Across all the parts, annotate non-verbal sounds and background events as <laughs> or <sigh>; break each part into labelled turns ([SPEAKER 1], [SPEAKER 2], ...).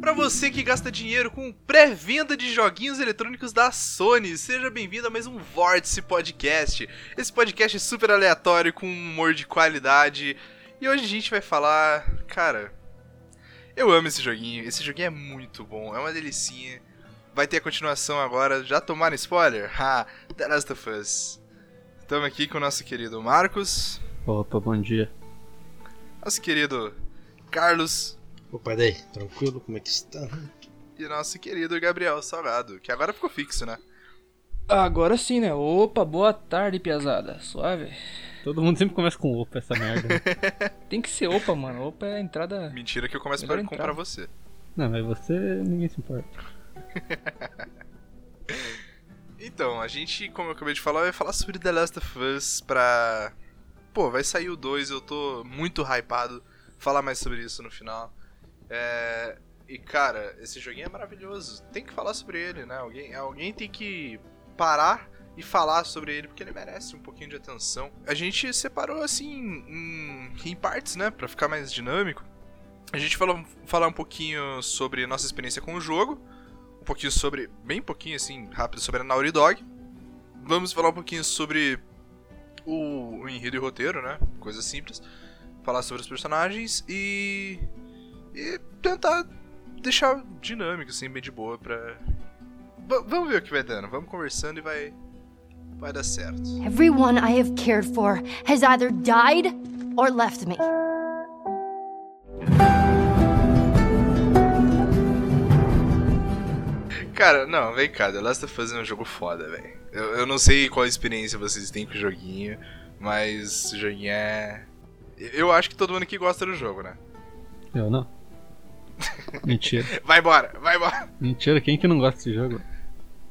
[SPEAKER 1] para você que gasta dinheiro com pré-venda de joguinhos eletrônicos da Sony. Seja bem-vindo a mais um Vórtice Podcast. Esse podcast é super aleatório, com humor de qualidade. E hoje a gente vai falar. Cara, eu amo esse joguinho. Esse joguinho é muito bom, é uma delicinha. Vai ter a continuação agora. Já tomaram spoiler? <laughs> Ha! The Last of Us. Estamos aqui com o nosso querido Marcos,
[SPEAKER 2] Opa, bom dia.
[SPEAKER 1] nosso querido Carlos
[SPEAKER 3] Opa, daí, tranquilo? Como é que está?
[SPEAKER 1] e nosso querido Gabriel Salgado, que agora ficou fixo, né?
[SPEAKER 4] Agora sim, né? Opa, boa tarde, piazada. Suave.
[SPEAKER 2] Todo mundo sempre começa com opa essa merda. né?
[SPEAKER 4] <laughs> Tem que ser opa, mano. Opa é a entrada.
[SPEAKER 1] Mentira que eu começo
[SPEAKER 4] Melhor
[SPEAKER 1] pra comprar
[SPEAKER 4] entrada.
[SPEAKER 1] você.
[SPEAKER 2] Não, mas você ninguém se importa.
[SPEAKER 1] Então, a gente, como eu acabei de falar, vai falar sobre The Last of Us pra. Pô, vai sair o 2, eu tô muito hypado. Falar mais sobre isso no final. É, E cara, esse joguinho é maravilhoso. Tem que falar sobre ele, né? Alguém, alguém tem que parar e falar sobre ele, porque ele merece um pouquinho de atenção. A gente separou assim em, em partes, né? Pra ficar mais dinâmico. A gente falou falar um pouquinho sobre nossa experiência com o jogo um pouquinho sobre, bem pouquinho assim, rápido, sobre a Naughty Dog. Vamos falar um pouquinho sobre o, o enredo e o roteiro, né? Coisa simples. Falar sobre os personagens e. e tentar deixar dinâmico, assim, bem de boa pra. Va- vamos ver o que vai dando, vamos conversando e vai. vai dar certo.
[SPEAKER 5] Everyone I have cared for has either died or left me.
[SPEAKER 1] Cara, não, vem cá, The Last of Us é um jogo foda, velho. Eu, eu não sei qual experiência vocês têm com o joguinho, mas o joguinho é. Eu acho que todo mundo aqui gosta do jogo, né?
[SPEAKER 2] Eu não. Mentira.
[SPEAKER 1] Vai embora, vai embora.
[SPEAKER 2] Mentira, quem que não gosta desse jogo?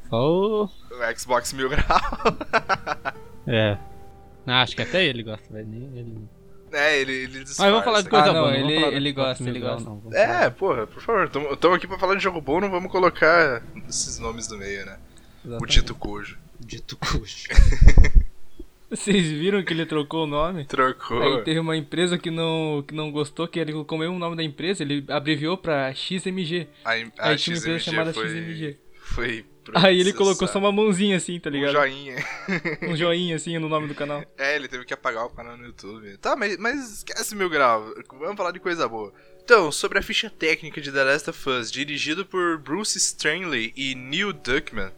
[SPEAKER 2] Só o.
[SPEAKER 1] O Xbox Mil Grau.
[SPEAKER 2] É. Ah, acho que até ele gosta, velho. Nem ele.
[SPEAKER 1] <laughs> é, ele, ele disfarça.
[SPEAKER 2] Mas vamos falar de coisa
[SPEAKER 4] Ah, não,
[SPEAKER 2] boa.
[SPEAKER 4] ele-
[SPEAKER 2] vamos falar do
[SPEAKER 4] ele
[SPEAKER 2] Xbox
[SPEAKER 4] gosta, ele
[SPEAKER 2] Mil Grau,
[SPEAKER 4] gosta.
[SPEAKER 2] não, vamos falar.
[SPEAKER 1] É, porra, por favor, estamos aqui pra falar de jogo bom, não vamos colocar esses nomes do meio, né? O
[SPEAKER 2] Exatamente.
[SPEAKER 1] Dito Cujo.
[SPEAKER 3] Dito coxo.
[SPEAKER 4] Vocês viram que ele trocou o nome?
[SPEAKER 1] Trocou.
[SPEAKER 4] Aí teve uma empresa que não, que não gostou, que ele colocou o mesmo nome da empresa, ele abreviou pra XMG.
[SPEAKER 1] A, im- a
[SPEAKER 4] Aí tinha um uma empresa
[SPEAKER 1] XMG
[SPEAKER 4] chamada
[SPEAKER 1] foi,
[SPEAKER 4] XMG.
[SPEAKER 1] Foi
[SPEAKER 4] Aí ele colocou só
[SPEAKER 1] processado.
[SPEAKER 4] uma mãozinha assim, tá
[SPEAKER 1] Um
[SPEAKER 4] ligado?
[SPEAKER 1] joinha.
[SPEAKER 4] Um joinha assim no nome do canal.
[SPEAKER 1] É, ele teve que apagar o canal no YouTube. Tá, mas, mas esquece mil grau. Vamos falar de coisa boa. Então, sobre a ficha técnica de The Last of Us, dirigido por Bruce Stanley e Neil Druckmann.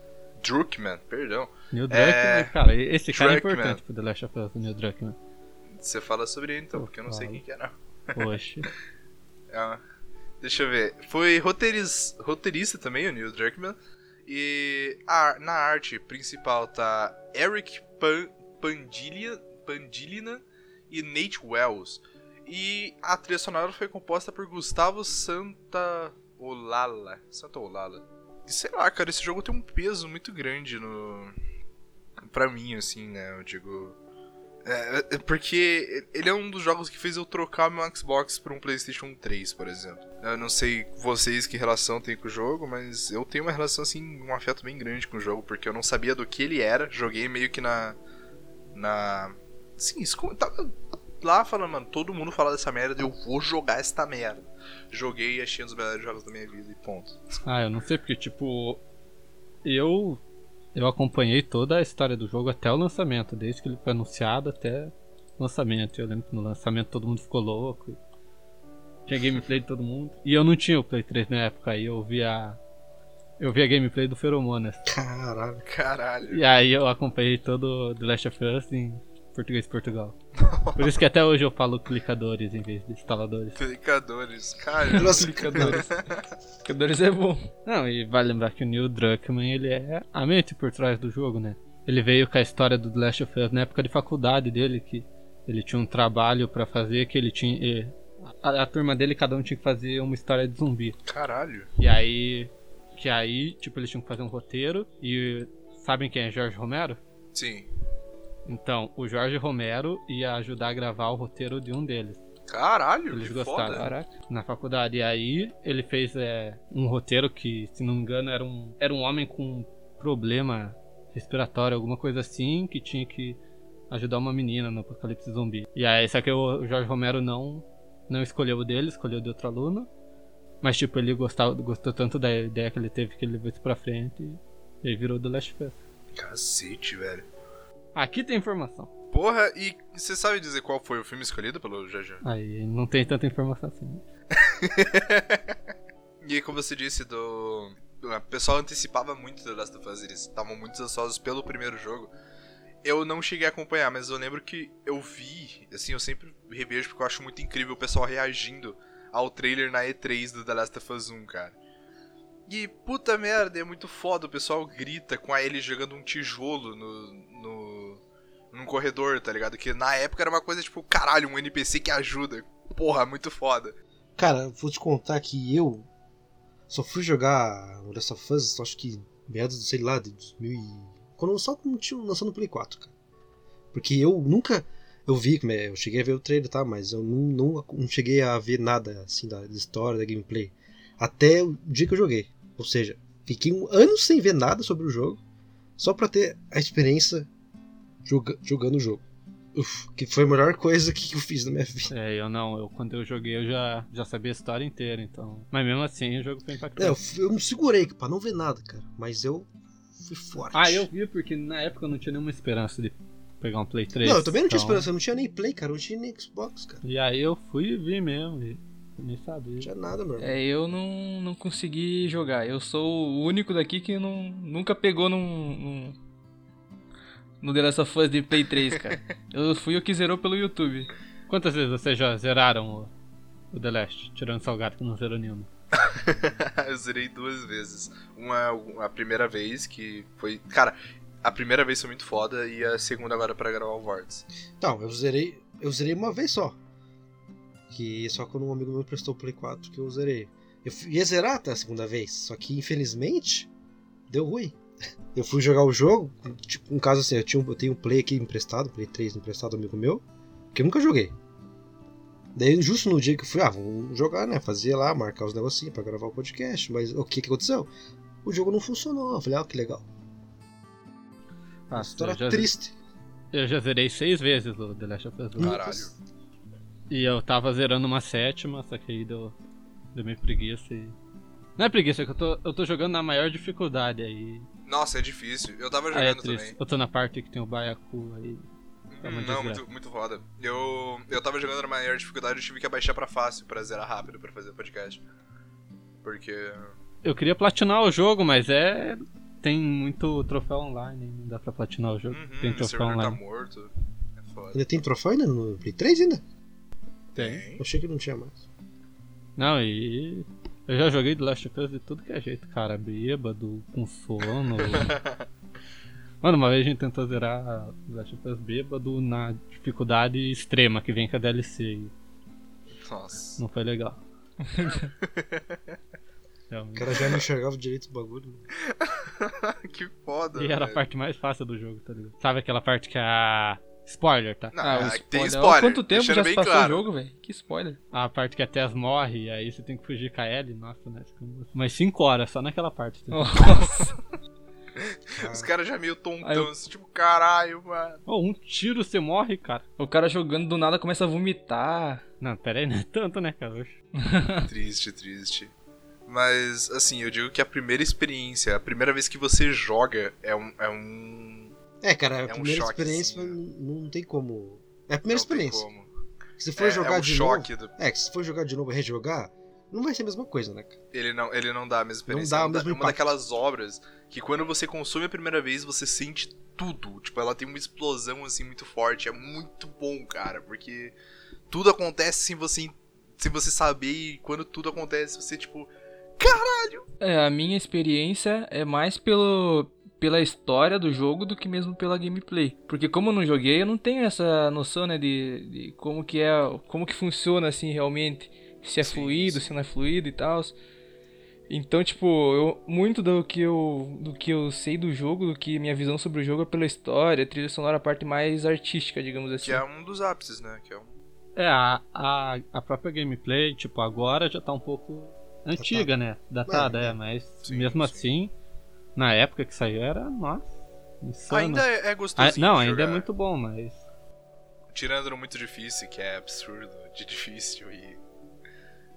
[SPEAKER 1] Druckmann, perdão.
[SPEAKER 2] Neil
[SPEAKER 1] É.
[SPEAKER 2] Druckmann, cara, esse cara
[SPEAKER 1] Druckmann.
[SPEAKER 2] é importante pro The Last of Us, né? o Neil Druckmann.
[SPEAKER 1] Você fala sobre ele então, porque eu não sei
[SPEAKER 2] Fala.
[SPEAKER 1] quem que é, não.
[SPEAKER 2] Poxa.
[SPEAKER 1] Ah, deixa eu ver. Foi roteiriz, roteirista também, o Neil Druckmann. E a- na arte principal tá Eric Pan, Pandilia, Pandilina e Nate Wells. E a trilha sonora foi composta por Gustavo Santa Olala. Santa Olala. E sei lá, cara, esse jogo tem um peso muito grande no. Pra mim, assim, né? Eu digo. É, é porque ele é um dos jogos que fez eu trocar meu Xbox por um PlayStation 3, por exemplo. Eu não sei vocês que relação tem com o jogo, mas eu tenho uma relação assim, um afeto bem grande com o jogo, porque eu não sabia do que ele era, joguei meio que na na assim, esco- tava lá falando, mano, todo mundo fala dessa merda, eu vou jogar esta merda. Joguei e achei um dos melhores jogos da minha vida e ponto.
[SPEAKER 2] Ah, eu não sei porque, tipo, eu eu acompanhei toda a história do jogo até o lançamento, desde que ele foi anunciado até o lançamento. Eu lembro que no lançamento todo mundo ficou louco. Tinha gameplay de todo mundo. E eu não tinha o Play 3 na época, aí eu via eu via gameplay do Feromonas.
[SPEAKER 3] Caralho.
[SPEAKER 1] Caralho.
[SPEAKER 2] E aí eu acompanhei todo The Last of Us em português de Portugal. Por isso que até hoje eu falo clicadores em vez de instaladores.
[SPEAKER 1] Clicadores, cara.
[SPEAKER 3] Nossa,
[SPEAKER 4] Clicadores. Clicadores é bom.
[SPEAKER 2] Não, e vale lembrar que o Neil Druckmann, ele é a mente por trás do jogo, né? Ele veio com a história do The Last of Us na época de faculdade dele, que ele tinha um trabalho pra fazer, que ele tinha... e A, a turma dele, cada um tinha que fazer uma história de zumbi.
[SPEAKER 1] Caralho.
[SPEAKER 2] E aí... Que aí, tipo, eles tinham que fazer um roteiro e... Sabem quem é Jorge Romero?
[SPEAKER 1] Sim.
[SPEAKER 2] Então, o Jorge Romero ia ajudar a gravar o roteiro de um deles.
[SPEAKER 1] Caralho,
[SPEAKER 2] Eles
[SPEAKER 1] que
[SPEAKER 2] gostaram.
[SPEAKER 1] É foda. né?
[SPEAKER 2] Na faculdade. E aí ele fez é, um roteiro que, se não me engano, era um, era um homem com um problema respiratório, alguma coisa assim, que tinha que ajudar uma menina no apocalipse zumbi. E aí, só que o Jorge Romero não, não escolheu o dele, escolheu de outro aluno. Mas, tipo, ele gostava, gostou tanto da ideia que ele teve que ele levou isso pra frente e e aí virou The Last of Us.
[SPEAKER 1] Cacete, velho.
[SPEAKER 2] Aqui tem informação.
[SPEAKER 1] Porra, e você sabe dizer qual foi o filme escolhido pelo Jajan?
[SPEAKER 2] Aí não tem tanta informação assim.
[SPEAKER 1] E aí, como você disse, do... o pessoal antecipava muito The Last of Us, eles estavam muito ansiosos pelo primeiro jogo. Eu não cheguei a acompanhar, mas eu lembro que eu vi, assim, eu sempre revejo porque eu acho muito incrível o pessoal reagindo ao trailer na E3 do The Last of Us 1, cara. E puta merda, é muito foda, o pessoal grita com a Ellie jogando um tijolo no, no num corredor, tá ligado? Que na época era uma coisa tipo, caralho, um NPC que ajuda. Porra, muito foda.
[SPEAKER 3] Cara, vou te contar que eu só fui jogar o Last of Us, acho que meados, do, sei lá, de 2000 e... Quando só quando tinha lançando o Play 4, cara. Porque eu nunca... Eu vi, como é, eu cheguei a ver o trailer, tá? Mas eu não, não, não cheguei a ver nada, assim, da, da história, da gameplay. Até o dia que eu joguei. Ou seja, fiquei um ano sem ver nada sobre o jogo, só pra ter a experiência joga- jogando o jogo. Uf, que foi a melhor coisa que eu fiz na minha <laughs> vida.
[SPEAKER 2] É, eu não, eu quando eu joguei eu já, já sabia a história inteira, então. Mas mesmo assim o jogo foi
[SPEAKER 3] É, eu,
[SPEAKER 2] impactante.
[SPEAKER 3] f- eu me segurei pra não ver nada, cara. Mas eu fui forte.
[SPEAKER 2] Ah, eu vi porque na época eu não tinha nenhuma esperança de pegar um Play 3.
[SPEAKER 3] Não, eu também não tinha
[SPEAKER 2] então-
[SPEAKER 3] esperança. Eu não tinha nem Play, cara. Eu não tinha nem Xbox, cara.
[SPEAKER 2] E aí eu fui e vi mesmo, e nem sabia.
[SPEAKER 3] Não tinha nada, meu irmão.
[SPEAKER 4] É, eu não, não consegui jogar. Eu sou o único daqui que não, nunca pegou num, num. No The Last of Us de Play
[SPEAKER 1] <laughs>
[SPEAKER 4] 3, cara. eu fui o que zerou pelo YouTube.
[SPEAKER 2] Quantas vezes vocês já zeraram o, o The Last? Tirando o Salgado que não zerou nenhuma.
[SPEAKER 1] <laughs> eu zerei duas vezes. Uma a primeira vez que foi. Cara, a primeira vez foi muito foda e a segunda agora é pra gravar o Words.
[SPEAKER 3] Então, eu zerei. Eu zerei uma vez só. Que só quando um amigo meu prestou o Play 4 que eu zerei. Eu fui- ia zerar até a segunda vez. Só que infelizmente deu ruim. <laughs> Eu fui jogar o jogo, tipo, um caso assim, eu, tinha um, eu tenho um Play aqui emprestado, Play 3 emprestado amigo meu, que eu nunca joguei. Daí, justo no dia que eu fui, ah, vamos jogar, né? Fazia lá, marcar os negocinhos pra gravar o podcast, mas o que que aconteceu? O jogo não funcionou. Eu falei, ah, que legal.
[SPEAKER 2] Ah,
[SPEAKER 3] História
[SPEAKER 2] eu, já,
[SPEAKER 3] triste.
[SPEAKER 2] eu já zerei seis vezes o The Last of Us.
[SPEAKER 1] Caralho.
[SPEAKER 2] E eu tava zerando uma sétima, só que aí deu, deu meio preguiça e. Não é preguiça, é que eu tô, eu tô jogando na maior dificuldade aí.
[SPEAKER 1] Nossa, é difícil. Eu tava
[SPEAKER 2] Aí é
[SPEAKER 1] jogando
[SPEAKER 2] triste.
[SPEAKER 1] também.
[SPEAKER 2] Eu tô na parte que tem o Baiacu aí. Tá
[SPEAKER 1] Hum,
[SPEAKER 2] uma desgraça.
[SPEAKER 1] não, muito, muito foda. Eu, eu tava jogando na maior dificuldade e tive que abaixar pra fácil pra zerar rápido pra fazer o podcast. Porque.
[SPEAKER 2] Eu queria platinar o jogo, mas é. Tem muito troféu online, não dá pra platinar o jogo.
[SPEAKER 1] Uhum,
[SPEAKER 2] tem
[SPEAKER 1] o
[SPEAKER 2] troféu
[SPEAKER 1] servidor tá
[SPEAKER 2] online.
[SPEAKER 1] morto. É foda.
[SPEAKER 3] Ainda tem troféu ainda no Play 3 ainda?
[SPEAKER 1] Tem.
[SPEAKER 3] Eu achei que não tinha mais.
[SPEAKER 2] Não, e. Eu já joguei The Last of Us de tudo que é jeito, cara. Bêbado,
[SPEAKER 1] <laughs>
[SPEAKER 2] com sono. Mano, uma vez a gente tentou zerar The Last of Us bêbado na dificuldade extrema que vem com a DLC. e
[SPEAKER 1] Nossa. <laughs>
[SPEAKER 2] Não foi legal. Realmente.
[SPEAKER 3] O cara já não enxergava direito o bagulho.
[SPEAKER 1] que foda.
[SPEAKER 2] E era a
[SPEAKER 1] velho.
[SPEAKER 2] parte mais fácil do jogo, tá ligado? Sabe aquela parte que a. Spoiler, tá?
[SPEAKER 1] Não,
[SPEAKER 4] o
[SPEAKER 1] ah, tem
[SPEAKER 4] spoiler. Olha
[SPEAKER 1] spoiler.
[SPEAKER 4] Quanto tempo
[SPEAKER 1] deixando
[SPEAKER 4] já se
[SPEAKER 1] bem
[SPEAKER 4] passou
[SPEAKER 1] claro.
[SPEAKER 4] o jogo, velho? Que spoiler. <laughs>
[SPEAKER 2] A parte que a Tess morre, e aí você tem que fugir com a Ellie, nossa, né? Ficamos Umas 5 horas só naquela parte.
[SPEAKER 1] Oh.
[SPEAKER 2] Tá?
[SPEAKER 4] Nossa.
[SPEAKER 1] Os caras já meio tontão,
[SPEAKER 4] Aí eu-
[SPEAKER 1] assim, tipo, caralho, mano.
[SPEAKER 2] Oh, um tiro você morre, cara.
[SPEAKER 4] o cara jogando do nada começa a vomitar.
[SPEAKER 2] Não, pera aí, <laughs> não é tanto, né, cara?
[SPEAKER 1] Triste, triste. Mas, assim, eu digo que a primeira experiência, a primeira vez que você joga é um. É um...
[SPEAKER 3] É, cara, a
[SPEAKER 1] É um
[SPEAKER 3] primeira
[SPEAKER 1] choque,
[SPEAKER 3] experiência
[SPEAKER 1] assim,
[SPEAKER 3] não, não tem como. É a primeira
[SPEAKER 1] não tem
[SPEAKER 3] experiência.
[SPEAKER 1] como.
[SPEAKER 3] Se for
[SPEAKER 1] É,
[SPEAKER 3] jogar
[SPEAKER 1] é um
[SPEAKER 3] de
[SPEAKER 1] choque. Do...
[SPEAKER 3] novo. É, que se for jogar de novo e rejogar, não vai ser a mesma coisa, né, cara?
[SPEAKER 1] Ele, não, ele não dá a mesma experiência.
[SPEAKER 3] dá
[SPEAKER 1] é
[SPEAKER 3] o mesmo
[SPEAKER 1] uma
[SPEAKER 3] impacto.
[SPEAKER 1] daquelas obras que quando você consome a primeira vez, você sente tudo. Tipo, ela tem uma explosão, assim, muito forte. É muito bom, cara, porque tudo acontece sem você, sem você saber. E quando tudo acontece, você, tipo.
[SPEAKER 4] É, a minha experiência é mais pelo pela história do jogo do que mesmo pela gameplay, porque como eu não joguei, eu não tenho essa noção, né, de, de como que é, como que funciona assim realmente, se é
[SPEAKER 1] Sim,
[SPEAKER 4] fluido,
[SPEAKER 1] sim.
[SPEAKER 4] se não é fluido e tal. Então, tipo, eu, muito do que eu do que eu sei do jogo, do que minha visão sobre o jogo é pela história, a trilha sonora é a parte mais artística, digamos assim.
[SPEAKER 1] Que é um dos ápices, né? Que é um.
[SPEAKER 2] É, a, a, a própria gameplay, tipo, agora já tá um pouco antiga, né? Datada,
[SPEAKER 3] É,
[SPEAKER 2] é, mas
[SPEAKER 1] tá. Sim,
[SPEAKER 2] mesmo
[SPEAKER 1] sim.
[SPEAKER 2] assim, na época que saiu era, nossa, insano.
[SPEAKER 1] Ainda é, é
[SPEAKER 2] Ah,
[SPEAKER 1] gostosinho.
[SPEAKER 2] não,
[SPEAKER 1] de
[SPEAKER 2] ainda é
[SPEAKER 1] jogar.
[SPEAKER 2] muito bom, mas.
[SPEAKER 1] <laughs> Tirando no muito difícil, que é absurdo de difícil e.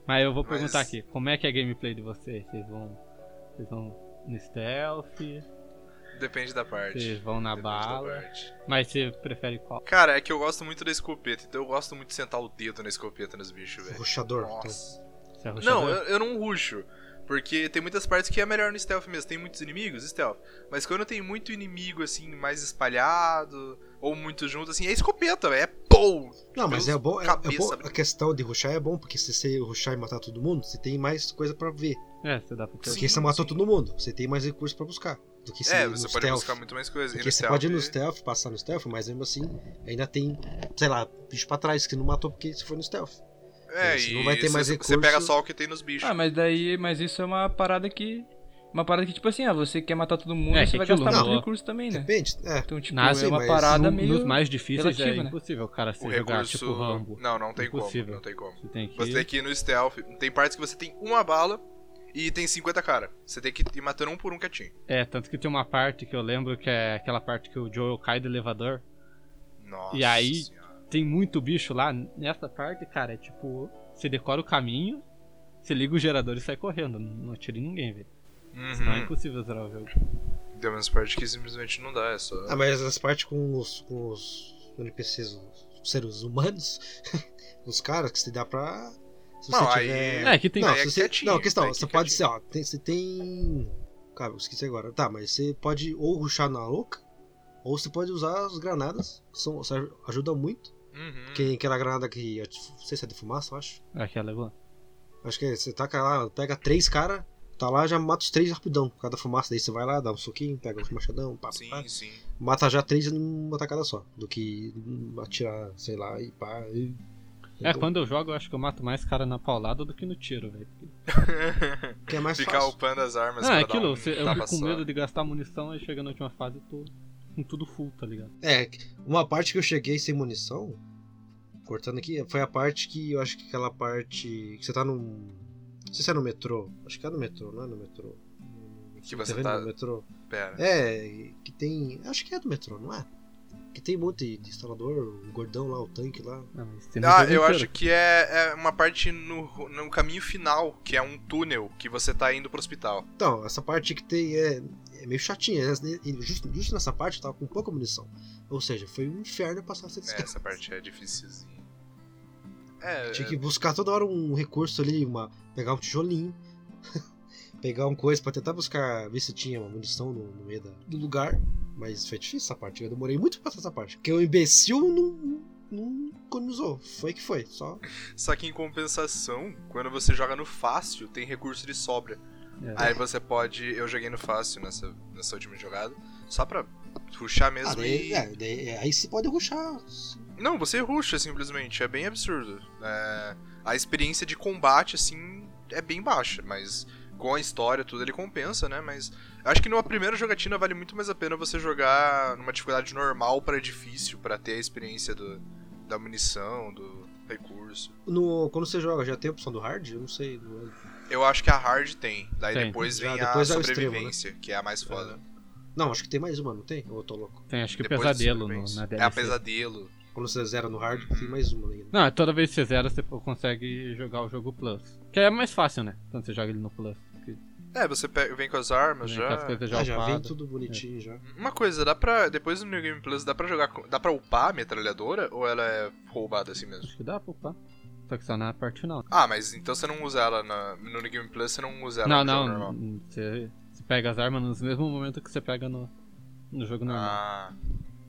[SPEAKER 2] Mas eu vou
[SPEAKER 1] Mas-
[SPEAKER 2] perguntar aqui, como é que é a gameplay de vocês? Vocês vão. Vocês vão no stealth?
[SPEAKER 1] Depende da parte.
[SPEAKER 2] Vocês vão na
[SPEAKER 1] É Depende
[SPEAKER 2] bala.
[SPEAKER 1] Da parte.
[SPEAKER 2] Mas você prefere qual?
[SPEAKER 1] Cara, é que eu gosto muito da escopeta, então eu gosto muito de sentar o dedo na escopeta nos bichos, velho.
[SPEAKER 3] Rochador.
[SPEAKER 1] Nossa.
[SPEAKER 2] Você é
[SPEAKER 1] Não,
[SPEAKER 2] rushador?
[SPEAKER 1] eu, eu não ruxo. Porque tem muitas partes que é melhor no stealth mesmo. Tem muitos inimigos, stealth. Mas quando tem muito inimigo, assim, mais espalhado, ou muito junto, assim, é escopeta, velho. É pou!
[SPEAKER 3] Não, mas é
[SPEAKER 1] Meus
[SPEAKER 3] bom, é, é
[SPEAKER 1] cabeça né?
[SPEAKER 3] bom-
[SPEAKER 1] abrindo.
[SPEAKER 3] A questão de ruxar é bom, porque se você ruxar e matar todo mundo, você tem mais coisa pra ver.
[SPEAKER 2] É, você dá pra ter.
[SPEAKER 3] Porque
[SPEAKER 1] Sim,
[SPEAKER 3] você matou
[SPEAKER 1] sim.
[SPEAKER 3] todo mundo, você tem mais recursos pra buscar. Do que se
[SPEAKER 1] É,
[SPEAKER 3] ir no
[SPEAKER 1] você pode
[SPEAKER 3] stealth.
[SPEAKER 1] buscar muito mais coisa. E
[SPEAKER 3] Porque você
[SPEAKER 1] stealth, né?
[SPEAKER 3] pode ir no stealth, passar no stealth, mas mesmo assim, ainda tem, sei lá, bicho pra trás que não matou porque você foi no stealth.
[SPEAKER 1] É,
[SPEAKER 3] você
[SPEAKER 1] e
[SPEAKER 3] não vai ter mais
[SPEAKER 1] você, você pega
[SPEAKER 3] recurso.
[SPEAKER 1] só o que tem nos bichos.
[SPEAKER 4] Ah, mas daí, mas isso é uma parada que uma parada que tipo assim, ah, você quer matar todo mundo,
[SPEAKER 2] É,
[SPEAKER 4] você
[SPEAKER 2] que
[SPEAKER 4] vai
[SPEAKER 2] aquilo
[SPEAKER 4] gastar muito
[SPEAKER 2] não-
[SPEAKER 4] recurso também, né?
[SPEAKER 3] Depende, é.
[SPEAKER 4] Então, tipo,
[SPEAKER 2] Nasce,
[SPEAKER 4] é uma
[SPEAKER 3] mas
[SPEAKER 4] parada
[SPEAKER 2] no-
[SPEAKER 4] meio
[SPEAKER 2] Nos mais difíceis
[SPEAKER 4] relativo,
[SPEAKER 2] é
[SPEAKER 4] né?
[SPEAKER 2] impossível, cara, se
[SPEAKER 1] o
[SPEAKER 2] jogar
[SPEAKER 1] recurso.
[SPEAKER 2] tipo Rambo.
[SPEAKER 1] Não, não tem
[SPEAKER 2] Impossível.
[SPEAKER 1] como. Não tem como.
[SPEAKER 2] Você tem que.
[SPEAKER 1] Você tem que ir no stealth. Tem partes que você tem uma bala e tem 50 cara. Você tem que ir matando um por um quietinho.
[SPEAKER 2] É, tanto que tem uma parte que eu lembro que é aquela parte que o Joel cai do elevador.
[SPEAKER 1] Nossa.
[SPEAKER 2] E aí-
[SPEAKER 1] Senhora.
[SPEAKER 2] Tem muito bicho lá. Nessa parte, cara, é tipo. Você decora o caminho, você liga o gerador e sai correndo. Não atira em ninguém, velho. Senão é
[SPEAKER 1] Uhum.
[SPEAKER 2] impossível zerar o jogo.
[SPEAKER 1] Tem umas partes que simplesmente não dá, é só.
[SPEAKER 3] Ah, mas as partes com os, com os NPCs, os seres humanos, <laughs> os caras que se dá pra. Se
[SPEAKER 1] Não, aí-
[SPEAKER 2] É, que tem.
[SPEAKER 3] não,
[SPEAKER 1] aí é
[SPEAKER 3] se você...
[SPEAKER 1] quietinho,
[SPEAKER 3] não, questão,
[SPEAKER 1] aí que
[SPEAKER 3] você
[SPEAKER 1] é
[SPEAKER 3] pode ser,
[SPEAKER 1] quietinho.
[SPEAKER 3] ó, tem- você tem. Cara, eu esqueci agora. Tá, mas você pode ou ruxar na louca, ou você pode usar as granadas, que são, serve- ajudam muito.
[SPEAKER 1] Uhum.
[SPEAKER 3] Que é aquela granada que. eu Não sei se é de fumaça, eu acho.
[SPEAKER 2] Aquela é boa.
[SPEAKER 3] Acho que é, você taca lá, pega três cara, tá lá, já mata os três rapidão. Por causa da fumaça, daí você vai lá, dá um soquinho, pega um machadão, pá, pá, pá.
[SPEAKER 1] Sim, sim.
[SPEAKER 3] mata já três numa tacada só. Do que hum, atirar, sei lá, e pá. E... então,
[SPEAKER 2] É, quando eu jogo, eu acho que eu mato mais cara na paulada do que no tiro, velho.
[SPEAKER 3] Que é mais
[SPEAKER 1] Ficar
[SPEAKER 3] fácil.
[SPEAKER 1] upando as armas
[SPEAKER 2] Não,
[SPEAKER 1] pra
[SPEAKER 2] é aquilo,
[SPEAKER 1] dar um
[SPEAKER 2] você- eu
[SPEAKER 1] tapa
[SPEAKER 2] fico com
[SPEAKER 1] só.
[SPEAKER 2] medo de gastar munição e chega na última fase e tô com tudo full, tá ligado?
[SPEAKER 3] É, uma parte que eu cheguei sem munição, cortando aqui, foi a parte que eu acho que aquela parte. Que você tá num. Não sei se é no metrô. Acho que é no metrô, não é no metrô.
[SPEAKER 1] Que você
[SPEAKER 3] Terreno
[SPEAKER 1] tá-
[SPEAKER 3] no metrô.
[SPEAKER 1] Pera.
[SPEAKER 3] É, que tem. Acho que é do metrô, não é? Que tem um monte de instalador, o gordão lá, o tanque lá.
[SPEAKER 2] Não, mas tem no
[SPEAKER 1] Ah,
[SPEAKER 2] jogo
[SPEAKER 1] eu
[SPEAKER 2] inteiro.
[SPEAKER 1] acho que é, é uma parte no, no caminho final, que é um túnel que você tá indo pro hospital.
[SPEAKER 3] Então, essa parte que tem é, é meio chatinha. né? E Justo, justo nessa parte eu tava com pouca munição. Ou seja, foi um inferno passar essa
[SPEAKER 1] É,
[SPEAKER 3] desgraça.
[SPEAKER 1] essa parte é difícilzinha. É,
[SPEAKER 3] Tinha que buscar toda hora um recurso ali, uma, pegar um tijolinho, <laughs> pegar uma coisa pra tentar buscar, ver se tinha uma munição no, no meio da- do lugar. Mas foi difícil essa parte, eu demorei muito pra passar essa parte. Porque o imbecil não, não economizou. Foi que foi, só.
[SPEAKER 1] Só que em compensação, quando você joga no fácil, tem recurso de sobra.
[SPEAKER 2] É.
[SPEAKER 1] Aí você pode. Eu joguei no fácil nessa, nessa última jogada. Só pra puxar mesmo
[SPEAKER 3] Ah, daí-
[SPEAKER 1] e.
[SPEAKER 3] é, daí- aí você pode ruxar.
[SPEAKER 1] Não, você ruxa simplesmente, é bem absurdo. É, A experiência de combate, assim, é bem baixa, mas com a história, tudo ele compensa, né? Mas acho que numa primeira jogatina vale muito mais a pena você jogar numa dificuldade normal pra difícil, pra ter a experiência do- da munição, do recurso.
[SPEAKER 3] No, quando você joga, já tem a opção do hard? Eu não sei. não é lembro.
[SPEAKER 1] Eu acho que a hard tem, daí
[SPEAKER 2] Tem.
[SPEAKER 1] depois
[SPEAKER 3] Já,
[SPEAKER 1] vem
[SPEAKER 3] depois
[SPEAKER 1] a
[SPEAKER 3] é o extremo,
[SPEAKER 2] né?
[SPEAKER 1] sobrevivência, que é a mais foda.
[SPEAKER 3] Não, acho que tem mais uma, não tem? Ou eu tô louco?
[SPEAKER 2] Tem, acho que é
[SPEAKER 1] Depois da
[SPEAKER 2] pesadelo no,
[SPEAKER 1] sobrevivência.
[SPEAKER 2] na DLC.
[SPEAKER 1] É a pesadelo.
[SPEAKER 3] Quando você zera no hard, tem mais uma ainda.
[SPEAKER 2] Não, é toda vez que você zera, você consegue jogar o jogo Plus. Que é mais fácil, né? Quando você joga ele no Plus. Porque
[SPEAKER 1] É, você pe- vem com as armas
[SPEAKER 2] vem
[SPEAKER 1] já.
[SPEAKER 2] com as coisas já É.
[SPEAKER 3] Ah, já vem
[SPEAKER 2] upadas.
[SPEAKER 3] tudo bonitinho já.
[SPEAKER 1] Uma coisa, dá pra. Depois do New Game Plus, dá pra jogar. com- Dá pra upar a metralhadora ou ela é roubada assim mesmo?
[SPEAKER 2] Acho que dá pra upar. Só que só na parte final.
[SPEAKER 1] Ah, mas então você não usa ela na- no New Game Plus, você não usa ela
[SPEAKER 2] não,
[SPEAKER 1] no jogo
[SPEAKER 2] não.
[SPEAKER 1] é normal.
[SPEAKER 2] n- Você, você pega as armas no mesmo momento que você pega no, no jogo normal.
[SPEAKER 1] Ah.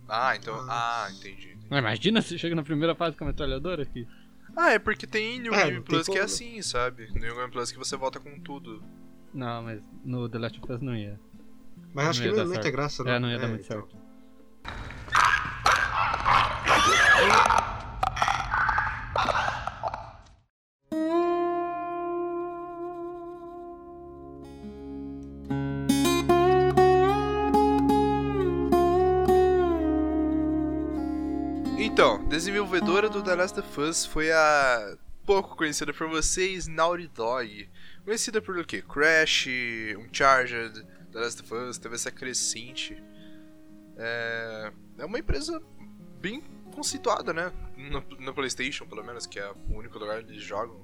[SPEAKER 1] Ah, então. Ah, entendi. entendi.
[SPEAKER 2] Ah, imagina se chega na primeira fase com a metralhadora aqui.
[SPEAKER 1] Ah, é porque tem New
[SPEAKER 3] É, não
[SPEAKER 1] Game
[SPEAKER 3] tem
[SPEAKER 1] Plus que é
[SPEAKER 3] como.
[SPEAKER 1] assim, sabe? No New Game Plus que você volta com tudo.
[SPEAKER 2] Não, mas no The Last of Us não ia.
[SPEAKER 3] Mas acho
[SPEAKER 2] Não ia
[SPEAKER 3] que
[SPEAKER 2] dar
[SPEAKER 3] não ia ter
[SPEAKER 2] certo.
[SPEAKER 3] graça, não.
[SPEAKER 2] É, não ia dar muito
[SPEAKER 3] então.
[SPEAKER 2] certo.
[SPEAKER 1] Então, desenvolvedora do The Last of Us foi a pouco conhecida por vocês, Naughty Dog. Conhecida por o quê? Crash, Uncharted, The Last of Us, teve essa crescente. É, é uma empresa bem conceituada, né? No, no PlayStation, pelo menos, que é o único lugar onde eles jogam.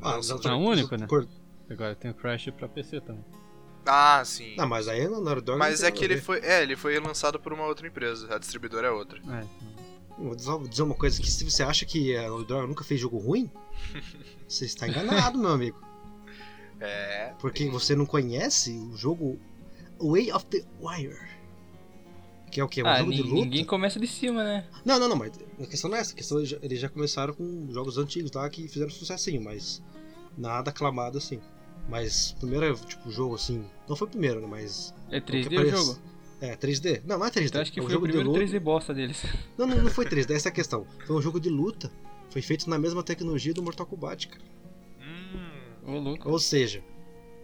[SPEAKER 3] Ah,
[SPEAKER 1] Nossa.
[SPEAKER 3] Naughty Dog-
[SPEAKER 2] Não, único, né?
[SPEAKER 3] cor-
[SPEAKER 2] Agora tem o Crash pra PC também.
[SPEAKER 1] Ah, sim.
[SPEAKER 3] Ah, mas aí é na Naughty Dog.
[SPEAKER 1] Mas
[SPEAKER 3] não
[SPEAKER 1] é
[SPEAKER 3] tem
[SPEAKER 1] que
[SPEAKER 3] nada a
[SPEAKER 1] ele foi. É, ele foi lançado por uma outra empresa. A distribuidora é outra.
[SPEAKER 2] É, então,
[SPEAKER 3] ver. Vou dizer- vou dizer uma coisa: que se você acha que a Naughty Dog nunca fez jogo ruim,
[SPEAKER 1] <laughs>
[SPEAKER 3] você está enganado, meu amigo.
[SPEAKER 1] É.
[SPEAKER 3] Porque você não conhece o jogo Way of the Wire. Que é o quê? É um
[SPEAKER 4] ah,
[SPEAKER 3] jogo de
[SPEAKER 4] nin-
[SPEAKER 3] luta?
[SPEAKER 4] ninguém começa de cima, né?
[SPEAKER 3] Não, não, não, mas a questão não é essa. A questão é já- eles já começaram com jogos antigos lá que fizeram sucessinho, mas nada aclamado assim. Mas primeiro tipo jogo assim, não foi o primeiro, né, mas
[SPEAKER 4] É
[SPEAKER 3] que
[SPEAKER 4] 3D o
[SPEAKER 3] aparece.
[SPEAKER 4] jogo?
[SPEAKER 3] é 3D. Não, não é 3D.
[SPEAKER 4] Então acho que
[SPEAKER 3] é um
[SPEAKER 4] foi o
[SPEAKER 3] jogo de
[SPEAKER 4] primeiro
[SPEAKER 3] luta.
[SPEAKER 4] 3D bosta deles. <laughs>
[SPEAKER 3] Não, não, não foi 3D, essa é a questão. Foi um jogo de luta. Foi feito na mesma tecnologia do Mortal Kombat, cara.
[SPEAKER 1] Hum.
[SPEAKER 4] Ô, louco.
[SPEAKER 3] Ou seja,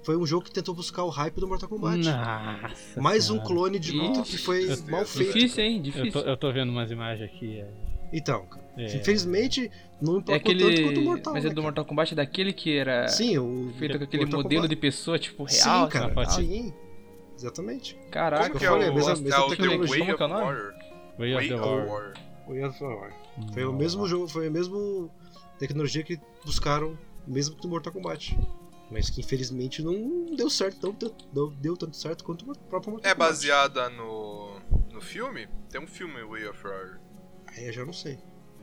[SPEAKER 3] foi um jogo que tentou buscar o hype do Mortal Kombat.
[SPEAKER 2] Nossa.
[SPEAKER 3] Mais um
[SPEAKER 2] senhora.
[SPEAKER 3] clone de luta
[SPEAKER 1] Nossa,
[SPEAKER 3] que foi
[SPEAKER 1] tristeza.
[SPEAKER 3] mal feito.
[SPEAKER 4] Difícil, hein?
[SPEAKER 2] Eu tô,
[SPEAKER 4] Difícil.
[SPEAKER 2] eu tô vendo umas imagens aqui. É,
[SPEAKER 3] Então, cara,
[SPEAKER 2] é,
[SPEAKER 3] infelizmente, não
[SPEAKER 4] É
[SPEAKER 3] emplacou tanto quanto
[SPEAKER 4] aquele.
[SPEAKER 3] o Mortal
[SPEAKER 4] Mas é
[SPEAKER 3] né,
[SPEAKER 4] do
[SPEAKER 3] cara?
[SPEAKER 4] Mortal Kombat daquele que era
[SPEAKER 3] Sim, o
[SPEAKER 4] feito com aquele
[SPEAKER 3] Mortal
[SPEAKER 4] modelo
[SPEAKER 3] Kombat.
[SPEAKER 4] de pessoa, tipo, real.
[SPEAKER 3] Sim,
[SPEAKER 4] sabe?
[SPEAKER 3] cara.
[SPEAKER 2] pode-
[SPEAKER 3] Sim. Exatamente.
[SPEAKER 4] Caraca,
[SPEAKER 1] Como que
[SPEAKER 3] eu
[SPEAKER 1] é
[SPEAKER 3] falei,
[SPEAKER 1] o,
[SPEAKER 3] mesma-
[SPEAKER 1] é
[SPEAKER 3] mesma
[SPEAKER 1] o The
[SPEAKER 3] tecnologia,
[SPEAKER 1] Way
[SPEAKER 4] como
[SPEAKER 1] of
[SPEAKER 4] que é o nome?
[SPEAKER 1] Warrior?
[SPEAKER 2] Way of the War. Hum.
[SPEAKER 3] Way of the War. Foi o
[SPEAKER 2] Não.
[SPEAKER 3] mesmo jogo, foi a mesma tecnologia que buscaram, mesmo que do Mortal Kombat. Mas que infelizmente não deu certo, não deu, deu, deu tanto certo quanto o próprio Mortal
[SPEAKER 1] É
[SPEAKER 3] Kombat.
[SPEAKER 1] baseada no. no filme? Tem um filme Way of Warrior.
[SPEAKER 3] Aí eu já não sei.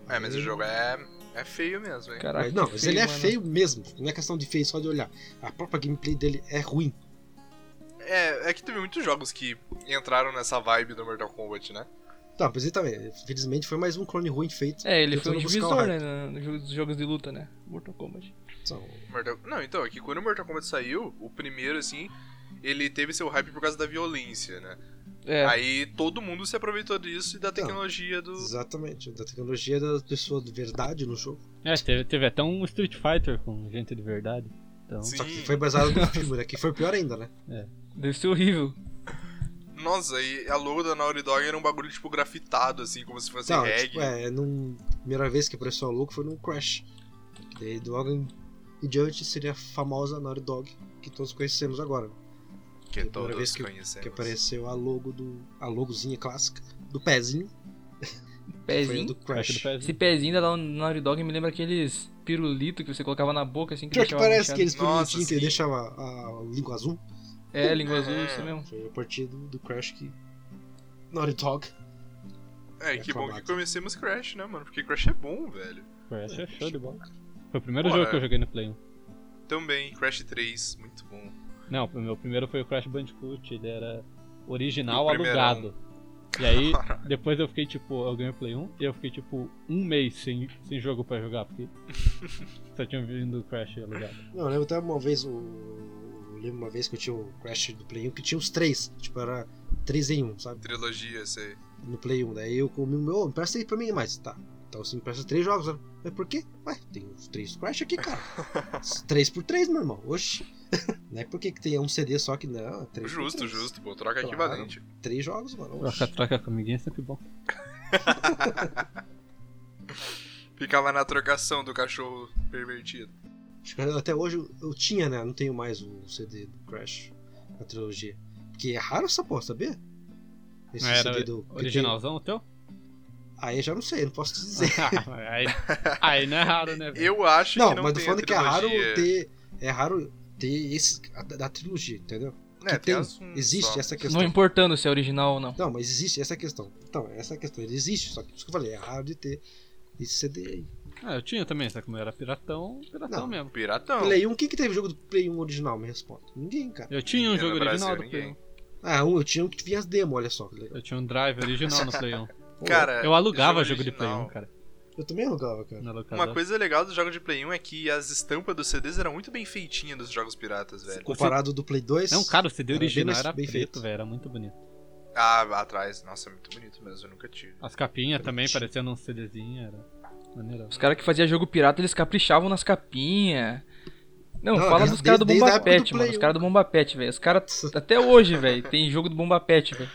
[SPEAKER 1] É, mas
[SPEAKER 3] Aí-
[SPEAKER 1] o jogo é. é feio mesmo, hein?
[SPEAKER 4] Caraca,
[SPEAKER 3] Mas, não,
[SPEAKER 4] que
[SPEAKER 3] mas ele é
[SPEAKER 4] mano.
[SPEAKER 3] feio mesmo. Não é questão de feio só de olhar. A própria gameplay dele é ruim.
[SPEAKER 1] É, é que teve muitos jogos que entraram nessa vibe do Mortal Kombat, né?
[SPEAKER 3] Tá, mas ele também, infelizmente foi mais um clone ruim feito.
[SPEAKER 4] É, ele
[SPEAKER 3] tentando
[SPEAKER 4] foi um
[SPEAKER 3] buscar o
[SPEAKER 4] divisor,
[SPEAKER 3] hype.
[SPEAKER 4] né? no- Nos jogos- nos jogos de luta, né? Mortal Kombat.
[SPEAKER 3] Então,
[SPEAKER 1] Mortal- Não, então, é que quando o Mortal Kombat saiu, o primeiro, assim, ele teve seu hype por causa da violência, né?
[SPEAKER 4] É.
[SPEAKER 1] Aí todo mundo se aproveitou disso e da
[SPEAKER 3] Então,
[SPEAKER 1] tecnologia do.
[SPEAKER 3] Exatamente, da tecnologia da pessoa de verdade no jogo.
[SPEAKER 2] É, teve, teve até um Street Fighter com gente de verdade. Então,
[SPEAKER 1] Sim.
[SPEAKER 3] Só que foi baseado no filme, né? Que foi pior ainda, né?
[SPEAKER 4] Deve ser horrível.
[SPEAKER 1] Nossa, e a logo da Naughty Dog era um bagulho, tipo, grafitado, assim, como se fosse
[SPEAKER 3] Não,
[SPEAKER 1] reggae.
[SPEAKER 3] tipo, é, num, primeira vez que apareceu a louco foi no Crash. Que daí logo em, em diante seria a famosa Naughty Dog, que todos conhecemos agora.
[SPEAKER 1] que
[SPEAKER 3] primeira
[SPEAKER 1] todos
[SPEAKER 3] vez que-
[SPEAKER 1] conhecemos.
[SPEAKER 3] Que apareceu a logo do. a logozinha clássica do pezinho. que Foi a
[SPEAKER 4] Pezinho.
[SPEAKER 3] do
[SPEAKER 2] Crash do um,
[SPEAKER 3] Crash.
[SPEAKER 2] PS.
[SPEAKER 4] Esse pezinho da Lau- Naughty Dog me lembra aqueles pirulito que você colocava na boca assim que
[SPEAKER 3] Pior que
[SPEAKER 4] deixava
[SPEAKER 3] parece
[SPEAKER 4] manchado.
[SPEAKER 3] que eles
[SPEAKER 1] Nossa,
[SPEAKER 3] pirulitinhos que
[SPEAKER 1] sim.
[SPEAKER 3] deixava a, a língua azul.
[SPEAKER 4] É, língua azul,
[SPEAKER 1] É.
[SPEAKER 3] <laughs>
[SPEAKER 4] isso mesmo.
[SPEAKER 3] Foi a partir do, do Crash que. Naughty Dog.
[SPEAKER 1] É,
[SPEAKER 3] É
[SPEAKER 1] que bom que
[SPEAKER 3] aclamado.
[SPEAKER 1] comecemos Crash, né, mano? Porque Crash é bom, velho.
[SPEAKER 2] Crash é show de bola. Foi o primeiro
[SPEAKER 1] Bora.
[SPEAKER 2] jogo que eu joguei no Play 1.
[SPEAKER 1] Também, Crash 3, muito bom.
[SPEAKER 2] Não, o meu primeiro foi o Crash Bandicoot, ele era original
[SPEAKER 1] O primeirão.
[SPEAKER 2] alugado. E aí, <laughs> depois eu fiquei tipo, eu ganhei o Play 1 e eu fiquei tipo um mês sem, sem jogo pra jogar, porque só tinha vindo o Crash alugado.
[SPEAKER 3] Não, eu lembro até uma vez o. Eu lembro uma vez que eu tinha o Crash do Play 1 que tinha os três. Tipo, era três em um, sabe?
[SPEAKER 1] Trilogia, sei.
[SPEAKER 3] No Play 1. Daí eu comi o meu, "Ô, empresta aí pra mim mais. Tá. Então você empresta três jogos, né? Mas por quê? Ué, tem os três Crash
[SPEAKER 1] <laughs>
[SPEAKER 3] aqui, cara. três por três, meu irmão. Oxi. <laughs> Não é porque que tem um CD só que não. Três por
[SPEAKER 1] Justo,
[SPEAKER 3] três.
[SPEAKER 1] justo, pô. Troca
[SPEAKER 3] Claro.
[SPEAKER 1] equivalente.
[SPEAKER 3] Três jogos, mano. Oxi.
[SPEAKER 2] Troca, troca com amiguinho é sempre bom.
[SPEAKER 1] Ficava na trocação do cachorro pervertido.
[SPEAKER 3] Acho que Até hoje eu- eu tinha, né? Não tenho mais o CD do Crash, a trilogia. Porque é raro essa porra, sabia? Esse
[SPEAKER 2] Era
[SPEAKER 3] do. porque tem-
[SPEAKER 2] originalzão o teu?
[SPEAKER 3] Aí eu já não sei, não
[SPEAKER 1] Ah,
[SPEAKER 3] posso te dizer.
[SPEAKER 2] <laughs> aí, aí não é raro, né? velho?
[SPEAKER 1] Eu acho
[SPEAKER 3] Não,
[SPEAKER 1] que não
[SPEAKER 3] mas tô
[SPEAKER 1] tem a
[SPEAKER 3] falando que é raro
[SPEAKER 1] trilogia.
[SPEAKER 3] ter. É raro ter esse. a- da, da trilogia, entendeu?
[SPEAKER 1] É, tem
[SPEAKER 3] que tem.
[SPEAKER 1] as- um
[SPEAKER 3] existe
[SPEAKER 1] só.
[SPEAKER 3] essa
[SPEAKER 4] Não
[SPEAKER 3] questão.
[SPEAKER 4] importando se é original ou não.
[SPEAKER 3] Não, mas existe essa questão. Então, essa questão, ele existe, só que por isso que eu falei, é raro de ter esse CD aí.
[SPEAKER 2] Ah, eu tinha também, só que eu era piratão, piratão
[SPEAKER 3] Não.
[SPEAKER 2] mesmo.
[SPEAKER 1] Piratão.
[SPEAKER 3] Play 1, quem que teve jogo do Play 1 original? Me responda. Ninguém, cara.
[SPEAKER 2] Eu tinha um
[SPEAKER 1] Ninguém no
[SPEAKER 2] jogo
[SPEAKER 1] Brasil,
[SPEAKER 2] original do Play
[SPEAKER 1] ninguém.
[SPEAKER 2] 1.
[SPEAKER 3] Ah, um, eu tinha um que vinha as demos, olha só. que legal.
[SPEAKER 2] Eu tinha um drive original no Play 1.
[SPEAKER 1] Cara,
[SPEAKER 2] Eu alugava jogo, de Play
[SPEAKER 1] original.
[SPEAKER 2] 1, cara.
[SPEAKER 3] Eu também alugava, cara.
[SPEAKER 2] Na
[SPEAKER 1] Uma
[SPEAKER 2] locadora.
[SPEAKER 1] coisa legal dos jogos de Play 1 é que as estampas dos CDs eram muito bem feitinhas dos jogos piratas, velho.
[SPEAKER 3] Comparado do Play 2.
[SPEAKER 2] Não, É um cara, o CD
[SPEAKER 3] Era bem
[SPEAKER 2] original
[SPEAKER 3] mais
[SPEAKER 2] era
[SPEAKER 3] bem
[SPEAKER 2] preto,
[SPEAKER 3] feito.
[SPEAKER 2] velho, era muito bonito.
[SPEAKER 1] Ah, atrás. Nossa, é muito bonito mesmo, eu nunca tive.
[SPEAKER 2] As capinhas também
[SPEAKER 3] Bonitinho.
[SPEAKER 2] parecendo um CDzinho, era maneiro.
[SPEAKER 4] Os caras que faziam jogo pirata, eles caprichavam nas capinhas. Não,
[SPEAKER 3] Não,
[SPEAKER 4] fala
[SPEAKER 3] desde-
[SPEAKER 4] dos caras do
[SPEAKER 3] desde a
[SPEAKER 4] Bomba
[SPEAKER 3] época do
[SPEAKER 4] Pet, mano.
[SPEAKER 3] Play
[SPEAKER 4] Os
[SPEAKER 3] um.
[SPEAKER 4] caras do Bomba Pet, velho. Os caras. Até hoje, velho, tem jogo do Bomba Pet, velho.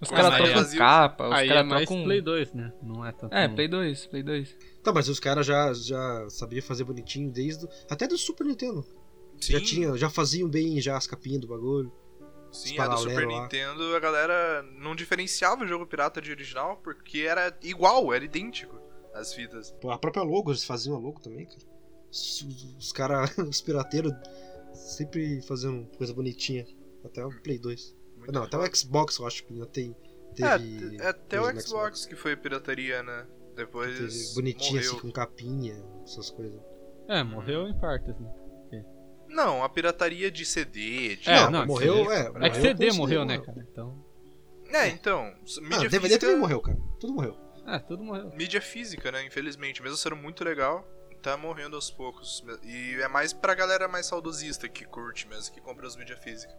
[SPEAKER 4] Os
[SPEAKER 1] Mas
[SPEAKER 4] caras
[SPEAKER 2] aí
[SPEAKER 4] trocam
[SPEAKER 1] fazia-
[SPEAKER 4] capa, os
[SPEAKER 2] Aí é
[SPEAKER 4] caras
[SPEAKER 2] mais
[SPEAKER 4] trocam. um.
[SPEAKER 2] Play 2, né? Não é tanto.
[SPEAKER 4] É,
[SPEAKER 2] um-
[SPEAKER 4] Play 2, Play 2.
[SPEAKER 3] Tá, mas os caras já, já sabiam fazer bonitinho desde. o- Até do Super Nintendo. Já,
[SPEAKER 1] Sim.
[SPEAKER 3] tinha, já faziam bem já as capinhas do bagulho.
[SPEAKER 1] Sim,
[SPEAKER 3] Os
[SPEAKER 1] a do
[SPEAKER 3] paralelo
[SPEAKER 1] Super
[SPEAKER 3] lá.
[SPEAKER 1] Nintendo a galera não diferenciava o jogo pirata de original porque era igual, era idêntico as fitas.
[SPEAKER 3] Pô, A própria logo, eles faziam a logo também, cara. Os, os caras, <laughs> os pirateiros, sempre fazendo coisa bonitinha. Até o Play 2.
[SPEAKER 1] Muito
[SPEAKER 3] Não, até
[SPEAKER 1] foda.
[SPEAKER 3] o Xbox eu acho que ainda tem.
[SPEAKER 1] É,
[SPEAKER 3] Teve,
[SPEAKER 1] t- até
[SPEAKER 3] coisa
[SPEAKER 1] o
[SPEAKER 3] no
[SPEAKER 1] Xbox, que foi pirataria, né? Depois.
[SPEAKER 3] Teve bonitinha
[SPEAKER 1] morreu.
[SPEAKER 3] assim, com capinha, essas coisas.
[SPEAKER 2] É, morreu em partes, né?
[SPEAKER 1] Não, a pirataria de CD, de.
[SPEAKER 2] É,
[SPEAKER 1] álbum,
[SPEAKER 2] não,
[SPEAKER 1] CD.
[SPEAKER 3] morreu, é.
[SPEAKER 2] É que CD
[SPEAKER 3] com
[SPEAKER 2] morreu,
[SPEAKER 3] CD,
[SPEAKER 2] né, cara? Então.
[SPEAKER 1] É, então. s-
[SPEAKER 3] Ah,
[SPEAKER 1] Mídia
[SPEAKER 3] DVD
[SPEAKER 1] física,
[SPEAKER 3] também morreu, cara. Tudo morreu.
[SPEAKER 2] É, tudo morreu.
[SPEAKER 1] Mídia física, né? Infelizmente, mesmo sendo muito legal, tá morrendo aos poucos. E é mais pra galera mais saudosista que curte mesmo, que compra as mídia física.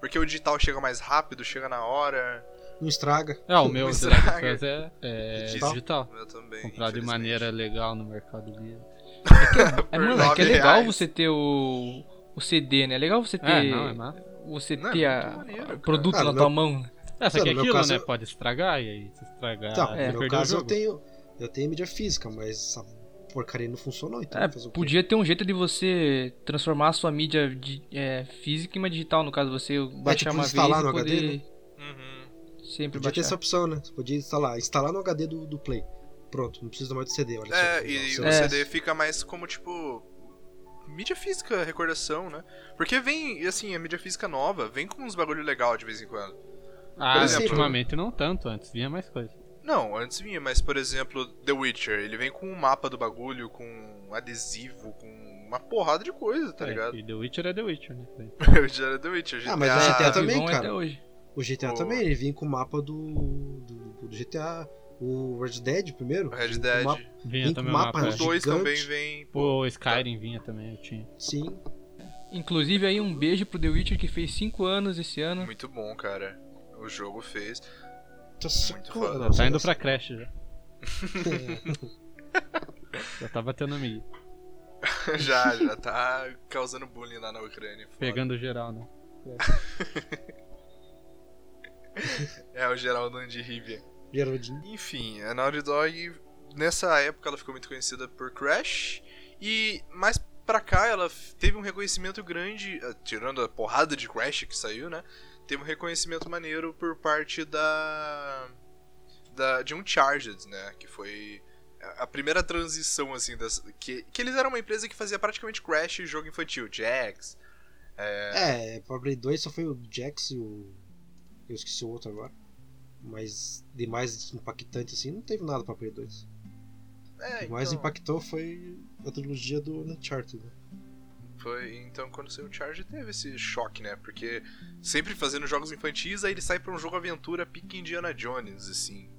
[SPEAKER 1] Porque o digital chega mais rápido, chega na hora.
[SPEAKER 3] Não estraga. <laughs>
[SPEAKER 2] É, o meu
[SPEAKER 1] Me
[SPEAKER 2] The Last of
[SPEAKER 1] estraga.
[SPEAKER 2] Us é, é
[SPEAKER 1] Digital.
[SPEAKER 2] digital.
[SPEAKER 1] Eu também.
[SPEAKER 2] Comprado de
[SPEAKER 1] infelizmente.
[SPEAKER 2] maneira legal no Mercado Livre.
[SPEAKER 4] É,
[SPEAKER 1] Por
[SPEAKER 4] mano, é que
[SPEAKER 1] nove
[SPEAKER 4] é legal
[SPEAKER 1] reais.
[SPEAKER 4] você ter o, o CD, né? É legal você ter,
[SPEAKER 2] É, não, é massa.
[SPEAKER 4] você
[SPEAKER 1] Não, é muito
[SPEAKER 4] ter a,
[SPEAKER 1] maneiro,
[SPEAKER 4] a-
[SPEAKER 1] cara.
[SPEAKER 4] produto
[SPEAKER 3] Cara,
[SPEAKER 4] na
[SPEAKER 3] no
[SPEAKER 4] tua mão. né?
[SPEAKER 2] É, só
[SPEAKER 3] Não,
[SPEAKER 2] que
[SPEAKER 3] no meu
[SPEAKER 2] aquilo,
[SPEAKER 3] caso,
[SPEAKER 2] né?
[SPEAKER 3] eu-
[SPEAKER 2] Pode estragar, e aí se estragar.
[SPEAKER 3] Então,
[SPEAKER 2] você
[SPEAKER 3] no meu
[SPEAKER 2] É, perdeu o
[SPEAKER 3] caso eu
[SPEAKER 2] jogo.
[SPEAKER 3] tenho. Eu tenho mídia física, mas essa porcaria não funcionou, então.
[SPEAKER 4] É,
[SPEAKER 3] fazer o quê?
[SPEAKER 4] podia ter um jeito de você transformar a sua mídia de- é, física em uma digital, no caso, você baixar
[SPEAKER 3] tipo,
[SPEAKER 4] uma vez
[SPEAKER 3] instalar
[SPEAKER 4] e
[SPEAKER 3] no
[SPEAKER 4] poder
[SPEAKER 3] HD,
[SPEAKER 1] Uhum.
[SPEAKER 4] sempre
[SPEAKER 3] Podia ter essa
[SPEAKER 4] baixar.
[SPEAKER 3] opção, né? Você podia instalar, instalar no HD do, do Play. Pronto, não precisa mais do CD, olha só.
[SPEAKER 1] É,
[SPEAKER 3] que
[SPEAKER 1] e
[SPEAKER 3] legal.
[SPEAKER 1] o
[SPEAKER 4] É.
[SPEAKER 1] CD fica mais como tipo. Mídia física, recordação, né? Porque vem, e assim, a mídia física nova, vem com uns bagulho legal de vez em quando.
[SPEAKER 2] Ah,
[SPEAKER 1] Por
[SPEAKER 2] né,
[SPEAKER 1] exemplo-
[SPEAKER 2] ultimamente não tanto, antes vinha mais coisa.
[SPEAKER 1] Não, antes vinha, mas por exemplo, The Witcher, ele vem com um mapa do bagulho, com um adesivo, com uma porrada de coisa, tá
[SPEAKER 2] É,
[SPEAKER 1] ligado?
[SPEAKER 2] e The Witcher é The Witcher, né?
[SPEAKER 1] <laughs> Eu já era The Witcher, GTA.
[SPEAKER 3] Ah, mas o
[SPEAKER 4] Tá
[SPEAKER 3] GTA também,
[SPEAKER 4] vivão
[SPEAKER 3] cara.
[SPEAKER 4] até hoje.
[SPEAKER 3] O GTA
[SPEAKER 1] Pô.
[SPEAKER 3] também, ele vinha com o mapa do, do, do GTA. O Red Dead primeiro.
[SPEAKER 1] Red
[SPEAKER 3] vinha com
[SPEAKER 1] Dead.
[SPEAKER 3] o mapa-
[SPEAKER 2] Vinha
[SPEAKER 3] Link
[SPEAKER 2] também o
[SPEAKER 3] mapa,
[SPEAKER 2] mapa.
[SPEAKER 1] Os dois
[SPEAKER 3] gigante.
[SPEAKER 1] também vêm.
[SPEAKER 2] Pô, o Skyrim vinha também, eu tinha.
[SPEAKER 3] sim. Tá
[SPEAKER 4] Inclusive aí um beijo pro The Witcher que fez 5 anos esse ano.
[SPEAKER 1] Muito bom, cara. O jogo fez. <laughs>
[SPEAKER 3] Tá, só-
[SPEAKER 1] Muito foda.
[SPEAKER 3] Nossa,
[SPEAKER 2] Tá indo
[SPEAKER 3] nossa.
[SPEAKER 2] pra creche já.
[SPEAKER 3] <laughs>
[SPEAKER 2] Já tá batendo amigo.
[SPEAKER 1] já, já tá causando bullying lá na Ucrânia. foda.
[SPEAKER 2] Pegando geral, né?
[SPEAKER 1] É, o Geraldo de Rivia.
[SPEAKER 3] Geraldinho.
[SPEAKER 1] Enfim, a Naughty Dog, nessa época, ela ficou muito conhecida por Crash. E mais pra cá, ela f- teve um reconhecimento grande, eh, tirando a porrada de Crash que saiu, né? Teve um reconhecimento maneiro por parte da. da de Uncharted, né? Que foi a- a primeira transição, assim, das, que, que eles eram uma empresa que fazia praticamente Crash e jogo infantil, Jax.
[SPEAKER 3] É, pra Play 2 só foi o Jax e o. Eu esqueci o outro agora. Mas de mais impactante assim, não teve nada pra Play 2. O
[SPEAKER 1] É,
[SPEAKER 3] que mais
[SPEAKER 1] então,
[SPEAKER 3] impactou foi a trilogia do Uncharted. Né?
[SPEAKER 1] Foi, então quando saiu o Charge teve esse choque, né? Porque sempre fazendo jogos infantis, aí ele sai pra um jogo aventura pique Indiana Jones, assim.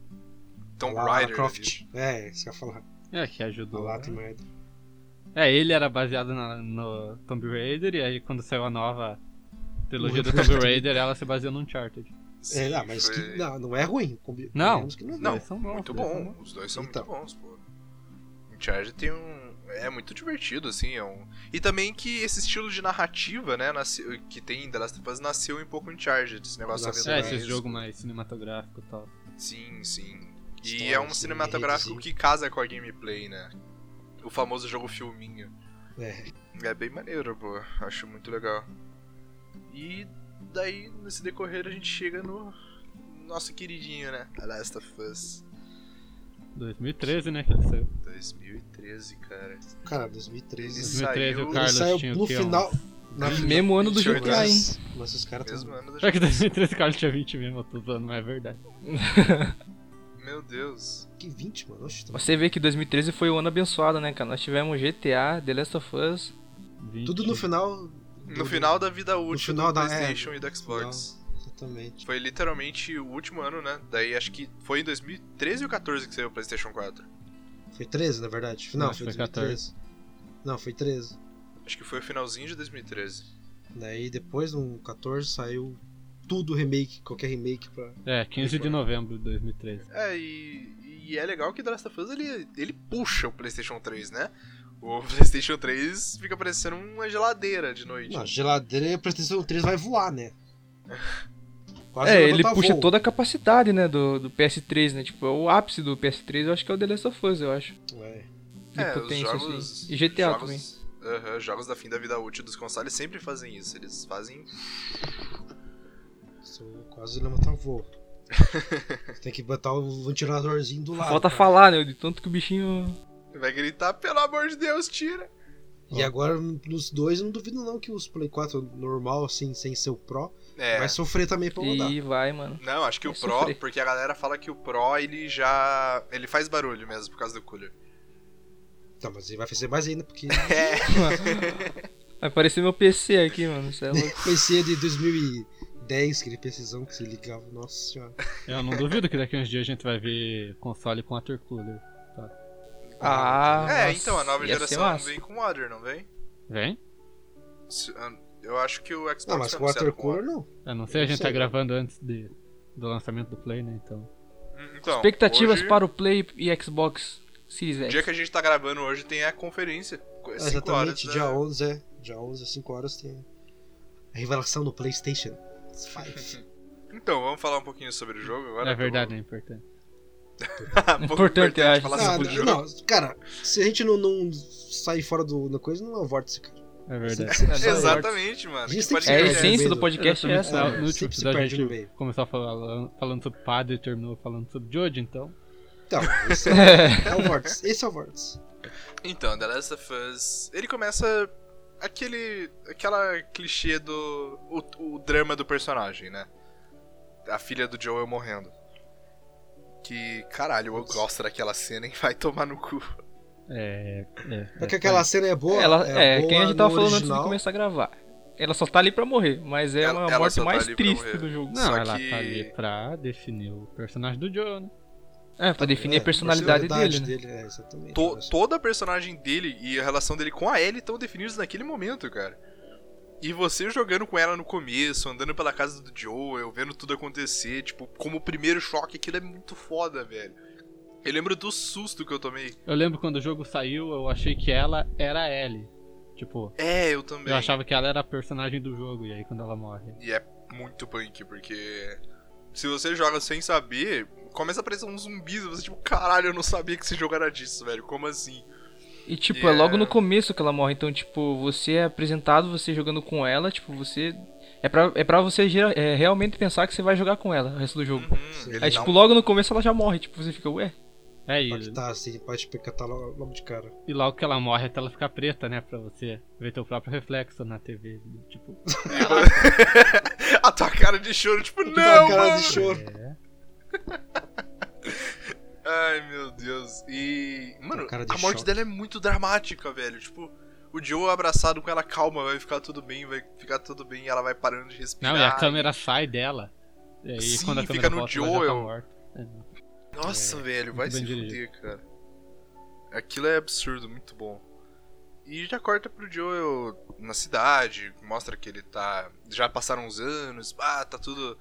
[SPEAKER 1] Tomb
[SPEAKER 3] Lá, Lara
[SPEAKER 1] Raider. né?
[SPEAKER 3] Croft. É, você ia falar.
[SPEAKER 2] É, que
[SPEAKER 3] Lá,
[SPEAKER 2] ajudou.
[SPEAKER 3] lá
[SPEAKER 2] né?
[SPEAKER 3] também.
[SPEAKER 2] É, ele era baseado na- no Tomb Raider, e aí quando saiu a nova trilogia
[SPEAKER 3] Uhum.
[SPEAKER 2] do Tomb Raider, ela se baseou no Uncharted.
[SPEAKER 1] Sim,
[SPEAKER 3] É, não, mas
[SPEAKER 1] foi-
[SPEAKER 3] que, não, não é ruim. combi-
[SPEAKER 2] Não.
[SPEAKER 3] convenhamos Que não, é
[SPEAKER 1] Não,
[SPEAKER 3] ruim.
[SPEAKER 2] Eles são bons,
[SPEAKER 1] muito
[SPEAKER 2] eles são
[SPEAKER 1] bom.
[SPEAKER 2] bons.
[SPEAKER 1] Os dois são
[SPEAKER 3] Então.
[SPEAKER 1] muito bons, pô. O Charge tem um. É muito divertido, assim. É um... E também que esse estilo de narrativa, né, nasceu- que tem em The Last of Us nasceu um pouco em Charge, esse negócio
[SPEAKER 3] Nasceu,
[SPEAKER 2] É,
[SPEAKER 1] aventural.
[SPEAKER 2] esse jogo mais cinematográfico e tal.
[SPEAKER 1] Sim, sim. E
[SPEAKER 3] História,
[SPEAKER 1] é um
[SPEAKER 3] sim,
[SPEAKER 1] cinematográfico
[SPEAKER 3] redesenho.
[SPEAKER 1] que casa com a gameplay, né? O famoso jogo filminho.
[SPEAKER 3] É.
[SPEAKER 1] É bem maneiro, pô. Acho muito legal. E daí, nesse decorrer, a gente chega no nosso queridinho, né? The Last of Us
[SPEAKER 2] 2013, né, que ele saiu.
[SPEAKER 1] 2013, cara.
[SPEAKER 3] Cara, 2013.
[SPEAKER 1] Ele
[SPEAKER 2] 2013
[SPEAKER 1] saiu-
[SPEAKER 2] o
[SPEAKER 3] Ele
[SPEAKER 2] Carlos
[SPEAKER 3] saiu
[SPEAKER 2] tinha
[SPEAKER 3] no
[SPEAKER 2] o quê? uns-
[SPEAKER 3] final. Na
[SPEAKER 4] Um Mesmo ano do
[SPEAKER 1] Deixa eu
[SPEAKER 4] GTA, hein?
[SPEAKER 3] Mas os caras
[SPEAKER 1] Mesmo
[SPEAKER 3] estão.
[SPEAKER 1] ano da
[SPEAKER 2] Será que 2013 o Carlos tinha 20 mesmo? Eu tô usando, mas é verdade.
[SPEAKER 1] Meu Deus.
[SPEAKER 3] Que 20, mano. Oxe, tá-
[SPEAKER 4] Você vê que 2013 foi o ano abençoado, né, cara? Nós tivemos GTA, The Last of Us.
[SPEAKER 2] 20.
[SPEAKER 3] Tudo no final.
[SPEAKER 1] No final da vida útil
[SPEAKER 3] final
[SPEAKER 1] do
[SPEAKER 3] da- é,
[SPEAKER 1] PlayStation e do
[SPEAKER 3] no
[SPEAKER 1] Xbox.
[SPEAKER 3] Exatamente.
[SPEAKER 1] Foi literalmente o último ano, né? Daí acho que foi em 2013 ou 14 que saiu o PlayStation 4.
[SPEAKER 3] Foi 13, na verdade. Final,
[SPEAKER 2] Não, foi
[SPEAKER 3] foi 2013. Não, foi 13.
[SPEAKER 1] Acho que foi o finalzinho de 2013.
[SPEAKER 3] Daí depois, no 14, saiu tudo remake, qualquer remake pra.
[SPEAKER 2] É, 15 de novembro de 2013.
[SPEAKER 1] É, e, e é legal que The Last of Us ele, ele puxa o PlayStation 3, né? O <laughs> PlayStation 3 fica parecendo uma geladeira de noite.
[SPEAKER 3] Não, geladeira e a PlayStation 3 vai voar,
[SPEAKER 1] <laughs>
[SPEAKER 3] né? Quase
[SPEAKER 4] É,
[SPEAKER 3] vai
[SPEAKER 4] ele
[SPEAKER 3] levantar
[SPEAKER 4] puxa
[SPEAKER 3] voo.
[SPEAKER 4] toda a capacidade, né, do, do PS3, né? Tipo, o ápice do PS3 eu acho que é o The Last of Us, eu acho.
[SPEAKER 3] É.
[SPEAKER 4] De
[SPEAKER 1] é,
[SPEAKER 4] potência,
[SPEAKER 1] os jogos.
[SPEAKER 4] tipo, assim. E GTA também.
[SPEAKER 1] jogos, também. jogos da fim da vida útil dos consoles sempre fazem isso. Eles fazem.
[SPEAKER 3] Isso Quase levantar voo.
[SPEAKER 1] <laughs>
[SPEAKER 3] Tem que botar o ventiladorzinho do lado.
[SPEAKER 4] Falta
[SPEAKER 3] cara.
[SPEAKER 4] falar, né? De tanto que o bichinho.
[SPEAKER 1] Vai gritar, pelo amor de Deus, tira!
[SPEAKER 3] E agora, nos dois, eu não duvido não que os Play 4 normal, assim, sem ser o Pro,
[SPEAKER 1] É.
[SPEAKER 3] vai sofrer também pra rodar.
[SPEAKER 4] E vai, mano.
[SPEAKER 1] Não, acho que o
[SPEAKER 4] Vai
[SPEAKER 1] Pro,
[SPEAKER 4] sofrer.
[SPEAKER 1] porque a galera fala que o Pro ele já. ele faz barulho mesmo por causa do cooler.
[SPEAKER 3] Tá, mas ele vai fazer mais ainda, porque
[SPEAKER 4] Vai parecer meu PC aqui, mano. Isso é louco.
[SPEAKER 3] o PC de 2010, aquele PCzão que se ligava, nossa senhora.
[SPEAKER 2] Eu não duvido que daqui a uns dias a gente vai ver console com water cooler.
[SPEAKER 4] Ah,
[SPEAKER 1] é,
[SPEAKER 4] nossa,
[SPEAKER 1] então, a nova
[SPEAKER 4] ia ser
[SPEAKER 1] geração
[SPEAKER 4] massa.
[SPEAKER 1] vem com water, não vem?
[SPEAKER 2] Vem?
[SPEAKER 1] Se- ah, Eu acho que o Xbox tá
[SPEAKER 3] Não, Ah, mas
[SPEAKER 1] foi
[SPEAKER 3] com
[SPEAKER 1] anunciado
[SPEAKER 3] watercolor não.
[SPEAKER 2] Eu não sei, a
[SPEAKER 3] Eu não
[SPEAKER 2] gente tá
[SPEAKER 3] sei.
[SPEAKER 2] gravando antes de, do lançamento do Play, né? Então.
[SPEAKER 1] Hum, Então,
[SPEAKER 4] Expectativas
[SPEAKER 1] hoje,
[SPEAKER 4] para o Play e Xbox Series
[SPEAKER 1] O
[SPEAKER 4] X.
[SPEAKER 1] dia que a gente tá gravando hoje tem a conferência.
[SPEAKER 3] Ah,
[SPEAKER 1] 5 horas. né?
[SPEAKER 3] Exatamente,
[SPEAKER 1] da-
[SPEAKER 3] dia 11, é. Dia 11, 5 horas tem a revelação do PlayStation 5.
[SPEAKER 1] Então, vamos falar um pouquinho sobre o jogo agora?
[SPEAKER 2] é
[SPEAKER 1] <laughs>
[SPEAKER 2] verdade, é importante.
[SPEAKER 1] Pouco
[SPEAKER 4] Importante, eu acho.
[SPEAKER 1] falar
[SPEAKER 3] não,
[SPEAKER 1] sobre o
[SPEAKER 3] não,
[SPEAKER 1] jogo.
[SPEAKER 3] não, cara, se a gente não, não sair fora do, da coisa, não é o vórtice, cara.
[SPEAKER 2] É verdade.
[SPEAKER 4] É, não,
[SPEAKER 1] Exatamente, mano.
[SPEAKER 3] Isso
[SPEAKER 1] Que podcast
[SPEAKER 3] tem que ser
[SPEAKER 4] É a
[SPEAKER 1] é
[SPEAKER 3] verdade.
[SPEAKER 1] esse?
[SPEAKER 4] essência do
[SPEAKER 3] mesmo.
[SPEAKER 4] podcast é
[SPEAKER 2] Exatamente.
[SPEAKER 4] essa.
[SPEAKER 2] Não,
[SPEAKER 4] né?
[SPEAKER 2] no último
[SPEAKER 3] sempre se
[SPEAKER 2] episódio a
[SPEAKER 3] perde no
[SPEAKER 2] gente
[SPEAKER 3] meio.
[SPEAKER 2] começou falando, falando sobre padre e terminou falando sobre Jojo, então.
[SPEAKER 4] <laughs>
[SPEAKER 3] Então, esse é, é o vórtice. Esse é o vórtice.
[SPEAKER 1] Então, The Last of Us, ele começa aquele aquela clichê do o, o drama do personagem, né? A filha do Joel morrendo. Que, caralho, eu gosto daquela cena, hein? Vai tomar no cu.
[SPEAKER 2] É. é
[SPEAKER 3] Porque
[SPEAKER 2] é,
[SPEAKER 3] aquela cena é boa.
[SPEAKER 4] tá. Ela, é,
[SPEAKER 3] boa
[SPEAKER 4] quem a gente tava
[SPEAKER 3] no
[SPEAKER 4] falando antes
[SPEAKER 3] original.
[SPEAKER 4] de começar a gravar. Ela só tá ali pra morrer, mas é
[SPEAKER 1] Ela-
[SPEAKER 4] uma
[SPEAKER 1] ela
[SPEAKER 4] morte
[SPEAKER 1] só tá
[SPEAKER 4] mais
[SPEAKER 1] ali pra
[SPEAKER 4] triste
[SPEAKER 1] morrer.
[SPEAKER 4] do jogo.
[SPEAKER 2] Não,
[SPEAKER 1] Só
[SPEAKER 2] ela
[SPEAKER 1] que-
[SPEAKER 2] tá ali pra definir o personagem do Joe, né?
[SPEAKER 4] É, pra definir a personalidade dele, né?
[SPEAKER 3] é, exatamente.
[SPEAKER 1] To-
[SPEAKER 3] Olha só.
[SPEAKER 1] toda a personagem dele e a relação dele com a Ellie estão definidos naquele momento, cara. E você jogando com ela no começo, andando pela casa do Joel, vendo tudo acontecer, tipo, como o primeiro choque, aquilo é muito foda, velho. Eu lembro do susto que eu tomei.
[SPEAKER 2] Eu lembro quando o jogo saiu, eu achei que ela era a Ellie. Tipo,
[SPEAKER 1] É, eu também.
[SPEAKER 2] eu achava que ela era a personagem do jogo, e aí quando ela morre.
[SPEAKER 1] E é muito punk, porque se você joga sem saber, começa a aparecer uns zumbis, você tipo, caralho, eu não sabia que esse jogo era disso, velho. Como assim?
[SPEAKER 4] E
[SPEAKER 1] E
[SPEAKER 4] tipo, é logo
[SPEAKER 1] é-
[SPEAKER 4] no começo que ela morre, então tipo, você é apresentado, você jogando com ela, tipo, você... É pra, é pra você gera- é, realmente pensar que você vai jogar com ela o resto do jogo.
[SPEAKER 1] Uhum, ele dá
[SPEAKER 4] Aí tipo,
[SPEAKER 1] um-
[SPEAKER 4] logo no começo ela já morre, tipo, você fica, ué?
[SPEAKER 2] É
[SPEAKER 3] Pode
[SPEAKER 2] isso.
[SPEAKER 3] tá, assim, pode pecatar logo, logo de cara.
[SPEAKER 2] E logo que ela morre, a tela fica preta, né? Pra você ver teu próprio reflexo na TV. Tipo,
[SPEAKER 1] <laughs> <laughs> a tua cara de choro, tipo,
[SPEAKER 3] Tua
[SPEAKER 1] não,
[SPEAKER 3] cara de
[SPEAKER 1] mano!
[SPEAKER 3] Choro.
[SPEAKER 2] é.
[SPEAKER 1] Ai, meu Deus. E. Mano,
[SPEAKER 3] Com cara de
[SPEAKER 1] a morte
[SPEAKER 3] choque.
[SPEAKER 1] dela é muito dramática, velho. Tipo, o Joe abraçado com ela, calma, vai ficar tudo bem, vai ficar tudo bem. E ela vai parando de respirar.
[SPEAKER 2] Não, e a câmera sai dela. É, E aí
[SPEAKER 1] Sim,
[SPEAKER 2] quando a
[SPEAKER 1] fica
[SPEAKER 2] câmera
[SPEAKER 1] no
[SPEAKER 2] volta, ela já tá
[SPEAKER 1] Joel.
[SPEAKER 2] morta.
[SPEAKER 3] É,
[SPEAKER 1] Nossa, velho, vai
[SPEAKER 2] bem
[SPEAKER 1] se
[SPEAKER 2] dirigido.
[SPEAKER 1] fuder, cara. Aquilo é absurdo, muito bom. E já corta pro Joel na cidade, mostra que ele tá. Já passaram uns anos, ah, tá tudo.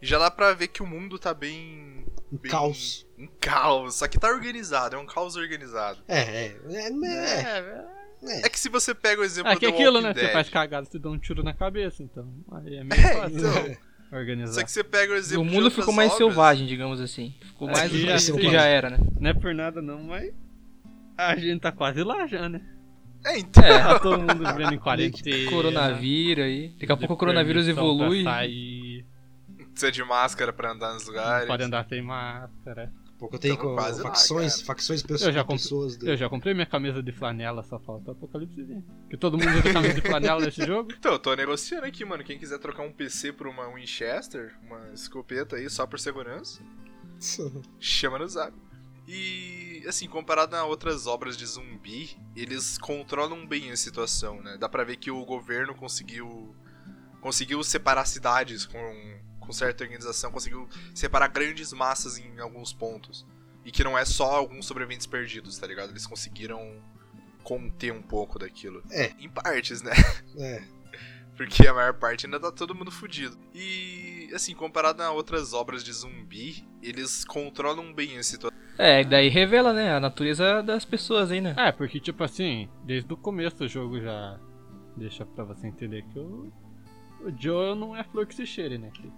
[SPEAKER 1] E já dá pra ver que o mundo tá bem.
[SPEAKER 3] Um
[SPEAKER 1] Bem-
[SPEAKER 3] caos.
[SPEAKER 1] um caos. Só que tá organizado, é um caos organizado.
[SPEAKER 3] É, é. É, é, é.
[SPEAKER 1] É que se você pega o exemplo
[SPEAKER 2] É que é
[SPEAKER 1] do
[SPEAKER 2] aquilo,
[SPEAKER 1] Walking
[SPEAKER 2] né?
[SPEAKER 1] Dead.
[SPEAKER 2] Você faz cagada, você dá um tiro na cabeça, então. Aí é meio fácil
[SPEAKER 3] <laughs>
[SPEAKER 1] então. Só
[SPEAKER 2] organizar.
[SPEAKER 1] que você pega o exemplo
[SPEAKER 4] O
[SPEAKER 1] de
[SPEAKER 4] mundo
[SPEAKER 1] outras
[SPEAKER 4] ficou mais
[SPEAKER 1] obras.
[SPEAKER 4] selvagem, digamos assim. Ficou
[SPEAKER 2] É,
[SPEAKER 4] mais do
[SPEAKER 2] e
[SPEAKER 4] que
[SPEAKER 2] assim,
[SPEAKER 4] que
[SPEAKER 2] eu
[SPEAKER 4] já
[SPEAKER 3] gosto.
[SPEAKER 4] era, né?
[SPEAKER 2] Não é por nada não, mas a gente tá quase lá já, né?
[SPEAKER 1] É, então. <laughs>
[SPEAKER 4] É.
[SPEAKER 2] Tá todo mundo vivendo em quarentena.
[SPEAKER 4] Coronavírus aí. Daqui a
[SPEAKER 2] de
[SPEAKER 4] pouco o coronavírus
[SPEAKER 2] permissão pra
[SPEAKER 4] evolui.
[SPEAKER 2] Sair,
[SPEAKER 1] Precisa é de máscara pra andar nos lugares.
[SPEAKER 2] não pode andar sem máscara.
[SPEAKER 3] Pouco tem
[SPEAKER 1] Tamo
[SPEAKER 3] com
[SPEAKER 1] quase lá,
[SPEAKER 3] facções,
[SPEAKER 1] cara.
[SPEAKER 3] facções
[SPEAKER 2] Eu já
[SPEAKER 3] pessoas.
[SPEAKER 2] comp-
[SPEAKER 3] pessoas do-
[SPEAKER 2] Eu já comprei minha camisa de flanela, só falta Apocalipse V. Que todo mundo usa camisa de flanela nesse jogo.
[SPEAKER 1] Então, eu tô negociando aqui, mano. Quem quiser trocar um PC por uma Winchester, uma escopeta aí, só por segurança, chama no zap. E, assim, comparado a outras obras de zumbi, eles controlam bem a situação, né? Dá pra ver que o governo conseguiu conseguiu separar cidades com, com certa organização, conseguiu separar grandes massas em alguns pontos. E que não é só alguns sobreviventes perdidos, tá ligado? Eles conseguiram conter um pouco daquilo.
[SPEAKER 3] É.
[SPEAKER 1] Em partes, né?
[SPEAKER 3] <laughs>
[SPEAKER 1] <laughs>
[SPEAKER 3] É.
[SPEAKER 1] Porque a maior parte ainda tá todo mundo fudido. E, assim, comparado a outras obras de zumbi, eles controlam bem a situação.
[SPEAKER 4] É, e daí revela, né, a natureza das pessoas aí, né?
[SPEAKER 2] É, porque tipo assim, desde o começo o jogo já deixa pra você entender que o, o Joe não é flor que se cheire, né? Que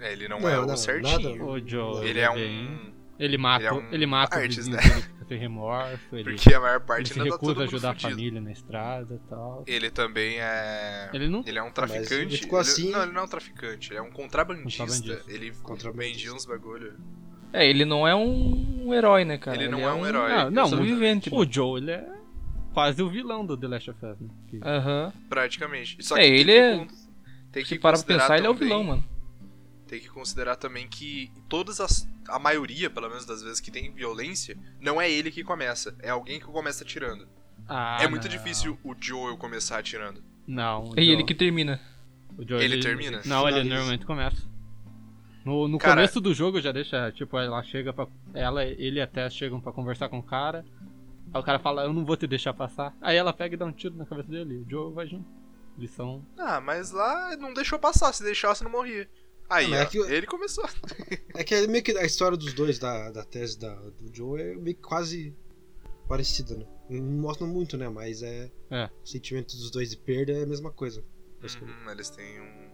[SPEAKER 1] É, ele não,
[SPEAKER 3] Não,
[SPEAKER 1] é
[SPEAKER 3] não,
[SPEAKER 1] o
[SPEAKER 3] nada.
[SPEAKER 1] certinho.
[SPEAKER 2] O Joe,
[SPEAKER 1] Ele é
[SPEAKER 2] bem-
[SPEAKER 1] um.
[SPEAKER 2] Ele mata,
[SPEAKER 1] ele é
[SPEAKER 2] ele,
[SPEAKER 1] um
[SPEAKER 2] mata
[SPEAKER 1] artes,
[SPEAKER 2] o vizinho
[SPEAKER 1] né?
[SPEAKER 2] dele, fica sem remorso, ele,
[SPEAKER 1] Porque a maior
[SPEAKER 2] ele
[SPEAKER 1] parte
[SPEAKER 2] se
[SPEAKER 1] ainda tá todo
[SPEAKER 2] recusa a
[SPEAKER 1] mundo
[SPEAKER 2] ajudar a
[SPEAKER 1] fudido.
[SPEAKER 2] família na estrada e tal.
[SPEAKER 1] Ele também é.
[SPEAKER 2] Ele não
[SPEAKER 1] Ele é um
[SPEAKER 3] mas
[SPEAKER 1] traficante.
[SPEAKER 3] ele ficou
[SPEAKER 1] Ele-
[SPEAKER 3] assim-
[SPEAKER 1] Não, ele não é um traficante, ele é um contrabandista.
[SPEAKER 2] Contrabandista.
[SPEAKER 1] Ele
[SPEAKER 3] Contrabandista.
[SPEAKER 1] vendia uns bagulho.
[SPEAKER 4] É, ele não é um, um herói, né, cara?
[SPEAKER 1] Ele não é um herói.
[SPEAKER 2] Ah, Não, não,
[SPEAKER 4] sobrevivente,
[SPEAKER 2] o Joe, ele é quase o vilão do The Last of Us, né?
[SPEAKER 1] É
[SPEAKER 2] Que-
[SPEAKER 4] Aham.
[SPEAKER 1] praticamente. Só
[SPEAKER 4] É,
[SPEAKER 1] que tem
[SPEAKER 4] ele
[SPEAKER 1] que
[SPEAKER 4] é-
[SPEAKER 1] con- Tem
[SPEAKER 4] Se
[SPEAKER 1] que
[SPEAKER 4] parar pra
[SPEAKER 1] considerar
[SPEAKER 4] pensar, ele é o
[SPEAKER 1] também-
[SPEAKER 4] vilão, mano.
[SPEAKER 1] Tem que considerar também que todas as. A maioria, pelo menos, das vezes que tem violência, não é ele que começa. É alguém que começa atirando.
[SPEAKER 2] Ah,
[SPEAKER 1] é muito
[SPEAKER 2] não.
[SPEAKER 1] difícil o Joel começar atirando.
[SPEAKER 2] Não. o
[SPEAKER 4] E ele
[SPEAKER 2] Joel-
[SPEAKER 4] que termina.
[SPEAKER 2] o Joel,
[SPEAKER 1] ele termina?
[SPEAKER 2] Não, ele
[SPEAKER 3] Finaliza.
[SPEAKER 2] normalmente começa. No, no
[SPEAKER 1] Cara-
[SPEAKER 2] começo do jogo já deixa, tipo, ela chega pra. Ela, ele até chegam pra conversar com o cara. Aí o cara fala, eu não vou te deixar passar. Aí ela pega e dá um tiro na cabeça dele. O Joe vai junto. Eles são.
[SPEAKER 1] Ah, mas lá não deixou passar. Se deixasse, não morria. Aí,
[SPEAKER 3] Ah, mas é
[SPEAKER 1] ó,
[SPEAKER 3] que-
[SPEAKER 1] ele começou.
[SPEAKER 3] É que é meio que a história dos dois, da, da tese da, do Joe, é meio que quase parecida, né? Não mostra muito, né? Mas é.
[SPEAKER 2] É.
[SPEAKER 3] O sentimento dos dois de perda é a mesma coisa. basicamente.
[SPEAKER 1] Uhum, eles têm um.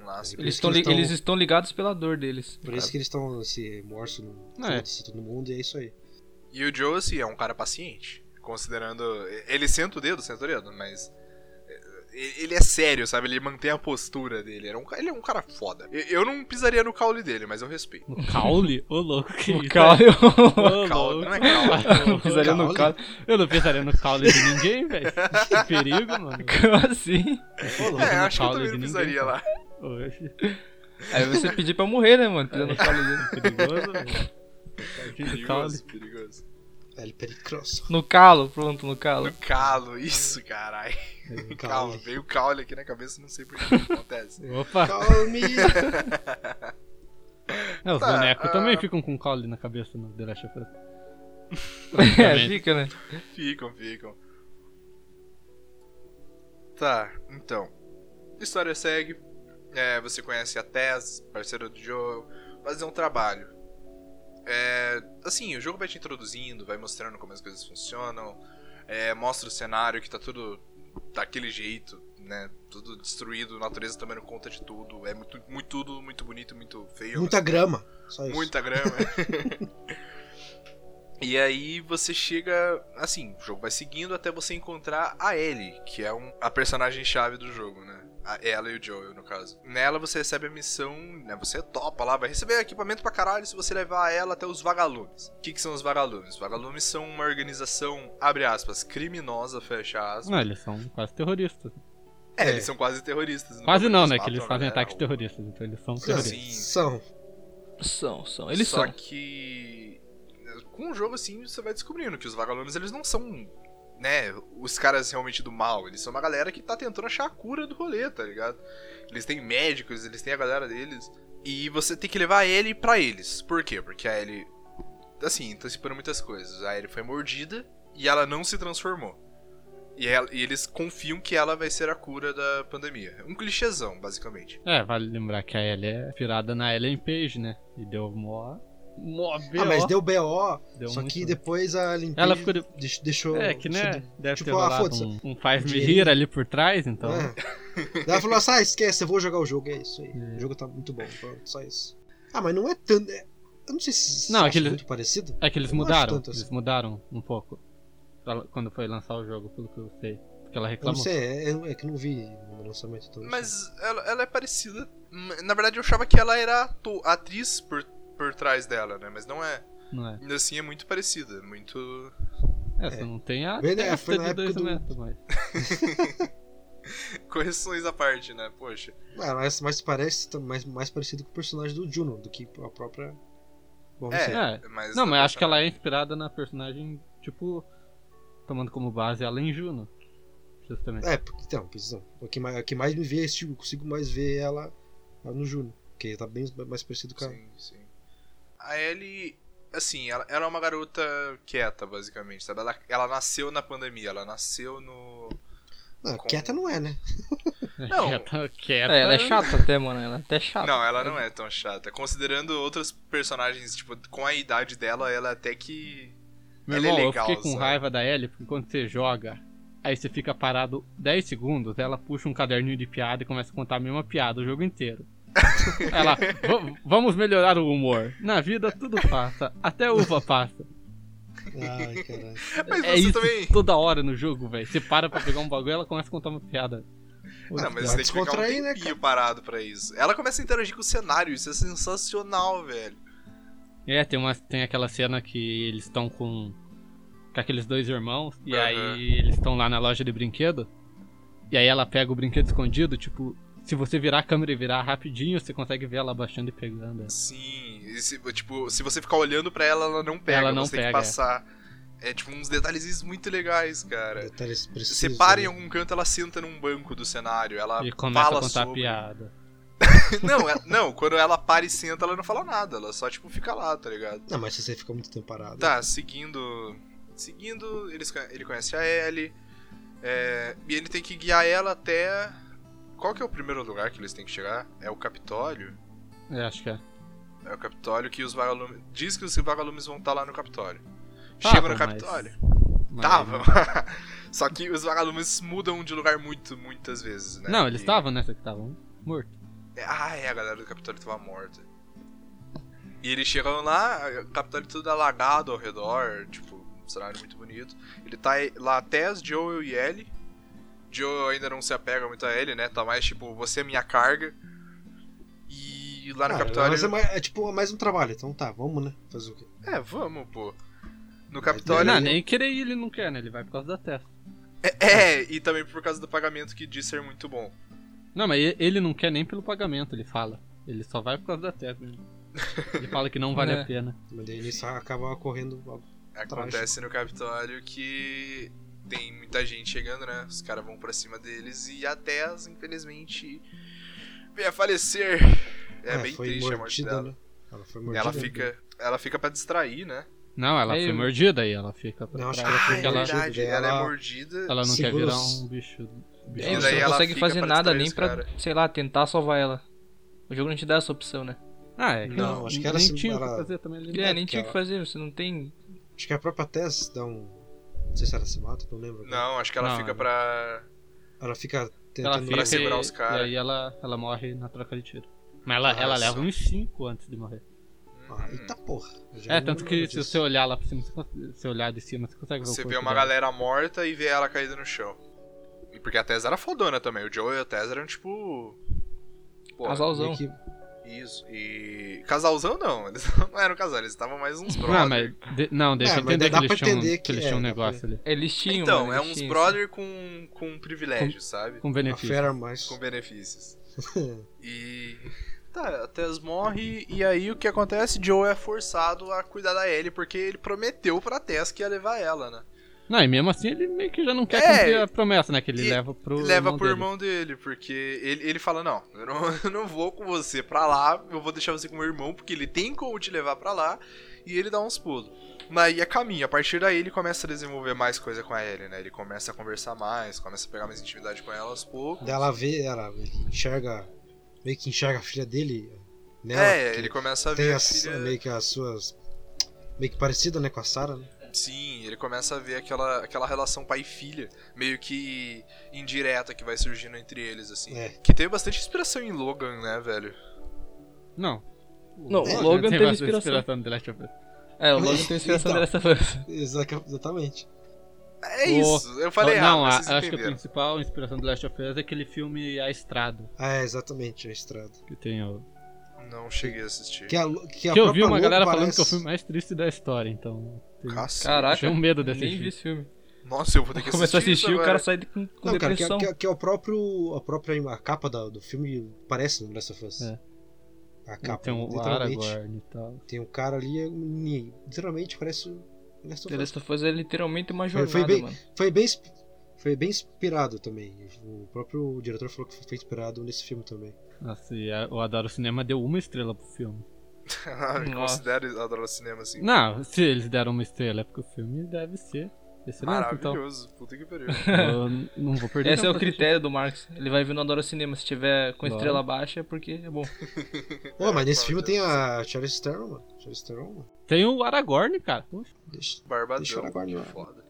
[SPEAKER 1] Um laço.
[SPEAKER 3] Por
[SPEAKER 4] Eles
[SPEAKER 3] isso
[SPEAKER 4] estão,
[SPEAKER 3] que eles tão-
[SPEAKER 4] eles estão ligados pela dor deles. <laughs>
[SPEAKER 3] Por isso que eles estão nesse remorso no
[SPEAKER 2] É.
[SPEAKER 3] foda-se todo mundo e é isso aí.
[SPEAKER 1] E o Joe, assim, é um cara paciente. Considerando. Ele senta o dedo, senta o dedo, mas. eh, Ele é sério, sabe? Ele mantém a postura dele. Ele é um, ca- ele é um cara foda. Eu- Eu não pisaria no caule dele, mas eu respeito.
[SPEAKER 2] <laughs> No um caule? Ô louco, que
[SPEAKER 4] O
[SPEAKER 2] isso? né?
[SPEAKER 4] Caule.
[SPEAKER 2] Ô,
[SPEAKER 1] Caule,
[SPEAKER 2] louco.
[SPEAKER 1] não é
[SPEAKER 2] <laughs>
[SPEAKER 1] caule.
[SPEAKER 2] Eu,
[SPEAKER 4] Pisaria no
[SPEAKER 3] Caule?
[SPEAKER 4] Caule.
[SPEAKER 2] eu não pensaria no caule de
[SPEAKER 1] <laughs>
[SPEAKER 2] ninguém, velho. Que perigo, mano.
[SPEAKER 4] Como assim?
[SPEAKER 3] Ô, louco.
[SPEAKER 1] É,
[SPEAKER 2] no
[SPEAKER 1] acho que eu
[SPEAKER 2] <laughs>
[SPEAKER 1] também
[SPEAKER 2] caule
[SPEAKER 1] não
[SPEAKER 2] de ninguém,
[SPEAKER 1] pisaria
[SPEAKER 2] cara.
[SPEAKER 1] lá.
[SPEAKER 2] Oxe,
[SPEAKER 4] Aí você pedir pra morrer, né, mano?
[SPEAKER 2] É.
[SPEAKER 4] Pisando no Caule dele.
[SPEAKER 2] perigoso, velho. Partindo do <laughs> caule.
[SPEAKER 1] Perigoso, perigoso.
[SPEAKER 3] El Pericrosso.
[SPEAKER 4] No calo, pronto, no calo.
[SPEAKER 1] No calo, isso, caralho. Calma,
[SPEAKER 3] Calma.
[SPEAKER 1] veio o caule aqui na cabeça, não sei por que
[SPEAKER 2] <laughs>
[SPEAKER 1] que acontece.
[SPEAKER 2] Opa!
[SPEAKER 3] Calme!
[SPEAKER 2] <laughs> É, os
[SPEAKER 1] Tá,
[SPEAKER 2] bonecos
[SPEAKER 1] ah.
[SPEAKER 2] também ficam com um caule na cabeça no The Last of
[SPEAKER 3] <laughs>
[SPEAKER 2] Us.
[SPEAKER 4] É, fica, né?
[SPEAKER 1] Ficam, ficam. Tá, então. História segue. É, você conhece a Tess, parceira do jogo, mas é um trabalho. É, assim, o jogo vai te introduzindo, vai mostrando como as coisas funcionam, é, mostra o cenário que tá tudo daquele jeito, né? Tudo destruído, a natureza também não conta de tudo. É muito, muito tudo muito bonito, muito feio.
[SPEAKER 3] Muita grama. Só isso.
[SPEAKER 1] Muita grama. <laughs> e aí você chega. Assim, o jogo vai seguindo até você encontrar a Ellie, que é um- a personagem-chave do jogo, né? A- Ela e o Joel, no caso. Nela você recebe a missão, né? Você topa lá, vai receber equipamento pra caralho se você levar ela até os vagalumes. O que, que são os vagalumes? Os vagalumes são uma organização, abre aspas, criminosa, fecha aspas.
[SPEAKER 2] Não, eles são quase terroristas.
[SPEAKER 1] É, eles são quase terroristas. é?
[SPEAKER 2] Quase não, né?
[SPEAKER 1] matam
[SPEAKER 2] Que eles
[SPEAKER 1] a
[SPEAKER 2] fazem
[SPEAKER 1] galera,
[SPEAKER 2] ataques
[SPEAKER 1] o-
[SPEAKER 2] terroristas, então eles são
[SPEAKER 3] Não,
[SPEAKER 2] terroristas.
[SPEAKER 1] Sim.
[SPEAKER 3] São.
[SPEAKER 4] São, são. Então, Eles
[SPEAKER 1] Só
[SPEAKER 4] são.
[SPEAKER 1] que com o jogo assim você vai descobrindo que os vagalumes eles não são, né, os caras realmente do mal, eles são uma galera que tá tentando achar a cura do rolê, tá ligado? Eles têm médicos, eles têm a galera deles e você tem que levar ele pra eles. Por quê? Porque a Ellie assim, antecipando muitas coisas. A Ellie foi mordida e ela não se transformou. E, ela- e eles confiam que ela vai ser a cura da pandemia. Um clichêzão, basicamente.
[SPEAKER 2] É, vale lembrar que a Ellie é inspirada na Ellen Page, né? E deu mó. Mó B.O..
[SPEAKER 3] Ah, mas deu BO.
[SPEAKER 2] Deu
[SPEAKER 3] só
[SPEAKER 2] muito-
[SPEAKER 3] que depois a limpeza
[SPEAKER 2] Ela ficou de-
[SPEAKER 3] deix- deixou.
[SPEAKER 2] É, que né?
[SPEAKER 3] deixou-
[SPEAKER 2] Deve ter
[SPEAKER 3] tipo, ah,
[SPEAKER 2] rolado
[SPEAKER 3] foda-se.
[SPEAKER 2] um, um faz me
[SPEAKER 3] Dinheirinho.
[SPEAKER 2] rir ali por trás, então.
[SPEAKER 3] É. Daí ela falou assim: ah, esquece, eu vou jogar o jogo. É isso aí. O jogo tá muito bom. Pronto, só isso. Ah, mas não é tanto. é- Eu não sei se
[SPEAKER 2] Não,
[SPEAKER 3] se
[SPEAKER 2] aquele-
[SPEAKER 3] acha muito parecido.
[SPEAKER 2] É que eles
[SPEAKER 3] Eu não acho
[SPEAKER 2] mudaram.
[SPEAKER 3] tanto assim.
[SPEAKER 2] Eles mudaram um pouco. pra- Quando foi lançar o jogo, pelo que eu sei. Porque ela
[SPEAKER 3] Eu não
[SPEAKER 2] reclamou.
[SPEAKER 3] sei, é, é- é que não vi no lançamento. Então não sei.
[SPEAKER 1] Mas ela, ela é parecida. Hum, Na verdade, eu achava que ela era ato- atriz por, por trás dela, né? Mas não é.
[SPEAKER 2] Não é?
[SPEAKER 1] Ainda assim, é muito parecida. Muito. <laughs>
[SPEAKER 2] É, você não tem a
[SPEAKER 3] Bem, né,
[SPEAKER 2] testa
[SPEAKER 3] foi na
[SPEAKER 2] de
[SPEAKER 3] época
[SPEAKER 2] dois
[SPEAKER 3] do-
[SPEAKER 2] metros, mas.
[SPEAKER 1] Correções à parte, né? Poxa.
[SPEAKER 3] Ah, mas, mas parece tá mais, mais parecido com o personagem do Juno do que a própria. Bom, não
[SPEAKER 1] É,
[SPEAKER 3] sei.
[SPEAKER 2] É.
[SPEAKER 1] mas.
[SPEAKER 2] Não, mas acho que ela é inspirada na personagem, tipo, tomando como base ela em Juno. Justamente.
[SPEAKER 3] É, porque- então, pois não. O que mais, o que mais me vê, esse tipo, eu consigo mais ver ela lá no Juno. Porque tá bem mais
[SPEAKER 2] é
[SPEAKER 3] parecido com a.
[SPEAKER 1] Sim, sim. A Ellie, assim, ela, ela é uma garota quieta, basicamente, sabe? Ela, ela nasceu na pandemia, ela nasceu no.
[SPEAKER 3] Não,
[SPEAKER 1] com-
[SPEAKER 3] quieta não é, né?
[SPEAKER 1] não.
[SPEAKER 2] Quieta, quieta.
[SPEAKER 4] É, ela é chata até, mano. Ela é até
[SPEAKER 2] Ah,
[SPEAKER 4] chata.
[SPEAKER 1] Não, ela não é tão chata. Considerando outros personagens, tipo, com a idade dela, ela é até que.
[SPEAKER 2] Meu
[SPEAKER 1] Ela é
[SPEAKER 2] irmão,
[SPEAKER 1] legal,
[SPEAKER 2] eu fiquei com
[SPEAKER 1] sabe?
[SPEAKER 2] raiva da Ellie, porque quando você joga, aí você fica parado 10 segundos, ela puxa um caderninho de piada e começa a contar a mesma piada o jogo inteiro. ela, "Va- vamos melhorar o humor. Na vida tudo passa, até uva passa.
[SPEAKER 3] Ai, caralho.
[SPEAKER 1] <laughs> Mas
[SPEAKER 2] é
[SPEAKER 1] você
[SPEAKER 2] isso
[SPEAKER 1] também.
[SPEAKER 2] toda hora no jogo, velho. Você para pra pegar um bagulho ela começa a contar uma piada.
[SPEAKER 1] Não, mas
[SPEAKER 3] Vai
[SPEAKER 1] você tem que ficar um
[SPEAKER 3] Ah, descontrair, né,
[SPEAKER 1] tempinho parado pra isso. Ela começa a interagir com o cenário, isso é sensacional, velho.
[SPEAKER 2] É, tem, uma, tem aquela cena que eles estão com. com aqueles dois irmãos, e
[SPEAKER 1] Aham.
[SPEAKER 2] aí eles estão lá na loja de brinquedo, e aí ela pega o brinquedo escondido, tipo, se você virar a câmera e virar rapidinho, você consegue ver ela abaixando e pegando.
[SPEAKER 1] Sim, e se- tipo, se você ficar olhando pra ela, ela não pega,
[SPEAKER 2] Ela não
[SPEAKER 1] você tem
[SPEAKER 2] pega,
[SPEAKER 1] que
[SPEAKER 2] é.
[SPEAKER 1] passar. É tipo uns detalhezinhos muito legais,
[SPEAKER 3] né?
[SPEAKER 1] cara.
[SPEAKER 3] Detalhes precisos.
[SPEAKER 1] Você para em
[SPEAKER 3] Tá, né?
[SPEAKER 1] algum canto, ela senta num banco do cenário, ela
[SPEAKER 2] E começa
[SPEAKER 1] fala
[SPEAKER 2] a contar
[SPEAKER 1] sobre.
[SPEAKER 2] piada.
[SPEAKER 1] <laughs> Não, ela- não, quando ela para e senta, ela não fala nada, ela só tipo fica lá, tá ligado?
[SPEAKER 3] Não, mas se você fica muito tempo parado.
[SPEAKER 1] Tá, seguindo. Seguindo, eles, co- ele conhece a Ellie. é, e ele tem que guiar ela até. Qual que é o primeiro lugar que eles têm que chegar? É o Capitólio?
[SPEAKER 2] É, acho que é.
[SPEAKER 1] É o Capitólio que os vagalumes. Diz que os vagalumes vão estar lá no Capitólio. Chega
[SPEAKER 2] Tava,
[SPEAKER 1] no
[SPEAKER 2] mas- é
[SPEAKER 1] Capitólio.
[SPEAKER 2] Mas-
[SPEAKER 1] Tava. <laughs> Só que os vagalumes mudam de lugar muito, muitas vezes, né?
[SPEAKER 2] Não, eles tá
[SPEAKER 1] E-
[SPEAKER 2] estavam nessa que estavam mortos.
[SPEAKER 1] Ah, é, a galera do Capitólio tava morta. E eles chegam lá, o Capitólio tudo alagado ao redor, tipo, um cenário muito bonito. Ele tá aí- lá até as Joel e Ellie. Joel ainda não se apega muito a ele, né? Tá mais tipo, você é minha carga. E lá tá no
[SPEAKER 3] Ah,
[SPEAKER 1] Capitólio.
[SPEAKER 3] Mas é, mais, é tipo mais um trabalho, então tá, vamos, né? Fazer o quê?
[SPEAKER 1] É, vamos, pô. No
[SPEAKER 3] Olha,
[SPEAKER 1] Capitólio.
[SPEAKER 2] não,
[SPEAKER 3] ele-
[SPEAKER 2] nem querer ir, ele não quer, né? Ele vai por causa da testa.
[SPEAKER 1] É, e também por causa do pagamento que diz ser muito bom.
[SPEAKER 2] Não, mas e- ele não quer nem pelo pagamento, ele fala. Ele só vai por causa da
[SPEAKER 1] <laughs>
[SPEAKER 2] testa. mesmo. Ele fala que não vale
[SPEAKER 4] É.
[SPEAKER 2] a pena.
[SPEAKER 3] Mas daí nisso acaba correndo algo.
[SPEAKER 1] Acontece no Capitólio que tem muita gente chegando, né? Os caras vão pra cima deles e a Tess, infelizmente, vem a falecer. É, bem
[SPEAKER 3] Ah, foi
[SPEAKER 1] triste a morte
[SPEAKER 3] mordida,
[SPEAKER 1] dela.
[SPEAKER 3] né? Ela foi mordida.
[SPEAKER 1] ela
[SPEAKER 3] né?
[SPEAKER 1] fica. Ela fica pra distrair, né?
[SPEAKER 2] Não, ela
[SPEAKER 4] Aí-
[SPEAKER 2] foi mordida e ela fica pra
[SPEAKER 3] Não, acho que
[SPEAKER 2] trás,
[SPEAKER 3] ela foi
[SPEAKER 2] porque
[SPEAKER 1] é
[SPEAKER 2] ela,
[SPEAKER 3] mordida.
[SPEAKER 1] verdade. Ela, é
[SPEAKER 3] ela-
[SPEAKER 1] mordida.
[SPEAKER 2] ela não quer
[SPEAKER 3] Segura
[SPEAKER 2] virar
[SPEAKER 3] os-
[SPEAKER 2] um bicho. bicho
[SPEAKER 4] É,
[SPEAKER 1] E
[SPEAKER 4] você
[SPEAKER 1] daí
[SPEAKER 4] não
[SPEAKER 1] ela
[SPEAKER 4] consegue
[SPEAKER 1] fica
[SPEAKER 4] fazer
[SPEAKER 1] pra
[SPEAKER 4] nada
[SPEAKER 1] distrair
[SPEAKER 4] nem
[SPEAKER 1] os
[SPEAKER 4] pra,
[SPEAKER 1] cara.
[SPEAKER 4] sei lá, tentar salvar ela. O jogo não te dá essa opção, né?
[SPEAKER 2] Ah, é. que
[SPEAKER 3] Não, acho que ela
[SPEAKER 2] nem
[SPEAKER 3] se-
[SPEAKER 2] tinha o
[SPEAKER 3] ela-
[SPEAKER 2] que fazer também. né? Ele...
[SPEAKER 4] É, nem
[SPEAKER 3] porque
[SPEAKER 4] tinha o
[SPEAKER 3] ela-
[SPEAKER 4] que fazer, você não tem.
[SPEAKER 3] Acho que a própria Tess dá um. Não sei se ela se mata, não lembro. agora.
[SPEAKER 1] Não, acho que ela
[SPEAKER 2] Não,
[SPEAKER 1] fica
[SPEAKER 2] ela-
[SPEAKER 1] pra.
[SPEAKER 3] Ela fica
[SPEAKER 2] Ela
[SPEAKER 3] tentando.
[SPEAKER 2] fica assim.
[SPEAKER 1] pra segurar
[SPEAKER 2] e-
[SPEAKER 1] os caras.
[SPEAKER 2] E aí ela, ela morre na troca de tiro. Mas ela,
[SPEAKER 1] Nossa.
[SPEAKER 2] ela leva uns 5 antes de morrer.
[SPEAKER 3] Ah, eita porra. eu já
[SPEAKER 2] É,
[SPEAKER 3] não
[SPEAKER 2] tanto
[SPEAKER 3] lembro
[SPEAKER 2] que se
[SPEAKER 3] disso.
[SPEAKER 2] você olhar lá pra cima, você consegue- se olhar de cima, você consegue ver o
[SPEAKER 1] Você vê
[SPEAKER 2] corpo
[SPEAKER 1] uma
[SPEAKER 2] dela.
[SPEAKER 1] galera morta e vê ela caída no chão. E porque a Tess era fodona também. O Joe e a Tess eram tipo. Pô,
[SPEAKER 3] Meio
[SPEAKER 4] Casalzão.
[SPEAKER 3] é que-
[SPEAKER 1] Isso. E. Casalzão não, eles <laughs> não eram casal, eles estavam mais uns brothers.
[SPEAKER 2] Não, mas de- não, deixa
[SPEAKER 3] É,
[SPEAKER 2] eu
[SPEAKER 3] mas
[SPEAKER 2] entender
[SPEAKER 3] dá
[SPEAKER 2] que eles
[SPEAKER 3] pra
[SPEAKER 2] tinham,
[SPEAKER 3] entender
[SPEAKER 2] que
[SPEAKER 3] que-
[SPEAKER 2] eles
[SPEAKER 3] é,
[SPEAKER 2] tinham um
[SPEAKER 3] dá pra-
[SPEAKER 2] negócio ali.
[SPEAKER 4] Eles tinham.
[SPEAKER 1] Então,
[SPEAKER 4] mano,
[SPEAKER 1] é
[SPEAKER 4] eles
[SPEAKER 1] uns
[SPEAKER 4] tinham,
[SPEAKER 1] brother com, com privilégios, sabe?
[SPEAKER 2] Com
[SPEAKER 3] A
[SPEAKER 2] benefício.
[SPEAKER 3] fera mais.
[SPEAKER 1] Com benefícios. e. Tá, a Tess morre e aí o que acontece? Joe é forçado a cuidar da Ellie porque ele prometeu pra Tess que ia levar ela, né?
[SPEAKER 2] Não, e mesmo assim ele meio que já não quer
[SPEAKER 1] É,
[SPEAKER 2] cumprir a promessa, né? Que ele
[SPEAKER 1] e-
[SPEAKER 2] leva pro.
[SPEAKER 1] E leva pro
[SPEAKER 2] dele.
[SPEAKER 1] irmão dele, porque ele, ele fala: não eu, não, <laughs> eu não vou com você pra lá, eu vou deixar você com meu irmão, porque ele tem como te levar pra lá, e ele dá uns pulos. Daí é caminho, a partir daí ele começa a desenvolver mais coisa com a Ellie, né? Ele começa a conversar mais, começa a pegar mais intimidade com ela aos poucos.
[SPEAKER 3] Daí ela vê, ela ele enxerga. Meio que enxerga a filha dele. Nela,
[SPEAKER 1] é,
[SPEAKER 3] que
[SPEAKER 1] ele começa a
[SPEAKER 3] tem
[SPEAKER 1] ver a
[SPEAKER 3] as-
[SPEAKER 1] filha-
[SPEAKER 3] meio que as suas. Meio que parecida, né, com a Sarah, né?
[SPEAKER 1] Sim, ele começa a ver aquela, aquela relação pai-filha, meio que indireta que vai surgindo entre eles, assim.
[SPEAKER 3] É. <laughs>
[SPEAKER 1] Que teve bastante inspiração em Logan, né, velho?
[SPEAKER 2] Não.
[SPEAKER 4] Não, o Logan
[SPEAKER 2] tem
[SPEAKER 4] teve
[SPEAKER 2] bastante
[SPEAKER 4] inspiração.
[SPEAKER 2] do The Last of Us.
[SPEAKER 4] É, o Logan tem inspiração
[SPEAKER 3] Então.
[SPEAKER 4] dessa vez.
[SPEAKER 3] Exa- Exatamente.
[SPEAKER 1] É
[SPEAKER 2] O-
[SPEAKER 1] isso, eu falei errado,
[SPEAKER 2] Não, a-
[SPEAKER 1] vocês
[SPEAKER 2] acho que a
[SPEAKER 1] entenderam.
[SPEAKER 2] principal inspiração do The Last of Us é aquele filme A Estrada,
[SPEAKER 3] Ah, é, exatamente, a estrada.
[SPEAKER 2] que tem o.
[SPEAKER 1] Não cheguei a assistir.
[SPEAKER 3] Que, a, lo- que, a
[SPEAKER 2] Que eu vi
[SPEAKER 3] própria né,
[SPEAKER 2] uma
[SPEAKER 3] Lobo
[SPEAKER 2] galera
[SPEAKER 3] parece-
[SPEAKER 2] falando que é o filme mais triste da história, então. tem-
[SPEAKER 1] Cacete.
[SPEAKER 4] Caraca.
[SPEAKER 2] Tinha um medo desse
[SPEAKER 4] Nem vi
[SPEAKER 2] filme.
[SPEAKER 4] esse filme.
[SPEAKER 1] Nossa, eu vou ter que
[SPEAKER 4] Começou a
[SPEAKER 1] assistir.
[SPEAKER 4] assistir
[SPEAKER 1] isso
[SPEAKER 4] o cara
[SPEAKER 1] agora.
[SPEAKER 4] sai de- com, com
[SPEAKER 3] Não, cara, que,
[SPEAKER 4] depressão.
[SPEAKER 3] que, que é o próprio. A própria a capa da- do filme parece no Last of Us.
[SPEAKER 2] É.
[SPEAKER 3] A capa,
[SPEAKER 2] Tem um o
[SPEAKER 3] literalmente.
[SPEAKER 2] Aragorn e tal.
[SPEAKER 3] Tem um cara ali, é um ni- literalmente parece o Last of
[SPEAKER 4] The
[SPEAKER 3] Us.
[SPEAKER 4] Last of Us é literalmente uma
[SPEAKER 3] Foi-
[SPEAKER 4] jornada,
[SPEAKER 3] foi bem-
[SPEAKER 4] mano.
[SPEAKER 3] Foi bem, insp- foi bem inspirado também. O próprio diretor falou que foi inspirado nesse filme também.
[SPEAKER 2] Nossa, e a- eu adoro o cinema, deu uma estrela pro filme.
[SPEAKER 1] <laughs> Ah, Me
[SPEAKER 4] Nossa.
[SPEAKER 1] considero adorar cinema assim.
[SPEAKER 2] Não, se eles deram uma estrela é porque o filme deve ser excelente, então.
[SPEAKER 1] Maravilhoso, puta que pariu.
[SPEAKER 2] Eu n- não vou perder.
[SPEAKER 4] Esse é
[SPEAKER 2] tempo
[SPEAKER 4] o
[SPEAKER 2] pra assistir.
[SPEAKER 4] critério do Marx. Ele vai vir no Adoro Cinema. Se tiver com
[SPEAKER 2] Claro.
[SPEAKER 4] estrela baixa é porque é bom.
[SPEAKER 3] Pô, mas nesse
[SPEAKER 1] pode
[SPEAKER 3] filme
[SPEAKER 1] ser.
[SPEAKER 3] tem a Charlize Theron, mano. Charlize Theron, mano.
[SPEAKER 2] Tem o Aragorn, cara. Poxa.
[SPEAKER 3] Deixa. Deixa eu
[SPEAKER 1] Barbadão,
[SPEAKER 3] agora,
[SPEAKER 1] que
[SPEAKER 3] mano.
[SPEAKER 1] foda.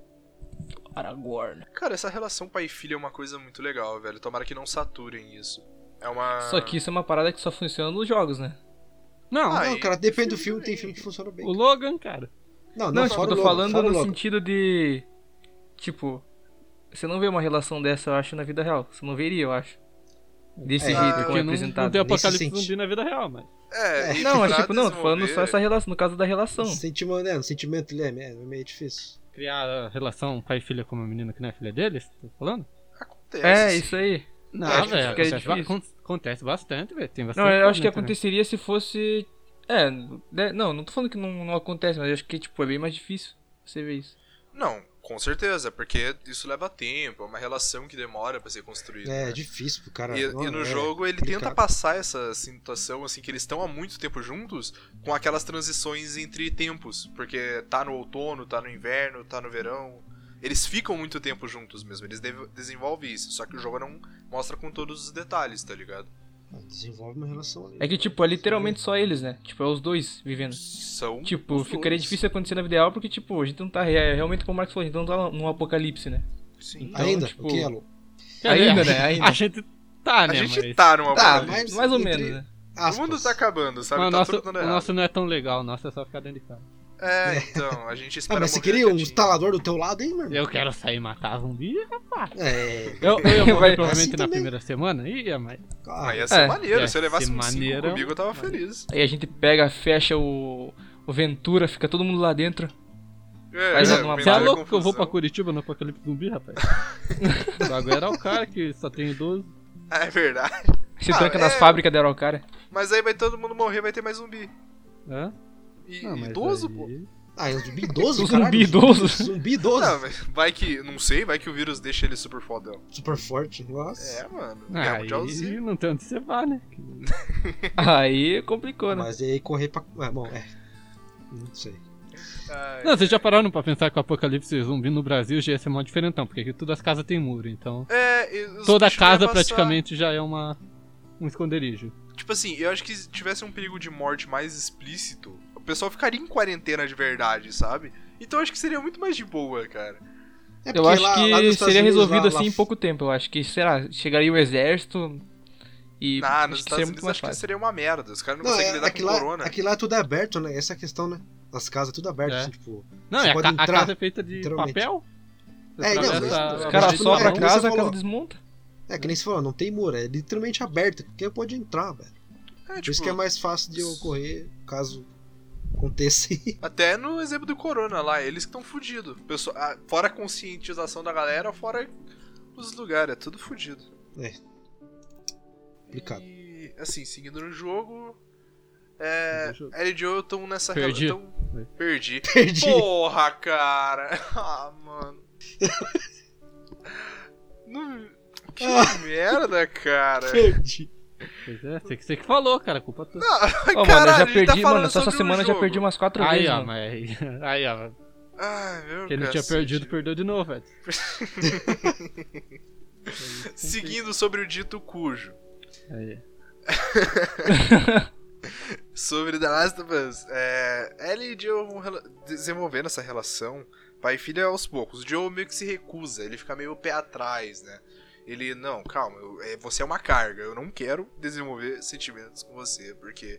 [SPEAKER 4] Aragorn.
[SPEAKER 1] Cara, essa relação pai e filho é uma coisa muito legal, velho. Tomara que não saturem isso. É uma.
[SPEAKER 4] Só que isso é uma parada que só funciona nos jogos, né?
[SPEAKER 2] Não,
[SPEAKER 1] Ah,
[SPEAKER 3] Não,
[SPEAKER 1] e-
[SPEAKER 3] cara, depende do filme, tem filme que funciona bem.
[SPEAKER 2] o Logan, cara.
[SPEAKER 3] Não,
[SPEAKER 4] Não,
[SPEAKER 3] não,
[SPEAKER 4] tipo, eu
[SPEAKER 3] fora
[SPEAKER 4] tô
[SPEAKER 3] o Logan,
[SPEAKER 4] falando
[SPEAKER 3] fora o
[SPEAKER 4] no
[SPEAKER 3] Logan.
[SPEAKER 4] sentido de. Tipo, você não vê uma relação dessa, eu acho, na vida real. Você não veria, eu acho. Desse
[SPEAKER 3] É,
[SPEAKER 4] jeito,
[SPEAKER 1] porque
[SPEAKER 4] como é
[SPEAKER 2] Porque não, não
[SPEAKER 4] apresentado.
[SPEAKER 2] tem
[SPEAKER 3] nesse
[SPEAKER 2] apocalipse
[SPEAKER 3] sentido.
[SPEAKER 2] zumbi na vida real, mas.
[SPEAKER 1] É, e
[SPEAKER 4] Não, mas
[SPEAKER 1] pra
[SPEAKER 4] tipo, não, tô falando
[SPEAKER 1] desenvolver-
[SPEAKER 4] só essa relação, no caso da relação.
[SPEAKER 3] Sentimento, né? No sentimento, ele é meio é meio difícil.
[SPEAKER 2] criar a relação pai e filha com uma menina que não é filha deles? Tô falando?
[SPEAKER 1] Acontece.
[SPEAKER 4] É,
[SPEAKER 1] sim.
[SPEAKER 4] isso aí.
[SPEAKER 2] Não,
[SPEAKER 1] acho que
[SPEAKER 2] É, velho.
[SPEAKER 4] fica
[SPEAKER 2] Acontece, ba-
[SPEAKER 4] é difícil.
[SPEAKER 2] acon- acontece bastante, velho. Tem né? bastante.
[SPEAKER 4] Não, eu acho
[SPEAKER 2] coisa na
[SPEAKER 4] que
[SPEAKER 2] internet.
[SPEAKER 4] aconteceria se fosse. É, né, não, não tô falando que não, não acontece, mas eu acho que tipo, é bem mais difícil você ver isso.
[SPEAKER 1] Não, com certeza, porque isso leva tempo, é uma relação que demora pra ser construída.
[SPEAKER 3] É,
[SPEAKER 1] né?
[SPEAKER 3] é difícil pro cara.
[SPEAKER 1] E, e
[SPEAKER 3] Mano,
[SPEAKER 1] no
[SPEAKER 3] é
[SPEAKER 1] jogo ele
[SPEAKER 3] complicado.
[SPEAKER 1] tenta passar essa situação, assim, que eles estão há muito tempo juntos, com aquelas transições entre tempos. Porque tá no outono, tá no inverno, tá no verão. Eles ficam muito tempo juntos mesmo, eles deve- desenvolvem isso. Só que o jogo não mostra com todos os detalhes, tá ligado?
[SPEAKER 3] Desenvolve uma relação ali.
[SPEAKER 4] É que, tipo, é literalmente só eles, né? Tipo, é os dois vivendo.
[SPEAKER 1] São.
[SPEAKER 4] Tipo,
[SPEAKER 1] os
[SPEAKER 4] ficaria
[SPEAKER 1] dois.
[SPEAKER 4] difícil acontecer na vida real porque, tipo, a gente não tá. é, realmente, como o Marcos falou, a gente não tá num apocalipse, né?
[SPEAKER 1] Sim.
[SPEAKER 4] então,
[SPEAKER 3] Ainda?
[SPEAKER 4] tipo,
[SPEAKER 3] O que, é, Alô?
[SPEAKER 4] Ainda, né? Ainda.
[SPEAKER 2] A gente tá,
[SPEAKER 1] A
[SPEAKER 2] né?
[SPEAKER 1] gente
[SPEAKER 2] mas-
[SPEAKER 1] tá numa
[SPEAKER 3] Tá,
[SPEAKER 1] bolha.
[SPEAKER 3] mas-
[SPEAKER 4] Mais ou
[SPEAKER 3] Entre-
[SPEAKER 4] menos, né?
[SPEAKER 1] O mundo tá acabando, sabe?
[SPEAKER 2] Mas o
[SPEAKER 1] tá
[SPEAKER 2] nosso,
[SPEAKER 1] tudo dando
[SPEAKER 2] o
[SPEAKER 1] errado.
[SPEAKER 2] nosso não é tão legal, o nosso é só ficar dentro de casa.
[SPEAKER 1] É, então, a gente espera.
[SPEAKER 3] Ah, mas você
[SPEAKER 1] morrer
[SPEAKER 3] queria um
[SPEAKER 1] quietinho.
[SPEAKER 3] instalador do teu lado, hein, mano?
[SPEAKER 2] Eu quero sair e matar zumbi.
[SPEAKER 3] É,
[SPEAKER 2] Eu, eu
[SPEAKER 1] <laughs>
[SPEAKER 2] ia
[SPEAKER 4] Vai-
[SPEAKER 2] morrer provavelmente
[SPEAKER 3] assim
[SPEAKER 2] na
[SPEAKER 3] também.
[SPEAKER 2] primeira semana. Ia, mas.
[SPEAKER 1] Ah,
[SPEAKER 3] cara.
[SPEAKER 1] ia ser
[SPEAKER 4] É,
[SPEAKER 1] maneiro.
[SPEAKER 2] ia
[SPEAKER 1] Se eu levasse
[SPEAKER 2] ser
[SPEAKER 1] um 5
[SPEAKER 2] maneiro,
[SPEAKER 1] comigo, eu tava feliz.
[SPEAKER 4] Aí a gente pega, fecha o. O Ventura, fica todo mundo lá dentro.
[SPEAKER 1] É,
[SPEAKER 4] Mas
[SPEAKER 1] é,
[SPEAKER 4] é uma-
[SPEAKER 1] me
[SPEAKER 2] Você é
[SPEAKER 1] dava
[SPEAKER 2] louco que eu vou pra
[SPEAKER 1] confusão.
[SPEAKER 2] Curitiba no Apocalipse Zumbi,
[SPEAKER 1] <laughs>
[SPEAKER 2] rapaz? o bagulho era o cara que só tem 12.
[SPEAKER 1] Ah, É verdade.
[SPEAKER 4] Se
[SPEAKER 1] Ah,
[SPEAKER 4] tranca nas
[SPEAKER 1] é.
[SPEAKER 4] fábricas da Araucária.
[SPEAKER 1] <laughs> Mas aí vai todo mundo morrer, vai ter mais zumbi.
[SPEAKER 2] Hã?
[SPEAKER 1] E,
[SPEAKER 2] Não, mas
[SPEAKER 1] idoso,
[SPEAKER 2] aí-
[SPEAKER 1] pô.
[SPEAKER 3] Ah, é um zumbi idoso,
[SPEAKER 4] Zumbi
[SPEAKER 3] caralho.
[SPEAKER 4] idoso.
[SPEAKER 3] Zumbi idoso.
[SPEAKER 1] Não, mas vai que. Não sei, vai que o vírus deixa ele super fodão.
[SPEAKER 3] Super forte. Nossa.
[SPEAKER 1] É, mano. Guerra Mundial Z.
[SPEAKER 2] <laughs> Aí não tem onde você vai, né?
[SPEAKER 4] Aí complicou, né?
[SPEAKER 3] Mas aí correr pra. Ah, bom, é. Não sei. É
[SPEAKER 1] Ai.
[SPEAKER 2] Não, vocês já pararam pra pensar que o Apocalipse Zumbi no Brasil já ia ser mó diferentão, porque aqui todas as casas tem muro, então.
[SPEAKER 1] É, e os
[SPEAKER 2] Toda
[SPEAKER 1] bichos iam
[SPEAKER 2] casa
[SPEAKER 1] passar-
[SPEAKER 2] praticamente já é uma. um esconderijo.
[SPEAKER 1] Tipo assim, eu acho que se tivesse um perigo de morte mais explícito, o pessoal ficaria em quarentena de verdade, sabe? Então eu acho que seria muito mais de boa, cara.
[SPEAKER 3] É
[SPEAKER 4] Eu
[SPEAKER 3] porque
[SPEAKER 4] acho
[SPEAKER 3] lá-
[SPEAKER 4] que
[SPEAKER 3] lá nos Estados
[SPEAKER 4] seria
[SPEAKER 3] Unidos,
[SPEAKER 4] resolvido
[SPEAKER 3] lá-
[SPEAKER 4] assim
[SPEAKER 3] lá
[SPEAKER 4] em pouco tempo. Eu acho que, sei lá, chegaria o exército e
[SPEAKER 1] Ah, nos
[SPEAKER 4] acho que seria
[SPEAKER 1] Estados
[SPEAKER 4] muito
[SPEAKER 1] Unidos
[SPEAKER 4] mais
[SPEAKER 1] acho que
[SPEAKER 4] fácil.
[SPEAKER 1] seria uma merda. Os caras não,
[SPEAKER 3] Não,
[SPEAKER 1] conseguem
[SPEAKER 3] é,
[SPEAKER 1] lidar
[SPEAKER 3] aqui,
[SPEAKER 1] com
[SPEAKER 3] lá,
[SPEAKER 1] corona.
[SPEAKER 3] aqui lá é tudo aberto, né? Essa é a questão, né? As casas tudo aberto,
[SPEAKER 2] É.
[SPEAKER 3] assim, tipo.
[SPEAKER 2] Não,
[SPEAKER 3] Você
[SPEAKER 2] é a,
[SPEAKER 3] pode
[SPEAKER 2] ca- a
[SPEAKER 3] entrar,
[SPEAKER 2] casa é feita de
[SPEAKER 3] literalmente.
[SPEAKER 2] papel?
[SPEAKER 3] É, não,
[SPEAKER 2] atravessa-
[SPEAKER 3] os
[SPEAKER 4] Os
[SPEAKER 3] Mas,
[SPEAKER 4] caras
[SPEAKER 3] tipo,
[SPEAKER 4] sopram
[SPEAKER 3] é
[SPEAKER 4] a
[SPEAKER 2] um.
[SPEAKER 3] como você
[SPEAKER 4] casa, a
[SPEAKER 3] falou.
[SPEAKER 4] casa desmonta.
[SPEAKER 3] É, que nem se falou, não tem muro, é literalmente aberto, qualquer um pode entrar, velho.
[SPEAKER 1] É,
[SPEAKER 3] Por isso que é mais fácil de ocorrer caso aconteça.
[SPEAKER 1] Até no exemplo do Corona lá, eles que estão fudidos. Pessoa- ah, Fora a conscientização da galera, fora os lugares, é tudo fudido.
[SPEAKER 3] Complicado.
[SPEAKER 1] E, assim, seguindo no jogo. É.
[SPEAKER 2] Deixa eu-
[SPEAKER 1] L e Joe estão nessa
[SPEAKER 2] Perdi.
[SPEAKER 1] rela- tão- <laughs> Perdi.
[SPEAKER 3] <laughs> Perdi.
[SPEAKER 1] Porra, cara! <laughs> Ah, mano. <laughs> Não- Que merda, <laughs> cara!
[SPEAKER 3] <laughs> Perdi.
[SPEAKER 2] Pois é, você que, você que falou, cara, culpa tua.
[SPEAKER 4] Ó, mano, eu já
[SPEAKER 1] Caralho, ele tá
[SPEAKER 4] perdi, mano,
[SPEAKER 1] falando
[SPEAKER 4] só essa
[SPEAKER 1] sobre um
[SPEAKER 4] semana eu já
[SPEAKER 1] jogo.
[SPEAKER 4] perdi umas quatro
[SPEAKER 2] Aí,
[SPEAKER 4] vezes.
[SPEAKER 2] ó,
[SPEAKER 4] mano.
[SPEAKER 2] mas. Aí, <laughs> ó.
[SPEAKER 1] Ai, meu
[SPEAKER 2] Quem não tinha
[SPEAKER 1] cacete.
[SPEAKER 2] perdido, perdeu de novo, velho.
[SPEAKER 1] Seguindo sobre o dito cujo.
[SPEAKER 2] Aí.
[SPEAKER 1] Sobre The Last of Us. É, Ellie e Joe vão rela- desenvolvendo essa relação pai e filha aos poucos. O Joe meio que se recusa, ele fica meio pé atrás, né? Ele, não, calma, eu- é, você é uma carga, eu não quero desenvolver sentimentos com você, porque,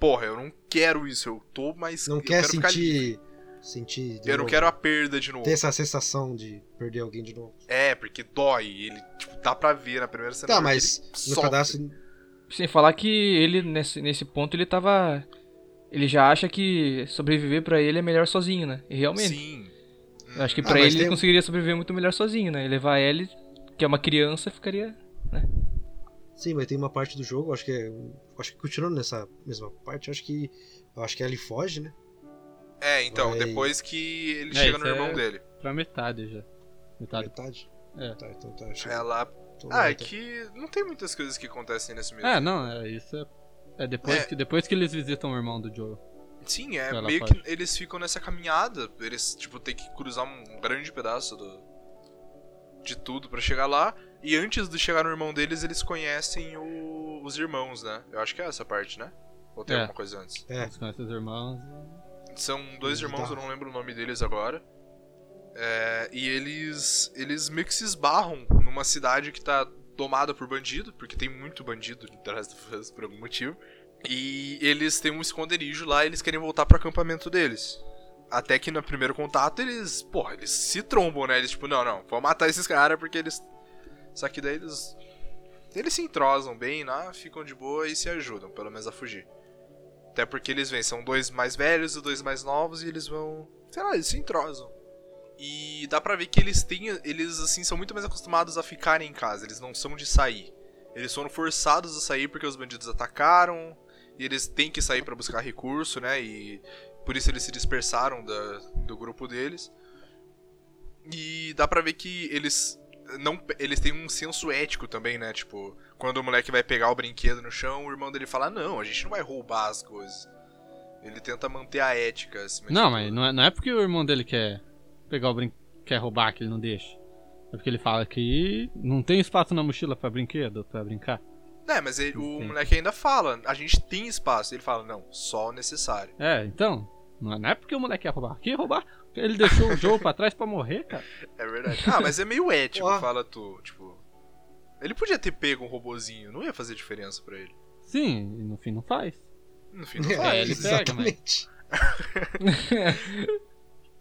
[SPEAKER 1] porra, eu não quero isso, eu tô mais.
[SPEAKER 3] Não
[SPEAKER 1] eu
[SPEAKER 3] quer
[SPEAKER 1] quero ficar livre.
[SPEAKER 3] sentir. Sentir. de
[SPEAKER 1] Eu não
[SPEAKER 3] novo.
[SPEAKER 1] quero a perda de novo.
[SPEAKER 3] Ter essa sensação de perder alguém de novo.
[SPEAKER 1] É, porque dói, ele, tipo, dá pra ver na primeira cena.
[SPEAKER 3] Tá,
[SPEAKER 1] porque
[SPEAKER 3] mas
[SPEAKER 1] ele
[SPEAKER 3] no
[SPEAKER 1] sofre.
[SPEAKER 3] cadastro.
[SPEAKER 4] Sem falar que ele, nesse, nesse ponto, ele tava... Ele já acha que sobreviver pra ele é melhor sozinho, né? E realmente.
[SPEAKER 1] Sim.
[SPEAKER 4] Eu acho que
[SPEAKER 3] Ah,
[SPEAKER 4] pra
[SPEAKER 3] mas
[SPEAKER 4] ele,
[SPEAKER 1] um
[SPEAKER 4] ele
[SPEAKER 3] tem-
[SPEAKER 4] conseguiria sobreviver muito melhor sozinho, né? E levar ele, que é uma criança, ficaria...
[SPEAKER 3] Sim, mas tem uma parte do jogo, acho que é. Acho que continuando nessa mesma parte, acho que. eu Acho que ele foge, né?
[SPEAKER 1] É, então,
[SPEAKER 3] Vai.
[SPEAKER 1] depois que ele
[SPEAKER 2] É,
[SPEAKER 1] chega no
[SPEAKER 2] isso é-
[SPEAKER 1] irmão dele.
[SPEAKER 2] Pra metade já. Metade.
[SPEAKER 3] Metade.
[SPEAKER 2] É.
[SPEAKER 3] Tá, então tá. Acho,
[SPEAKER 1] Ela
[SPEAKER 3] tô
[SPEAKER 1] Ah, é
[SPEAKER 3] metade.
[SPEAKER 1] que não tem muitas coisas que acontecem nesse mesmo.
[SPEAKER 2] É, não, é, isso é. É depois,
[SPEAKER 1] É.
[SPEAKER 2] Que, depois que eles visitam o irmão do Joe.
[SPEAKER 1] Sim, é
[SPEAKER 2] Ela
[SPEAKER 1] meio
[SPEAKER 2] faz.
[SPEAKER 1] que eles ficam nessa caminhada, eles tipo tem que cruzar um grande pedaço do de tudo pra chegar lá. E antes de chegar no irmão deles, eles conhecem o- os irmãos, né? Eu acho que é essa parte, né? Ou tem
[SPEAKER 2] É.
[SPEAKER 1] alguma coisa antes?
[SPEAKER 3] É.
[SPEAKER 2] Eles conhecem os irmãos.
[SPEAKER 1] São dois
[SPEAKER 3] Tá.
[SPEAKER 1] irmãos, eu não lembro o nome deles agora. É, e eles eles meio que se esbarram numa cidade que tá tomada por bandido, porque tem muito bandido de trás do Us por algum motivo. E eles têm um esconderijo lá e eles querem voltar pro acampamento deles. Até que no primeiro contato eles, porra, eles se trombam, né? Eles tipo, não, não, vou matar esses caras porque eles. Só que daí eles. Eles se entrosam bem lá, ficam de boa e se ajudam, pelo menos a fugir. Até porque eles vêm, são dois mais velhos e dois mais novos e eles vão. Sei lá, eles se entrosam. E dá pra ver que eles têm. Eles assim são muito mais acostumados a ficarem em casa, eles não são de sair. Eles foram forçados a sair porque os bandidos atacaram. E eles têm que sair pra buscar recurso, né? E por isso eles se dispersaram da- do grupo deles. E dá pra ver que eles não eles têm um senso ético também, né? Tipo, quando o moleque vai pegar o brinquedo no chão, o irmão dele fala: "Não, a gente não vai roubar as coisas". Ele tenta manter a ética assim, tipo, acima de
[SPEAKER 2] Não,
[SPEAKER 1] tudo.
[SPEAKER 2] mas não é, não é porque o irmão dele quer pegar o brinquedo, quer roubar que ele não deixa. É porque ele fala que não tem espaço na mochila pra brinquedo, pra brincar.
[SPEAKER 1] É, mas ele- o
[SPEAKER 2] Sim.
[SPEAKER 1] moleque ainda fala, a gente tem espaço. Ele fala, não, só o necessário.
[SPEAKER 2] É, então, não é, não é porque o moleque quer roubar. Quer roubar? Ele deixou o jogo pra trás pra morrer, cara.
[SPEAKER 1] É verdade. Ah, mas é meio ético,
[SPEAKER 3] Ó.
[SPEAKER 1] fala tu. Tipo, ele podia ter pego um robozinho, não ia fazer diferença pra ele.
[SPEAKER 2] Sim, e no fim não faz.
[SPEAKER 1] No fim, não
[SPEAKER 3] É, <laughs>
[SPEAKER 1] faz.
[SPEAKER 2] Ah, ele pega, <laughs>
[SPEAKER 3] exatamente.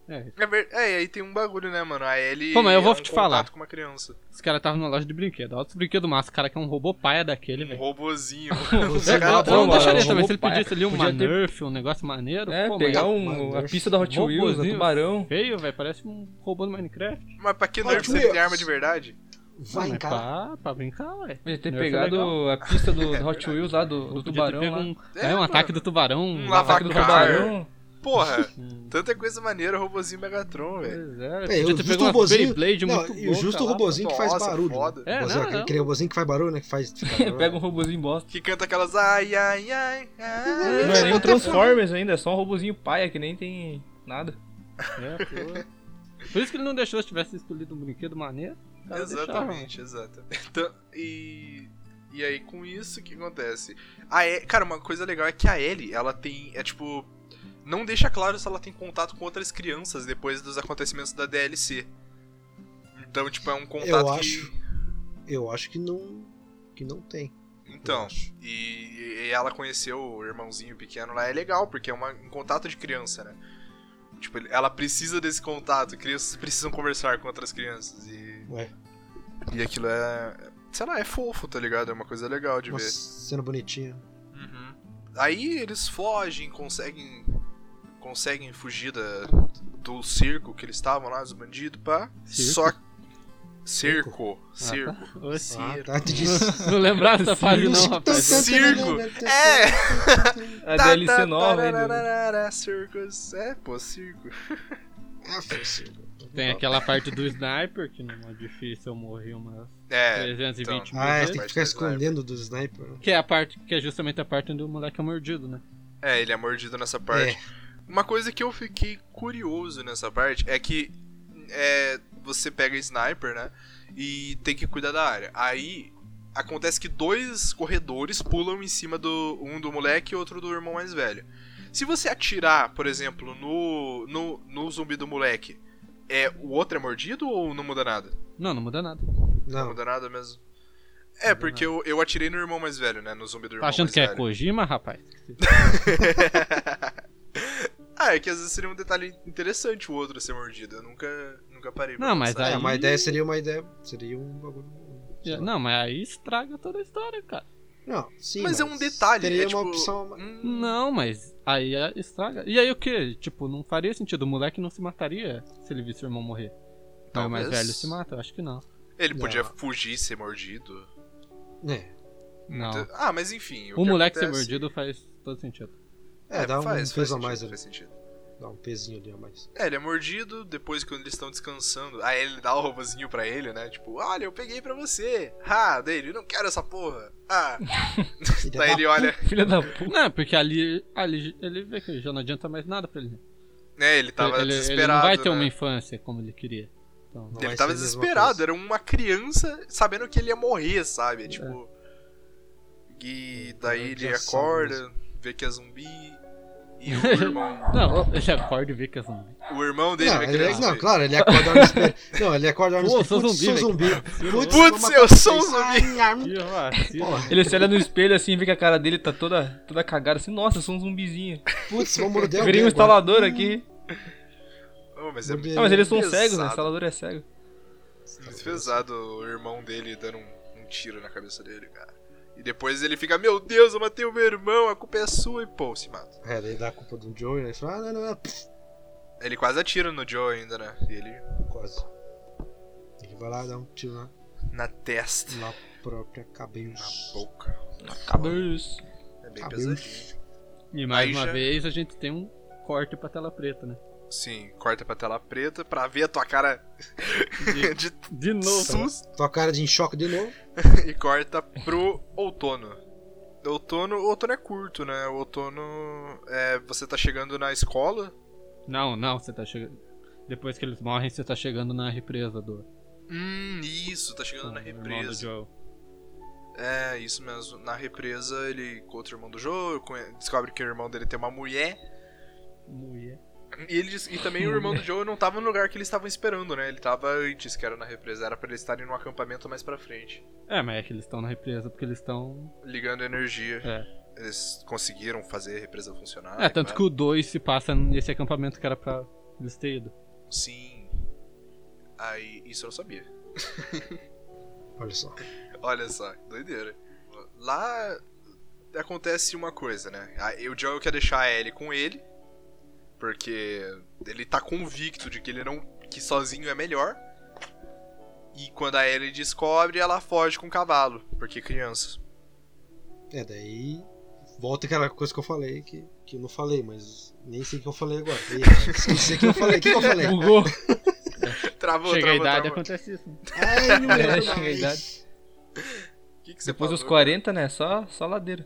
[SPEAKER 2] É,
[SPEAKER 1] É, ver- é, e aí tem um bagulho, né, mano? A Ellie
[SPEAKER 2] Pô, mas eu vou
[SPEAKER 1] é um
[SPEAKER 2] te
[SPEAKER 1] contato
[SPEAKER 2] falar.
[SPEAKER 1] com uma criança.
[SPEAKER 2] os caras estavam numa loja de brinquedo. Olha os brinquedos massa, o cara quer um robô paia daquele,
[SPEAKER 1] Um
[SPEAKER 2] velho. <laughs>
[SPEAKER 1] robozinho. Os
[SPEAKER 3] Robôzinho.
[SPEAKER 2] Eu,
[SPEAKER 1] caras
[SPEAKER 2] eu
[SPEAKER 4] Ah,
[SPEAKER 1] tão-
[SPEAKER 2] não
[SPEAKER 4] mano,
[SPEAKER 2] deixaria
[SPEAKER 4] um
[SPEAKER 2] também, se
[SPEAKER 4] robô
[SPEAKER 2] ele
[SPEAKER 4] paia.
[SPEAKER 2] pedisse ali uma
[SPEAKER 4] Podia ter-
[SPEAKER 2] Nerf, um negócio maneiro.
[SPEAKER 4] É,
[SPEAKER 2] pô, mas
[SPEAKER 4] pegar
[SPEAKER 2] um
[SPEAKER 4] um, a
[SPEAKER 3] Deus.
[SPEAKER 4] pista da Hot Wheels, um
[SPEAKER 2] robôzinho
[SPEAKER 4] tubarão.
[SPEAKER 2] Feio, velho, parece um robô do Minecraft.
[SPEAKER 1] Mas pra que
[SPEAKER 3] Olha,
[SPEAKER 1] nerf
[SPEAKER 3] tu
[SPEAKER 1] você
[SPEAKER 3] é-
[SPEAKER 1] tem arma de verdade?
[SPEAKER 3] Vai,
[SPEAKER 2] mas
[SPEAKER 3] cara.
[SPEAKER 2] Pra, pra brincar, ué.
[SPEAKER 4] Podia ter
[SPEAKER 2] Nerf é
[SPEAKER 4] pegado
[SPEAKER 2] legal.
[SPEAKER 4] a pista do, do Hot Wheels lá, do, do
[SPEAKER 2] Podia ter
[SPEAKER 4] tubarão
[SPEAKER 2] pego
[SPEAKER 4] lá.
[SPEAKER 2] Um,
[SPEAKER 1] É,
[SPEAKER 2] é, um
[SPEAKER 1] mano.
[SPEAKER 2] ataque do tubarão.
[SPEAKER 1] Um lavacar.
[SPEAKER 4] Ataque do
[SPEAKER 1] Lavacar.
[SPEAKER 4] tubarão.
[SPEAKER 1] Porra, tanta coisa maneira, robozinho Megatron, velho.
[SPEAKER 2] Pois é,
[SPEAKER 3] É,
[SPEAKER 2] podia
[SPEAKER 3] eu
[SPEAKER 2] ter
[SPEAKER 3] justo
[SPEAKER 2] pego
[SPEAKER 3] o
[SPEAKER 2] umas
[SPEAKER 3] robozinho.
[SPEAKER 2] Beyblade
[SPEAKER 3] não,
[SPEAKER 2] muito
[SPEAKER 3] e o
[SPEAKER 2] boa,
[SPEAKER 3] justo
[SPEAKER 2] cara.
[SPEAKER 3] robozinho que faz
[SPEAKER 1] Nossa,
[SPEAKER 3] barulho. né?
[SPEAKER 1] foda.
[SPEAKER 2] É,
[SPEAKER 3] Robozinho,
[SPEAKER 2] não,
[SPEAKER 3] aquele,
[SPEAKER 2] não.
[SPEAKER 3] aquele robozinho que faz barulho, né? Que
[SPEAKER 2] <laughs>
[SPEAKER 3] faz. fica-
[SPEAKER 4] Pega um robozinho bosta.
[SPEAKER 1] Que canta aquelas ai, ai, ai, ai.
[SPEAKER 4] Não é nem um Transformers ainda, é só um robozinho paia que nem tem nada.
[SPEAKER 2] É, pô. Por isso que ele não deixou se tivesse escolhido um brinquedo maneiro. o cara
[SPEAKER 1] Exatamente, exato. <laughs> Então, e. E aí, com isso, o que acontece? A E- cara, uma coisa legal é que a Ellie, ela tem. É tipo. Não deixa claro se ela tem contato com outras crianças depois dos acontecimentos da DLC. Então, tipo, é um contato
[SPEAKER 3] Eu
[SPEAKER 1] que.
[SPEAKER 3] acho.
[SPEAKER 2] um-
[SPEAKER 3] Eu acho que não. Que não tem. Eu
[SPEAKER 1] Então,
[SPEAKER 3] acho.
[SPEAKER 1] e, e ela conheceu o irmãozinho pequeno lá, é legal, porque é uma- um contato de criança, né? Tipo, ele- ela precisa desse contato, crianças precisam conversar com outras crianças. E,
[SPEAKER 3] Ué.
[SPEAKER 1] e aquilo é. Sei lá, é fofo, tá ligado? É uma coisa legal de
[SPEAKER 3] Uma
[SPEAKER 1] ver.
[SPEAKER 3] cena bonitinha.
[SPEAKER 1] Uhum. Aí eles fogem, conseguem conseguem fugir da- do circo que eles estavam lá, dos bandidos, pá.
[SPEAKER 2] Circo?
[SPEAKER 1] Só. Circo. Circo.
[SPEAKER 2] Ah, tá. Oxe.
[SPEAKER 3] Ah,
[SPEAKER 1] Circo.
[SPEAKER 3] tá. <laughs> Ah, Tu disse.
[SPEAKER 2] Não lembrava dessa fase não,
[SPEAKER 3] <laughs>
[SPEAKER 2] rapaz.
[SPEAKER 1] Circo. É!
[SPEAKER 4] A
[SPEAKER 1] Tá,
[SPEAKER 4] DLC
[SPEAKER 1] tá,
[SPEAKER 4] nova aí. do-
[SPEAKER 1] tarararara, Circus. É, pô, circo.
[SPEAKER 3] Ah, foi circo.
[SPEAKER 2] Tem aquela parte do sniper, que não é difícil, eu morri umas
[SPEAKER 1] É.
[SPEAKER 2] 320 mil
[SPEAKER 3] Ah,
[SPEAKER 2] vezes.
[SPEAKER 3] tem
[SPEAKER 1] parte
[SPEAKER 3] que ficar
[SPEAKER 1] do sniper.
[SPEAKER 3] escondendo do sniper. né?
[SPEAKER 2] Que é a parte que é justamente a parte onde o moleque é mordido, né?
[SPEAKER 1] É, ele é mordido nessa parte. Uma coisa que eu fiquei curioso nessa parte é que é, você pega sniper, né? E tem que cuidar da área. Aí acontece que dois corredores pulam em cima do um do moleque e outro do irmão mais velho. Se você atirar, por exemplo, no, no, no zumbi do moleque, é, o outro é mordido ou não muda nada?
[SPEAKER 2] Não, não muda nada.
[SPEAKER 1] Não
[SPEAKER 3] Não.
[SPEAKER 1] muda nada mesmo. É, porque eu, eu atirei no irmão mais velho, né? No zumbi do irmão
[SPEAKER 2] Tá achando
[SPEAKER 1] mais
[SPEAKER 2] que
[SPEAKER 1] velho.
[SPEAKER 2] é Kojima, rapaz?
[SPEAKER 1] ah, é que às vezes seria um detalhe interessante o outro ser mordido. Eu nunca, nunca parei. pra
[SPEAKER 2] Não, mas
[SPEAKER 1] pensar.
[SPEAKER 2] aí-
[SPEAKER 3] É, uma ideia seria uma ideia. Seria um bagulho. sei lá.
[SPEAKER 1] É.
[SPEAKER 2] Não, mas aí estraga toda a história, cara.
[SPEAKER 3] Não, sim.
[SPEAKER 1] Mas é um detalhe,
[SPEAKER 3] Teria
[SPEAKER 1] é
[SPEAKER 3] uma
[SPEAKER 1] tipo-
[SPEAKER 3] opção. a mais.
[SPEAKER 1] Hum,
[SPEAKER 2] Não, mas aí é- estraga. E aí o que? Tipo, não faria sentido. O moleque não se mataria se ele visse o irmão morrer. Mas o mais
[SPEAKER 1] Talvez.
[SPEAKER 2] velho se mata? Eu acho que não.
[SPEAKER 1] Ele podia
[SPEAKER 3] Não.
[SPEAKER 1] fugir e ser mordido.
[SPEAKER 3] É,
[SPEAKER 2] Não.
[SPEAKER 1] Ah, mas enfim.
[SPEAKER 2] O
[SPEAKER 1] que
[SPEAKER 2] moleque ser
[SPEAKER 1] acontece-
[SPEAKER 2] mordido faz todo sentido.
[SPEAKER 3] é, dá um
[SPEAKER 1] faz,
[SPEAKER 3] peso a
[SPEAKER 1] faz
[SPEAKER 3] mais
[SPEAKER 1] sentido,
[SPEAKER 3] ali.
[SPEAKER 1] faz sentido.
[SPEAKER 3] Dá um pezinho ali a mais.
[SPEAKER 1] É, ele é mordido, depois quando eles estão descansando, aí ele dá o robozinho pra ele, né? Tipo, olha, eu peguei pra você. Ah, dele, não quero essa porra. Ah,
[SPEAKER 3] Filha
[SPEAKER 1] daí
[SPEAKER 3] da
[SPEAKER 1] ele olha,
[SPEAKER 4] <laughs> Filha da puta.
[SPEAKER 2] Não, porque ali, ali ele vê que já não adianta mais nada pra ele.
[SPEAKER 1] né? Ele tava
[SPEAKER 2] ele, ele
[SPEAKER 1] desesperado.
[SPEAKER 2] não vai ter um
[SPEAKER 1] né?
[SPEAKER 2] uma infância como ele queria. Então,
[SPEAKER 3] Não
[SPEAKER 1] Ele
[SPEAKER 3] vai
[SPEAKER 1] tava
[SPEAKER 3] ser a mesma
[SPEAKER 1] desesperado, é
[SPEAKER 3] coisa.
[SPEAKER 1] era uma criança sabendo que ele ia morrer, sabe? É Tipo. E daí
[SPEAKER 3] É,
[SPEAKER 1] ele
[SPEAKER 3] criança
[SPEAKER 1] acorda, vê que é zumbi. <laughs> E o irmão,
[SPEAKER 2] não, ele acorda e vê que é zumbi.
[SPEAKER 1] o irmão dele
[SPEAKER 3] Não,
[SPEAKER 1] vê que
[SPEAKER 3] ele-
[SPEAKER 1] ele é zumbi.
[SPEAKER 3] não, claro, ele acorda no espelho. Não, ele acorda no
[SPEAKER 2] Pô,
[SPEAKER 3] espelho.
[SPEAKER 2] sou
[SPEAKER 3] Putz,
[SPEAKER 2] zumbi,
[SPEAKER 3] sou zumbi. Putz,
[SPEAKER 1] Putz,
[SPEAKER 3] vou
[SPEAKER 1] eu
[SPEAKER 3] matar
[SPEAKER 1] sou um
[SPEAKER 3] vocês.
[SPEAKER 1] zumbi.
[SPEAKER 3] Ai, ai,
[SPEAKER 2] Que vacilo.
[SPEAKER 1] tá.
[SPEAKER 3] Porra.
[SPEAKER 4] Ele se olha no espelho assim e vê que a cara dele tá toda, toda cagada assim. Nossa, eu sou um zumbizinho.
[SPEAKER 3] Putz, vou morder
[SPEAKER 4] Eu
[SPEAKER 3] alguém
[SPEAKER 4] virei um
[SPEAKER 3] agora.
[SPEAKER 4] instalador aqui.
[SPEAKER 1] Oh, mas é
[SPEAKER 3] Zumbi.
[SPEAKER 1] muito
[SPEAKER 4] Ah, mas eles são
[SPEAKER 1] pesado,
[SPEAKER 4] cegos, né? Instalador é cego.
[SPEAKER 1] Muito pesado o irmão dele dando um, um tiro na cabeça dele, cara. E depois ele fica, meu Deus, eu matei o meu irmão, a culpa é sua, e pô, se mata.
[SPEAKER 3] né? É, daí dá a culpa do Joey, aí fala, ah, não, não, não. pff,
[SPEAKER 1] Ele quase atira no Joe ainda, né? E ele
[SPEAKER 3] Quase. Ele vai lá dar um tiro na,
[SPEAKER 1] na testa.
[SPEAKER 3] na própria cabeça.
[SPEAKER 1] Na boca.
[SPEAKER 4] Cabeça.
[SPEAKER 1] É bem
[SPEAKER 3] Cabeça.
[SPEAKER 1] pesadinho.
[SPEAKER 2] E mais
[SPEAKER 1] Aí
[SPEAKER 2] uma
[SPEAKER 1] já-
[SPEAKER 2] vez a gente tem um corte pra tela preta, né?
[SPEAKER 1] Sim, corta pra tela preta pra ver a tua cara <laughs> de
[SPEAKER 2] De novo.
[SPEAKER 1] sus
[SPEAKER 3] Tua cara de em choque de novo.
[SPEAKER 1] e corta pro outono. Outono, outono é curto, né? O outono é você tá chegando na escola.
[SPEAKER 2] Não, não, você tá chegando. Depois que eles morrem, você tá chegando na represa do.
[SPEAKER 1] Hum, isso, tá chegando na
[SPEAKER 2] do irmão do
[SPEAKER 1] represa.
[SPEAKER 2] Joel.
[SPEAKER 1] É, isso mesmo. Na represa ele encontra o irmão do Joe, conhe- descobre que o irmão dele tem uma mulher.
[SPEAKER 2] Mulher.
[SPEAKER 1] E, ele diz- e também o irmão <laughs> do Joe não tava no lugar que eles estavam esperando, né? Ele tava antes, que era na represa. Era pra eles estarem num acampamento mais pra frente.
[SPEAKER 2] É, mas é que eles estão na represa porque eles estão.
[SPEAKER 1] Ligando energia.
[SPEAKER 2] É.
[SPEAKER 1] Eles conseguiram fazer a represa funcionar. né?
[SPEAKER 2] é, tanto
[SPEAKER 1] claro.
[SPEAKER 2] que o 2 se passa nesse acampamento que era pra eles terem ido.
[SPEAKER 1] Sim. Aí, isso eu não sabia.
[SPEAKER 3] Olha só.
[SPEAKER 1] Olha só, doideira. Lá acontece uma coisa, né? Aí O Joel quer deixar a Ellie com ele, porque ele tá convicto de que ele não. que sozinho é melhor. E quando a Ellie descobre, ela foge com o cavalo, porque criança.
[SPEAKER 3] É, daí. Volta aquela coisa que eu falei, que, que eu não falei, mas nem sei o que eu falei agora. Ih, Esqueci o que eu falei. O que, que
[SPEAKER 1] <laughs>
[SPEAKER 3] eu falei?
[SPEAKER 2] Bugou!
[SPEAKER 1] Travou, travou,
[SPEAKER 2] Chega a idade,
[SPEAKER 1] travou.
[SPEAKER 2] acontece isso. né?
[SPEAKER 3] Ai, não
[SPEAKER 4] É,
[SPEAKER 3] lembro
[SPEAKER 4] chega a
[SPEAKER 3] mais.
[SPEAKER 4] idade.
[SPEAKER 1] O que, que você
[SPEAKER 4] Depois dos
[SPEAKER 1] falou?
[SPEAKER 4] 40, né? Só, só ladeira.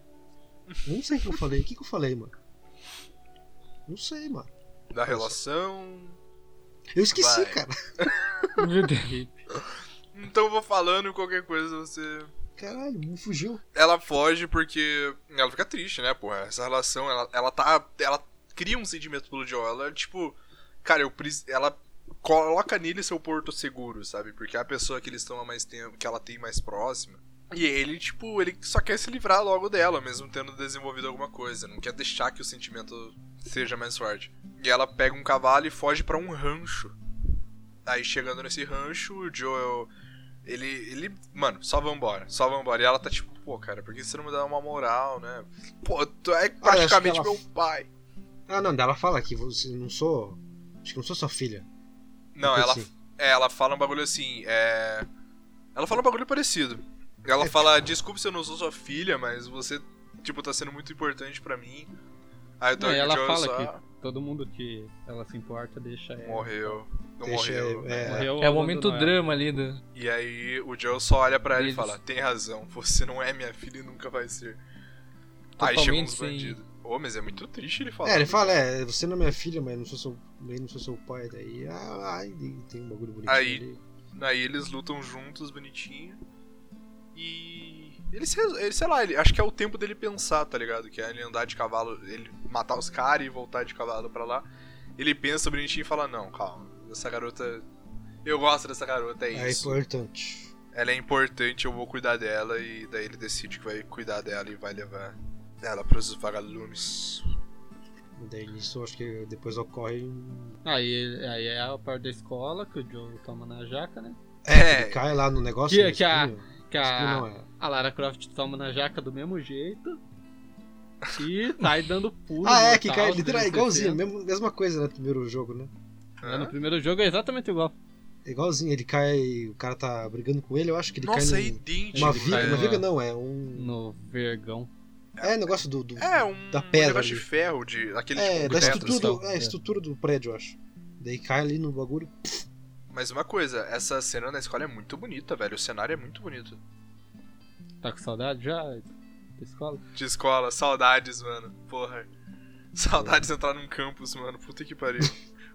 [SPEAKER 3] Não sei o que eu falei. O que, que eu falei, mano? Não sei, mano.
[SPEAKER 1] Da relação.
[SPEAKER 3] Eu esqueci,
[SPEAKER 1] Vai.
[SPEAKER 3] cara.
[SPEAKER 4] Meu <laughs> Deus.
[SPEAKER 1] Então eu vou falando qualquer coisa, você
[SPEAKER 3] Caralho, me fugiu.
[SPEAKER 1] ela foge porque ela fica triste, né, porra? Essa relação, ela, ela tá. Ela cria um sentimento pelo Joel. Ela, tipo, cara, eu preci- ela coloca nele seu porto seguro, sabe? Porque é a pessoa que eles estão há mais tempo, que ela tem mais próxima. E ele, tipo, ele só quer se livrar logo dela, mesmo tendo desenvolvido alguma coisa. Não quer deixar que o sentimento seja mais forte. E ela pega um cavalo e foge pra um rancho. Aí chegando nesse rancho, o Joel ele, ele, mano, só vambora, só vambora. E ela tá tipo, pô, cara, por que você não me dá uma moral, né? Pô, tu é praticamente
[SPEAKER 3] ela-
[SPEAKER 1] meu pai.
[SPEAKER 3] Ah, não, daí ela fala que você não sou. Acho que não sou sua filha.
[SPEAKER 1] Não,
[SPEAKER 3] Tipo
[SPEAKER 1] ela,
[SPEAKER 3] assim.
[SPEAKER 1] é, ela fala um bagulho assim, é. Ela fala um bagulho parecido.
[SPEAKER 3] É.
[SPEAKER 1] Ela fala, desculpe se eu não sou sua filha, mas você, tipo, tá sendo muito importante pra mim. Aí o
[SPEAKER 2] Não,
[SPEAKER 1] Doug
[SPEAKER 2] e É, ela
[SPEAKER 1] Jones
[SPEAKER 2] fala
[SPEAKER 1] só
[SPEAKER 2] que todo mundo que ela se importa deixa ela.
[SPEAKER 1] morreu. Não
[SPEAKER 3] Deixa-
[SPEAKER 1] morreu.
[SPEAKER 3] é,
[SPEAKER 2] Morreu
[SPEAKER 4] É o momento
[SPEAKER 2] abandonou ela.
[SPEAKER 4] drama ali do.
[SPEAKER 1] E aí o Joe só olha pra ela e
[SPEAKER 4] Eles-
[SPEAKER 1] fala, tem razão, você não é minha filha e nunca vai ser. aí chegam
[SPEAKER 4] Totalmente
[SPEAKER 1] uns
[SPEAKER 4] sem-
[SPEAKER 1] bandidos. Ô, mas é muito triste ele falar.
[SPEAKER 3] É, ele fala, é, você não é minha filha, mas não sou seu, mas não sou seu pai. Daí, ah, ai, tem um bagulho bonitinho
[SPEAKER 1] Aí.
[SPEAKER 3] ali.
[SPEAKER 1] Aí eles lutam juntos, bonitinho. E. Ele, se res- ele sei lá, ele, acho que é o tempo dele pensar, tá ligado? Que é ele andar de cavalo, ele matar os caras e voltar de cavalo pra lá. Ele pensa bonitinho e fala: Não, calma, essa garota. Eu gosto dessa garota, é
[SPEAKER 3] É
[SPEAKER 1] isso.
[SPEAKER 3] importante.
[SPEAKER 1] Ela é importante, eu vou cuidar dela. E daí ele decide que vai cuidar dela e vai levar ela pros vagalumes.
[SPEAKER 3] Daí nisso, acho que depois ocorre um.
[SPEAKER 2] Aí, aí é a parte da escola que o Joe toma na jaca, né?
[SPEAKER 1] É,
[SPEAKER 3] Ele cai lá no negócio.
[SPEAKER 2] Que-
[SPEAKER 3] no
[SPEAKER 2] que a-
[SPEAKER 3] espinho.
[SPEAKER 2] Que
[SPEAKER 3] Espinho
[SPEAKER 2] a,
[SPEAKER 3] não, é.
[SPEAKER 2] a Lara Croft toma na jaca do mesmo jeito. E sai dando pulo.
[SPEAKER 3] <laughs> Ah, é,
[SPEAKER 2] mortal,
[SPEAKER 3] que cai literal, é
[SPEAKER 2] 360.
[SPEAKER 3] igualzinho, mesmo- mesma coisa, né? no Primeiro jogo, né?
[SPEAKER 2] É, no primeiro jogo é exatamente igual.
[SPEAKER 3] É igualzinho, ele cai, o cara tá brigando com ele, eu acho que ele
[SPEAKER 1] Nossa, é
[SPEAKER 3] cai num-
[SPEAKER 1] idêntico.
[SPEAKER 3] uma
[SPEAKER 1] velho.
[SPEAKER 3] viga, uma viga não, é um.
[SPEAKER 2] No vergão.
[SPEAKER 3] É um negócio do. do
[SPEAKER 1] É, um
[SPEAKER 3] Da pedra
[SPEAKER 1] negócio de
[SPEAKER 3] ali.
[SPEAKER 1] ferro, de, aquele
[SPEAKER 3] é,
[SPEAKER 1] tipo
[SPEAKER 3] da
[SPEAKER 1] Tetris, tal.
[SPEAKER 3] estrutura, do, é, a estrutura do prédio, eu acho. Daí cai ali no bagulho.
[SPEAKER 1] Mas uma coisa, essa cena na escola é muito bonita, velho. O cenário é muito bonito.
[SPEAKER 2] Tá com saudade já? Da escola?
[SPEAKER 1] De escola, saudades, mano. Porra. Saudades de entrar num campus, mano. Puta que
[SPEAKER 2] <laughs>
[SPEAKER 1] pariu.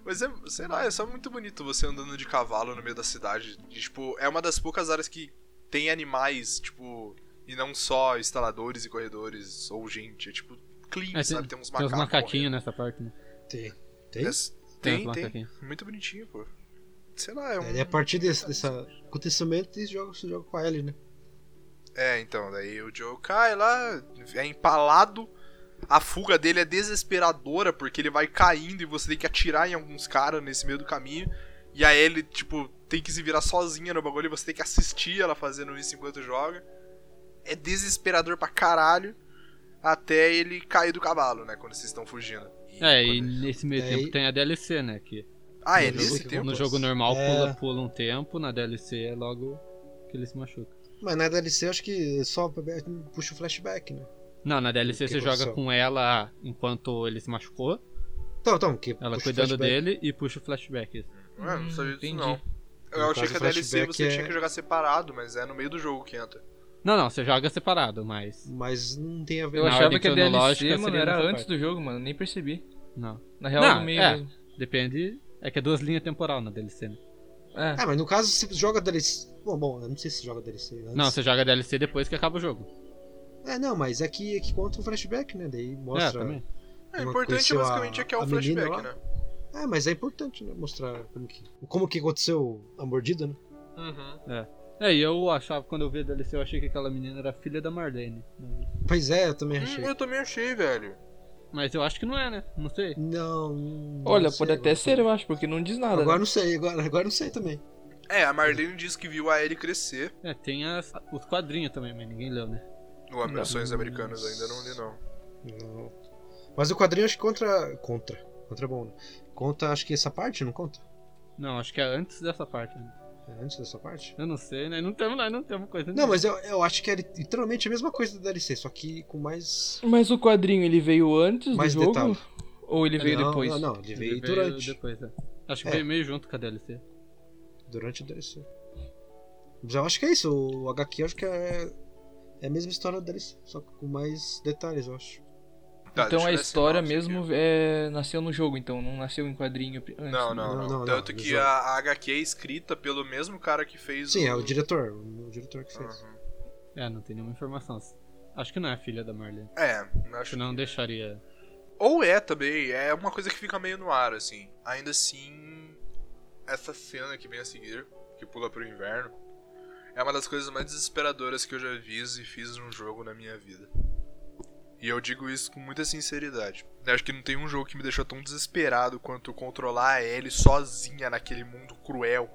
[SPEAKER 1] Mas é, sei lá, é só muito bonito você andando de cavalo no meio da cidade. E, tipo, é uma das poucas áreas que tem animais, tipo, e não só instaladores e corredores ou gente. É tipo, clean,
[SPEAKER 2] É,
[SPEAKER 1] sabe? Tem uns
[SPEAKER 2] Tem
[SPEAKER 1] macacos.
[SPEAKER 2] os macaquinhos nessa parte, né?
[SPEAKER 3] Tem. Tem?
[SPEAKER 1] correndo.
[SPEAKER 2] Tem
[SPEAKER 1] Tem,
[SPEAKER 2] os
[SPEAKER 1] tem.
[SPEAKER 2] macaquinhos.
[SPEAKER 1] Muito bonitinho, pô. Sei lá, é um.
[SPEAKER 3] Daí a partir desse, desse acontecimento, eles jogam, você joga com a Ellie, né?
[SPEAKER 1] É, então, daí o Joe cai lá, é empalado. A fuga dele é desesperadora, porque ele vai caindo e você tem que atirar em alguns caras nesse meio do caminho. E aí ele, tipo, tem que se virar sozinha no bagulho e você tem que assistir ela fazendo isso enquanto joga. É desesperador pra caralho. até ele cair do cavalo, né? Quando vocês estão fugindo. E
[SPEAKER 2] É, e
[SPEAKER 1] quando-
[SPEAKER 2] nesse meio
[SPEAKER 3] É,
[SPEAKER 2] tempo
[SPEAKER 3] e-
[SPEAKER 2] tem a DLC, né? Que
[SPEAKER 1] Ah, é
[SPEAKER 3] no
[SPEAKER 1] nesse
[SPEAKER 3] jogo-
[SPEAKER 1] tempo?
[SPEAKER 2] no jogo normal
[SPEAKER 3] É.
[SPEAKER 2] pula, pula um tempo, na DLC é logo que ele se machuca.
[SPEAKER 3] Mas na DLC eu acho que só puxa o flashback, né?
[SPEAKER 2] Não, na DLC
[SPEAKER 3] Que
[SPEAKER 2] você
[SPEAKER 3] posição?
[SPEAKER 2] joga com ela enquanto ele se machucou,
[SPEAKER 3] Então, então, que
[SPEAKER 2] ela
[SPEAKER 3] puxa o
[SPEAKER 2] cuidando
[SPEAKER 3] flashback.
[SPEAKER 2] dele e puxa o flashback.
[SPEAKER 1] Ah, não sabia disso
[SPEAKER 4] Entendi.
[SPEAKER 1] não.
[SPEAKER 3] No
[SPEAKER 1] Eu achei
[SPEAKER 3] caso,
[SPEAKER 1] que a
[SPEAKER 3] o
[SPEAKER 1] DLC
[SPEAKER 3] flashback
[SPEAKER 1] você
[SPEAKER 3] é-
[SPEAKER 1] tinha que jogar separado, mas é no meio do jogo que entra.
[SPEAKER 2] Não, não, você joga separado, mas.
[SPEAKER 3] Mas não tem a ver
[SPEAKER 4] Eu
[SPEAKER 2] Na
[SPEAKER 4] achava
[SPEAKER 2] ordem
[SPEAKER 4] que a
[SPEAKER 2] cronológica
[SPEAKER 4] DLC, mano,
[SPEAKER 2] seria
[SPEAKER 4] era
[SPEAKER 2] nessa
[SPEAKER 4] antes do jogo, mano. Nem percebi.
[SPEAKER 2] Não.
[SPEAKER 4] Na real,
[SPEAKER 2] Não,
[SPEAKER 4] no meio
[SPEAKER 2] é.
[SPEAKER 4] mesmo.
[SPEAKER 2] Depende. É que é duas linhas temporal na DLC, né?
[SPEAKER 4] É.
[SPEAKER 3] Ah, mas no caso você joga DLC. Bom, bom, eu não sei se joga DLC. Antes.
[SPEAKER 2] Não, você joga a DLC depois que acaba o jogo.
[SPEAKER 3] É, não, mas é que, é que conta o flashback, né? Daí
[SPEAKER 2] É,
[SPEAKER 3] mostra.
[SPEAKER 2] também.
[SPEAKER 1] É,
[SPEAKER 3] Uma
[SPEAKER 1] o importante
[SPEAKER 3] conheceu
[SPEAKER 1] basicamente
[SPEAKER 3] a-
[SPEAKER 1] é que é o
[SPEAKER 3] a menina
[SPEAKER 1] flashback,
[SPEAKER 3] lá?
[SPEAKER 1] né?
[SPEAKER 3] É, mas é importante, né? Mostrar como que, como que aconteceu a mordida, né?
[SPEAKER 1] Uhum.
[SPEAKER 2] É, e eu achava, quando eu vi a DLC, eu achei que aquela menina era filha da Marlene.
[SPEAKER 3] Pois é, eu também achei.
[SPEAKER 1] Hum, eu também achei, velho.
[SPEAKER 2] Mas eu acho que não é, né? Não sei.
[SPEAKER 3] Não. não
[SPEAKER 4] Olha,
[SPEAKER 3] sei
[SPEAKER 4] pode
[SPEAKER 3] agora.
[SPEAKER 4] até ser, eu acho, porque não diz nada.
[SPEAKER 3] Agora
[SPEAKER 4] né?
[SPEAKER 3] não sei, agora, agora não sei também.
[SPEAKER 1] É, a Marlene disse que viu a Ellie crescer.
[SPEAKER 2] É, tem as- os quadrinhos também, mas ninguém leu, né?
[SPEAKER 1] Ou Ambições Americanas, ainda não li não.
[SPEAKER 3] Não. Mas o quadrinho acho que contra. Contra. Contra é bom, né? Conta, acho que essa parte, não conta?
[SPEAKER 2] Não, acho que é antes dessa parte. né?
[SPEAKER 3] É antes dessa parte?
[SPEAKER 2] Eu não sei, né? Não temos, nós não temos coisa
[SPEAKER 3] Não,
[SPEAKER 2] nenhuma.
[SPEAKER 3] mas eu, eu acho que é literalmente a mesma coisa da DLC, só que com mais.
[SPEAKER 4] Mas o quadrinho, ele veio antes
[SPEAKER 3] Mais
[SPEAKER 4] do jogo?
[SPEAKER 3] detalhe.
[SPEAKER 4] Ou ele veio
[SPEAKER 3] não,
[SPEAKER 4] depois?
[SPEAKER 3] Não, não, ele veio,
[SPEAKER 2] Ele
[SPEAKER 3] durante.
[SPEAKER 2] depois, é. Acho que
[SPEAKER 3] É.
[SPEAKER 2] veio meio junto com a DLC.
[SPEAKER 3] Durante o DLC. Mas eu acho que é isso, o HQ eu acho que é. É a mesma história da DLC, só que com mais detalhes, eu acho.
[SPEAKER 1] Tá, deixa eu
[SPEAKER 4] Então a
[SPEAKER 1] ver a
[SPEAKER 4] história
[SPEAKER 1] sinopse aqui.
[SPEAKER 4] mesmo é, nasceu no jogo, então. Não nasceu em quadrinho pri- antes. né?
[SPEAKER 1] Não, não,
[SPEAKER 3] Não,
[SPEAKER 1] não.
[SPEAKER 3] não, não,
[SPEAKER 1] Tanto
[SPEAKER 3] no
[SPEAKER 1] que
[SPEAKER 3] jogo.
[SPEAKER 1] a, a HQ é escrita pelo mesmo cara que fez
[SPEAKER 3] Sim,
[SPEAKER 1] o...
[SPEAKER 3] é o diretor, o diretor que fez.
[SPEAKER 1] Uhum.
[SPEAKER 2] É, não tem nenhuma informação. Acho que não é a filha da Marlene.
[SPEAKER 1] É,
[SPEAKER 2] Acho que
[SPEAKER 1] acho
[SPEAKER 2] não deixaria.
[SPEAKER 1] Ou é também, é uma coisa que fica meio no ar, assim. Ainda assim, essa cena que vem a seguir, que pula pro inverno, é uma das coisas mais desesperadoras que eu já vi e fiz num jogo na minha vida. E eu digo isso com muita sinceridade. Eu acho que não tem um jogo que me deixou tão desesperado quanto controlar a Ellie sozinha naquele mundo cruel,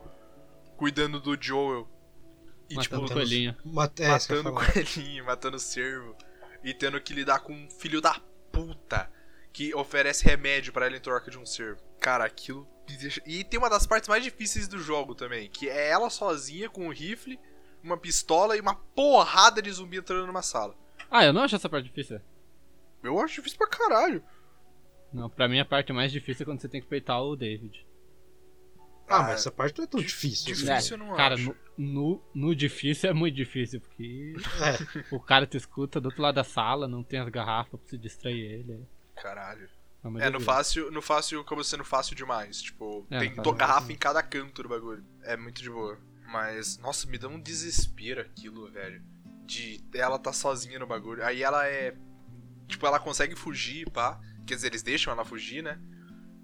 [SPEAKER 1] cuidando do Joel. E,
[SPEAKER 2] matando
[SPEAKER 1] tipo,
[SPEAKER 2] coelhinho.
[SPEAKER 3] Mata- é, isso que eu ia
[SPEAKER 1] matando
[SPEAKER 3] falar.
[SPEAKER 1] coelhinho, <laughs> matando cervo e tendo que lidar com um filho da puta que oferece remédio pra ela em troca de um cervo. Cara, aquilo me deixa... E tem uma das partes mais difíceis do jogo também, que é ela sozinha com um rifle, uma pistola e uma porrada de zumbi entrando numa sala.
[SPEAKER 2] Ah, eu não acho essa parte difícil.
[SPEAKER 1] Eu acho difícil pra caralho.
[SPEAKER 2] Não, pra mim a parte mais difícil é quando você tem que peitar o David.
[SPEAKER 3] Ah, mas essa parte não é tão
[SPEAKER 1] Dif-
[SPEAKER 3] difícil.
[SPEAKER 1] difícil.
[SPEAKER 3] né?
[SPEAKER 1] eu não
[SPEAKER 2] Cara,
[SPEAKER 1] acho.
[SPEAKER 2] No, no, no difícil é muito difícil, porque
[SPEAKER 3] É,
[SPEAKER 2] o cara te escuta do outro lado da sala, não tem as garrafas pra se distrair ele.
[SPEAKER 1] Caralho.
[SPEAKER 2] uma
[SPEAKER 1] É, no
[SPEAKER 2] doideira.
[SPEAKER 1] fácil, no fácil acabou sendo fácil demais. Tipo,
[SPEAKER 2] É,
[SPEAKER 1] tem
[SPEAKER 2] no fácil
[SPEAKER 1] to-
[SPEAKER 2] é
[SPEAKER 1] garrafa em cada canto do bagulho. É muito de boa. Mas, nossa, me dá um desespero aquilo, velho. De ela tá sozinha no bagulho. Aí ela é. Tipo, ela consegue fugir, pá. Quer dizer, eles deixam ela fugir, né?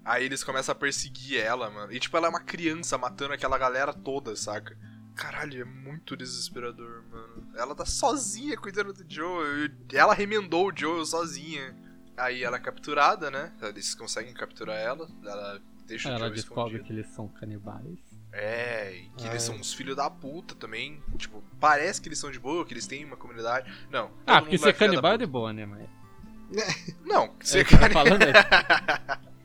[SPEAKER 1] Aí eles começam a perseguir ela, mano. E, tipo, ela é uma criança matando aquela galera toda, saca? Caralho, é muito desesperador, mano. Ela tá sozinha cuidando do Joe. Ela remendou o Joe sozinha. Aí ela é capturada, né? Eles conseguem capturar ela. Ela deixa o
[SPEAKER 2] Ela
[SPEAKER 1] Joe
[SPEAKER 2] descobre
[SPEAKER 1] escondido.
[SPEAKER 2] que eles são canibais.
[SPEAKER 1] É, e que eles
[SPEAKER 3] Ah.
[SPEAKER 1] são uns filhos da puta também. Tipo, parece que eles são de boa, que eles têm uma comunidade. Não. todo
[SPEAKER 2] Ah,
[SPEAKER 1] mundo
[SPEAKER 2] porque
[SPEAKER 1] lá é filha
[SPEAKER 2] ser
[SPEAKER 1] da
[SPEAKER 2] canibal é
[SPEAKER 1] puta.
[SPEAKER 2] de boa, né, mas.
[SPEAKER 1] Não,
[SPEAKER 2] É,
[SPEAKER 1] ser
[SPEAKER 2] o que tá
[SPEAKER 1] canibal. <laughs>
[SPEAKER 2] falando é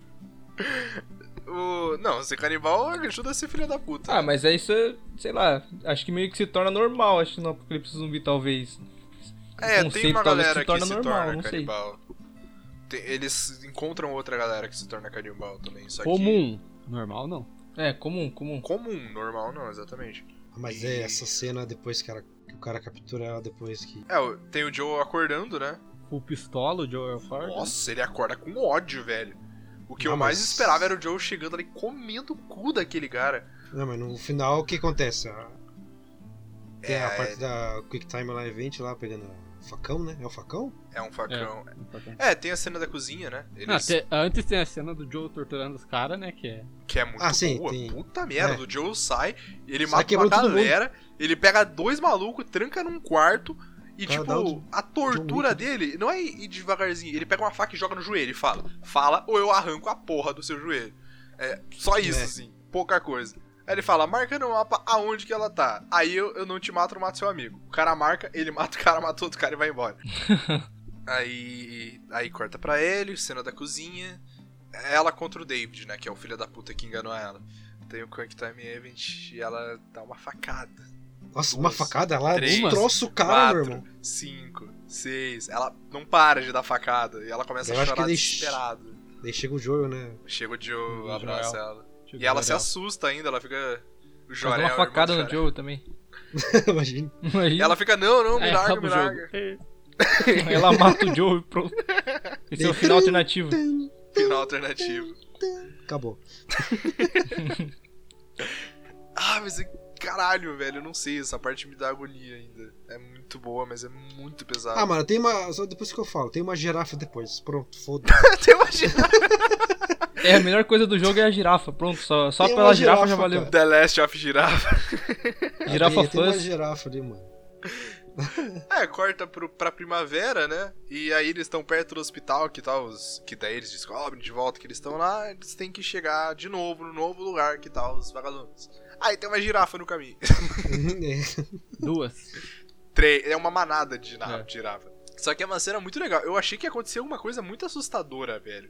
[SPEAKER 1] O- Não, ser canibal ajuda a ser filha da puta.
[SPEAKER 4] Ah, mas é isso, é, sei lá. Acho que meio que se torna normal, acho que no Apocalipse Zumbi, talvez.
[SPEAKER 1] É,
[SPEAKER 4] O
[SPEAKER 1] tem
[SPEAKER 4] conceito
[SPEAKER 1] uma
[SPEAKER 4] talvez
[SPEAKER 1] galera
[SPEAKER 4] se
[SPEAKER 1] que
[SPEAKER 4] torna
[SPEAKER 1] se
[SPEAKER 4] normal,
[SPEAKER 1] torna
[SPEAKER 4] não sei.
[SPEAKER 1] canibal. Tem- eles encontram outra galera que se torna canibal também, só
[SPEAKER 2] comum. Normal não.
[SPEAKER 4] É, comum, comum.
[SPEAKER 1] que... Comum, normal não, exatamente.
[SPEAKER 3] mas é essa cena depois que, ela- que o cara captura ela depois que.
[SPEAKER 1] É, o- tem o Joe acordando, né?
[SPEAKER 2] O pistola, o Joel é Ford.
[SPEAKER 1] Nossa, ele acorda com ódio, velho. O que
[SPEAKER 3] Não,
[SPEAKER 1] eu mais
[SPEAKER 3] mas-
[SPEAKER 1] esperava era o Joe chegando ali comendo o cu daquele cara.
[SPEAKER 3] Não, mas no final o que acontece? A- Tem
[SPEAKER 1] É,
[SPEAKER 3] a parte da Quick Time lá Event lá pegando o facão, né? É o facão?
[SPEAKER 1] É um facão.
[SPEAKER 2] né?
[SPEAKER 1] É, tem a cena da cozinha, né?
[SPEAKER 4] Ah,
[SPEAKER 1] Eles...
[SPEAKER 2] Não, te- antes tem a cena do Joe torturando os caras, né? Que é.
[SPEAKER 1] Que é muito
[SPEAKER 3] Ah, sim,
[SPEAKER 1] boa.
[SPEAKER 3] tem.
[SPEAKER 1] Puta merda.
[SPEAKER 3] É.
[SPEAKER 1] O Joe sai, ele
[SPEAKER 3] Sai
[SPEAKER 1] mata uma
[SPEAKER 3] quebrando todo mundo.
[SPEAKER 1] galera, ele pega dois malucos, tranca num quarto. E,
[SPEAKER 3] Pra
[SPEAKER 1] tipo,
[SPEAKER 3] dar um-
[SPEAKER 1] a tortura
[SPEAKER 3] Wick.
[SPEAKER 1] dele não é ir devagarzinho. Ele pega uma faca e joga no joelho e fala: Fala ou eu arranco a porra do seu joelho. É, só isso,
[SPEAKER 3] É.
[SPEAKER 1] assim. Pouca coisa. Aí ele fala: Marca no mapa aonde que ela tá. <laughs>
[SPEAKER 3] <laughs>
[SPEAKER 1] Aí eu, eu não te mato, eu mato seu amigo. O cara marca, ele mata o cara, mata outro cara e vai embora. Aí, aí corta pra Ellie, cena da cozinha. É Ela contra o David, né? Que é o filho da puta que enganou ela. Tem o Quick Time Event e ela dá uma facada.
[SPEAKER 3] Nossa, uma
[SPEAKER 1] Duas,
[SPEAKER 3] facada lá,
[SPEAKER 1] três,
[SPEAKER 3] destroça o cara, meu irmão.
[SPEAKER 1] Quatro, cinco, seis. Ela não para de dar facada. E ela começa
[SPEAKER 3] Eu
[SPEAKER 1] a
[SPEAKER 3] acho
[SPEAKER 1] chorar
[SPEAKER 3] que ele-
[SPEAKER 1] desesperada.
[SPEAKER 3] Daí chega o jogo, né? <laughs>
[SPEAKER 1] Chega o
[SPEAKER 2] O
[SPEAKER 1] Joe, abraça
[SPEAKER 2] Joel.
[SPEAKER 1] ela. E ela se assusta ainda, ela fica. é O
[SPEAKER 4] Mas
[SPEAKER 1] Jorel,
[SPEAKER 4] deu uma
[SPEAKER 1] irmão
[SPEAKER 4] facada
[SPEAKER 1] do
[SPEAKER 4] no
[SPEAKER 1] Jorel.
[SPEAKER 4] Joe também. <laughs>
[SPEAKER 3] Imagina.
[SPEAKER 1] E
[SPEAKER 4] Imagina.
[SPEAKER 1] ela fica, não, não, me
[SPEAKER 2] É,
[SPEAKER 1] larga,
[SPEAKER 2] acaba
[SPEAKER 1] me
[SPEAKER 2] o jogo. <laughs>
[SPEAKER 1] larga.
[SPEAKER 4] Ela mata o Joe e pronto. Esse é o final alternativo.
[SPEAKER 1] Final alternativo.
[SPEAKER 3] Acabou.
[SPEAKER 1] Ah, mas é- caralho, velho, eu não sei, essa parte me dá agonia ainda. É muito boa, mas é muito pesada.
[SPEAKER 3] Ah, mano, tem uma. Só depois que eu falo, tem uma girafa depois. Pronto, foda-se.
[SPEAKER 1] Até imagina. <laughs>
[SPEAKER 4] É, a melhor coisa do jogo é a girafa. Pronto, só, só
[SPEAKER 3] Tem
[SPEAKER 4] pela
[SPEAKER 3] uma
[SPEAKER 4] girafa, já
[SPEAKER 3] girafa,
[SPEAKER 4] valeu.
[SPEAKER 3] cara.
[SPEAKER 1] The Last of Girafa.
[SPEAKER 4] Girafa
[SPEAKER 3] Tem- Tem uma
[SPEAKER 4] fuzz.
[SPEAKER 3] girafa ali, mano. <laughs>
[SPEAKER 1] É, corta pro, pra primavera, né? E aí eles estão perto do hospital, que tal, os, que daí eles descobrem de volta que eles estão lá, eles têm que chegar de novo no novo lugar, que tal, os vagabundos. Aí tem uma girafa no caminho.
[SPEAKER 3] É.
[SPEAKER 2] <laughs> Duas.
[SPEAKER 1] Três, é uma manada de gira-
[SPEAKER 2] É.
[SPEAKER 1] girafa. Só que é uma cena muito legal. Eu achei que ia acontecer alguma coisa muito assustadora, velho.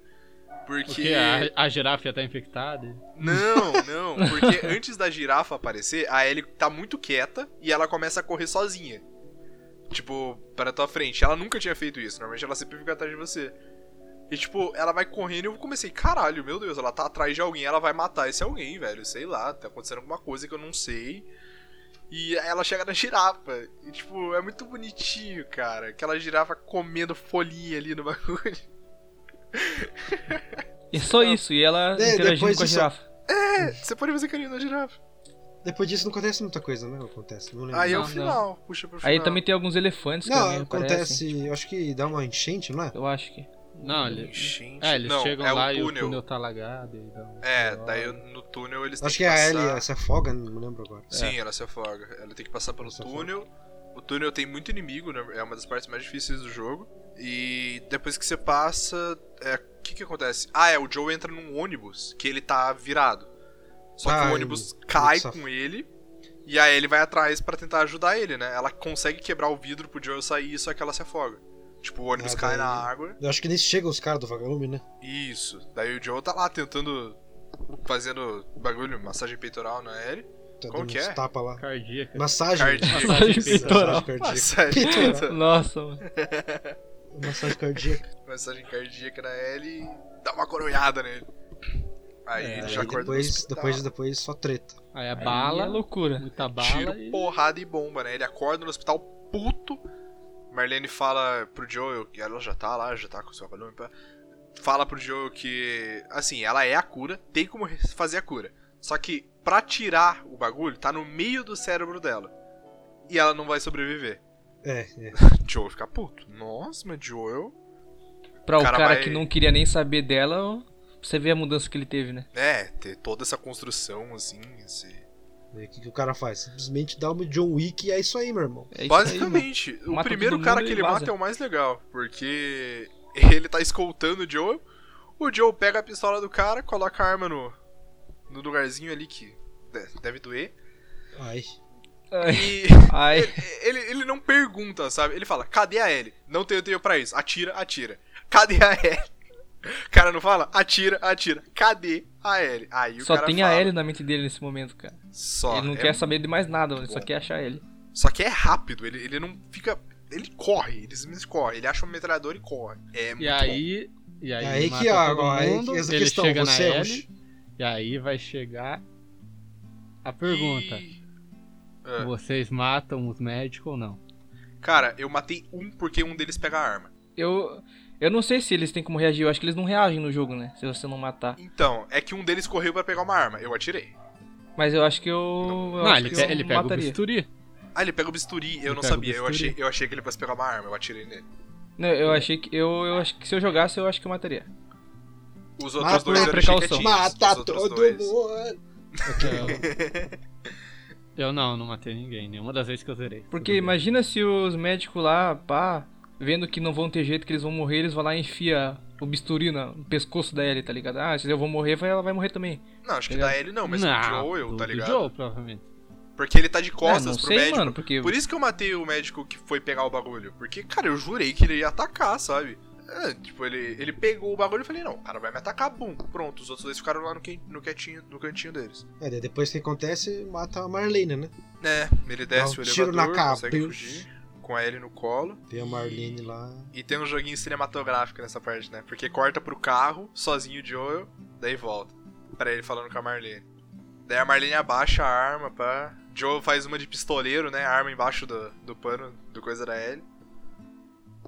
[SPEAKER 1] Porque.
[SPEAKER 2] Porque a, a girafa já tá infectada.
[SPEAKER 1] Não, não, porque antes da girafa aparecer, a Ellie tá muito quieta e ela começa a correr sozinha. Tipo, para tua frente. Ela nunca tinha feito isso, normalmente ela sempre fica atrás de você. E tipo, ela vai correndo e eu comecei, caralho, meu Deus, ela tá atrás de alguém, ela vai matar esse alguém, velho, sei lá, tá acontecendo alguma coisa que eu não sei. E aí ela chega na girafa. E tipo, é muito bonitinho, cara. Aquela girafa comendo folhinha ali no bagulho.
[SPEAKER 4] E É só isso, e ela
[SPEAKER 3] É,
[SPEAKER 4] interagindo
[SPEAKER 3] depois
[SPEAKER 4] com a
[SPEAKER 3] disso-
[SPEAKER 4] girafa.
[SPEAKER 1] É, <laughs> você pode fazer carinho na girafa.
[SPEAKER 3] Depois disso não acontece muita coisa, né? Acontece, não lembro.
[SPEAKER 1] Aí é o
[SPEAKER 4] Não, não.
[SPEAKER 1] final, puxa pro final.
[SPEAKER 4] Aí também tem alguns elefantes que
[SPEAKER 3] Não,
[SPEAKER 4] também
[SPEAKER 3] acontece.
[SPEAKER 4] aparecem.
[SPEAKER 3] Eu acho que dá uma enchente, não é?
[SPEAKER 4] Eu acho que.
[SPEAKER 2] Não, ele,
[SPEAKER 1] Enchente.
[SPEAKER 2] é, eles
[SPEAKER 1] Não,
[SPEAKER 2] chegam
[SPEAKER 1] é o
[SPEAKER 2] lá e
[SPEAKER 1] túnel.
[SPEAKER 2] o túnel tá alagado. E dá um
[SPEAKER 1] É,
[SPEAKER 2] pior.
[SPEAKER 1] daí no túnel eles
[SPEAKER 3] Acho que é
[SPEAKER 1] têm
[SPEAKER 3] a
[SPEAKER 1] passar...
[SPEAKER 3] Ellie ela se afoga, não lembro agora.
[SPEAKER 2] É.
[SPEAKER 1] Sim, ela se afoga. Ela tem que passar pelo
[SPEAKER 3] Ela se
[SPEAKER 1] túnel. O túnel tem muito inimigo, né? é uma das partes mais difíceis do jogo. E depois que você passa, é, o que que acontece? Ah, é, o Joe entra num ônibus, que ele tá virado. Só que
[SPEAKER 3] Ah,
[SPEAKER 1] o ônibus cai
[SPEAKER 3] saf-
[SPEAKER 1] com ele, e aí ele vai atrás pra tentar ajudar ele, né? Ela consegue quebrar o vidro pro Joe sair, só que ela se afoga. Tipo, o ônibus
[SPEAKER 3] Ah,
[SPEAKER 1] cai
[SPEAKER 3] daí-
[SPEAKER 1] na água.
[SPEAKER 3] Eu acho que nem chegam os caras do vagalume, né?
[SPEAKER 1] Isso. Daí o Joe tá lá tentando. Fazendo bagulho, massagem peitoral na Ellie.
[SPEAKER 3] Tá
[SPEAKER 1] Como
[SPEAKER 3] dando
[SPEAKER 1] que
[SPEAKER 3] uns
[SPEAKER 1] é?
[SPEAKER 3] Tapa lá.
[SPEAKER 2] Cardíaca.
[SPEAKER 3] Massagem.
[SPEAKER 1] Cardíaca.
[SPEAKER 3] <laughs>
[SPEAKER 2] Massagem <laughs>
[SPEAKER 4] peitoral.
[SPEAKER 3] Massagem cardíaca.
[SPEAKER 1] <laughs> Massagem,
[SPEAKER 3] <laughs>
[SPEAKER 4] Nossa, mano.
[SPEAKER 3] Massagem cardíaca.
[SPEAKER 1] massagem cardíaca na Ellie e dá uma coronhada nele. Aí
[SPEAKER 3] É,
[SPEAKER 1] ele
[SPEAKER 3] aí
[SPEAKER 1] já acorda no
[SPEAKER 3] depois,
[SPEAKER 1] hospital.
[SPEAKER 3] depois, depois só treta.
[SPEAKER 2] Aí a
[SPEAKER 4] Bala.
[SPEAKER 2] bala,
[SPEAKER 4] É loucura.
[SPEAKER 2] muita bala
[SPEAKER 1] Tiro,
[SPEAKER 2] e...
[SPEAKER 1] porrada e bomba, né? Ele acorda no hospital puto. Marlene fala pro Joel, e ela já tá lá, já tá com o seu balão. pá. Fala pro Joel que, assim, ela é a cura, tem como re- fazer a cura. Só que pra tirar o bagulho, tá no meio do cérebro dela. E ela não vai sobreviver.
[SPEAKER 3] É, é.
[SPEAKER 1] Joel fica puto. Nossa, mas Joel.
[SPEAKER 4] Pra o
[SPEAKER 1] cara
[SPEAKER 4] cara,
[SPEAKER 1] vai-
[SPEAKER 4] que não queria nem saber dela, ó, você vê a mudança que ele teve, né?
[SPEAKER 1] É, ter toda essa construção, assim, esse.
[SPEAKER 3] E É, O que, que o cara faz? Simplesmente dá uma John Wick e é isso aí, meu irmão.
[SPEAKER 4] É isso aí, mano.
[SPEAKER 1] Basicamente, o
[SPEAKER 4] Mata
[SPEAKER 1] primeiro
[SPEAKER 4] todo
[SPEAKER 1] cara
[SPEAKER 4] mundo
[SPEAKER 1] que
[SPEAKER 4] e
[SPEAKER 1] ele
[SPEAKER 4] vaza.
[SPEAKER 1] mata é o mais legal, porque <laughs> ele tá escoltando o Joe. O Joe pega a pistola do cara, coloca a arma no, no lugarzinho ali que de- deve doer.
[SPEAKER 3] Ai.
[SPEAKER 4] Ai,
[SPEAKER 1] E
[SPEAKER 4] <laughs> ai.
[SPEAKER 1] ele, ele não pergunta, sabe? Ele fala: cadê a L? Não tenho tempo pra isso. Atira, atira. Cadê a L? <laughs> O cara não fala? Atira, atira. Cadê a L? Aí o
[SPEAKER 4] Só
[SPEAKER 1] cara
[SPEAKER 4] tem
[SPEAKER 1] fala,
[SPEAKER 4] a Ellie na mente dele nesse momento, cara.
[SPEAKER 1] Só.
[SPEAKER 4] ele não
[SPEAKER 1] É
[SPEAKER 4] quer saber de mais nada, mano. Ele só
[SPEAKER 1] bom.
[SPEAKER 4] quer achar ele.
[SPEAKER 1] Só que é rápido, ele, ele não fica. Ele corre, ele simplesmente corre. Ele acha um metralhador e corre. É muito
[SPEAKER 2] E aí... E aí,
[SPEAKER 3] É aí
[SPEAKER 2] ele mata
[SPEAKER 3] que é a-
[SPEAKER 2] todo
[SPEAKER 3] aí que é
[SPEAKER 2] mundo,
[SPEAKER 3] essa
[SPEAKER 2] ele
[SPEAKER 3] questão,
[SPEAKER 2] chega
[SPEAKER 3] você é
[SPEAKER 2] na
[SPEAKER 3] um
[SPEAKER 2] Ellie, e aí vai chegar a
[SPEAKER 1] bom.
[SPEAKER 2] pergunta.
[SPEAKER 1] E- Ah.
[SPEAKER 2] Vocês matam os médicos ou não?
[SPEAKER 1] Cara, eu matei um porque um deles pega a arma.
[SPEAKER 4] Eu. Eu não sei se eles têm como reagir, eu acho que eles não reagem no jogo, né? Se você não matar.
[SPEAKER 1] Então, é que um deles correu pra pegar uma arma. Eu atirei.
[SPEAKER 4] Mas eu acho que eu. eu
[SPEAKER 2] não,
[SPEAKER 4] acho
[SPEAKER 2] ele,
[SPEAKER 4] que
[SPEAKER 2] pe-
[SPEAKER 4] eu
[SPEAKER 2] ele pega o
[SPEAKER 4] mataria.
[SPEAKER 2] bisturi.
[SPEAKER 1] Ah, ele pega o bisturi, eu
[SPEAKER 2] Ele
[SPEAKER 1] não
[SPEAKER 2] pega o
[SPEAKER 1] sabia. Eu
[SPEAKER 2] bisturi.
[SPEAKER 1] achei, eu achei que ele fosse pegar uma arma, eu atirei nele.
[SPEAKER 4] Não, eu achei que. Eu, eu acho que se eu jogasse, eu acho que eu mataria.
[SPEAKER 1] Os
[SPEAKER 3] Mata
[SPEAKER 1] outros dois
[SPEAKER 4] por
[SPEAKER 1] eram
[SPEAKER 4] precaução.
[SPEAKER 1] chiquetinhos, os
[SPEAKER 3] Mata
[SPEAKER 1] outros
[SPEAKER 3] todo
[SPEAKER 1] dois.
[SPEAKER 3] mundo!
[SPEAKER 2] Eu não, não matei ninguém. Nenhuma das vezes que eu zerei.
[SPEAKER 4] Porque
[SPEAKER 2] Tudo bem.
[SPEAKER 4] imagina se os médicos lá, pá, vendo que não vão ter jeito, que eles vão morrer, eles vão lá e enfia o bisturi na- no pescoço da Ellie, tá ligado? Ah, se eu vou morrer, vai- ela vai morrer também.
[SPEAKER 1] Não, acho que
[SPEAKER 4] Tá
[SPEAKER 1] da Ellie não, mas
[SPEAKER 2] não,
[SPEAKER 1] do Joel,
[SPEAKER 2] do-
[SPEAKER 1] tá
[SPEAKER 2] do
[SPEAKER 1] ligado?
[SPEAKER 2] Joel, provavelmente.
[SPEAKER 1] Porque ele tá de
[SPEAKER 4] Ah, não
[SPEAKER 1] costas pro
[SPEAKER 4] sei,
[SPEAKER 1] médico.
[SPEAKER 4] mano, porque
[SPEAKER 1] Por isso que eu matei o médico que foi pegar o bagulho. Porque, cara, eu jurei que ele ia atacar, sabe? É, tipo, ele, ele pegou o bagulho e falei, não, o cara vai me atacar, bum, pronto. Os outros dois ficaram lá no, quen- no quietinho, no cantinho deles.
[SPEAKER 3] É, daí depois que acontece, mata a Marlene, né?
[SPEAKER 1] É, ele desce
[SPEAKER 3] Dá um
[SPEAKER 1] o
[SPEAKER 3] tiro
[SPEAKER 1] elevador,
[SPEAKER 3] na
[SPEAKER 1] consegue
[SPEAKER 3] cabeça.
[SPEAKER 1] fugir, com a Ellie no colo.
[SPEAKER 3] Tem a Marlene lá.
[SPEAKER 1] E tem um joguinho cinematográfico nessa parte, né? Porque corta pro carro, sozinho o Joel, daí volta. Pra ele falando com a Marlene. Daí a Marlene abaixa a arma pra. Joel faz uma de pistoleiro, né? Arma embaixo do, do pano, do coisa da Ellie.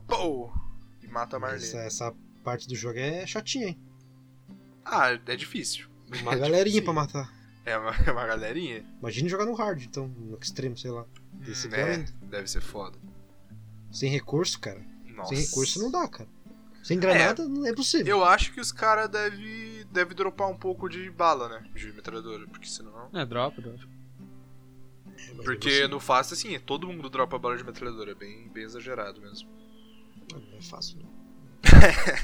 [SPEAKER 1] Pou! E mata a Marlene.
[SPEAKER 3] Essa, essa parte do jogo é chatinha, hein?
[SPEAKER 1] Ah, é difícil.
[SPEAKER 3] Uma galerinha pra matar.
[SPEAKER 1] É uma, é uma galerinha.
[SPEAKER 3] Imagina jogar no hard, então, no extremo, sei lá. Desse
[SPEAKER 1] Hum,
[SPEAKER 3] pior
[SPEAKER 1] é,
[SPEAKER 3] ainda.
[SPEAKER 1] deve ser foda.
[SPEAKER 3] Sem recurso, cara.
[SPEAKER 1] Nossa.
[SPEAKER 3] Sem recurso não dá, cara. Sem granada não é possível.
[SPEAKER 1] Eu acho que os caras devem deve dropar um pouco de bala, né? De metralhadora, porque senão.
[SPEAKER 2] É, dropa, dropa.
[SPEAKER 3] Mas
[SPEAKER 1] Porque
[SPEAKER 3] é
[SPEAKER 1] no fácil, assim, todo mundo dropa bala de metralhadora, é bem, bem exagerado mesmo.
[SPEAKER 3] <laughs> possível. Não é fácil, não.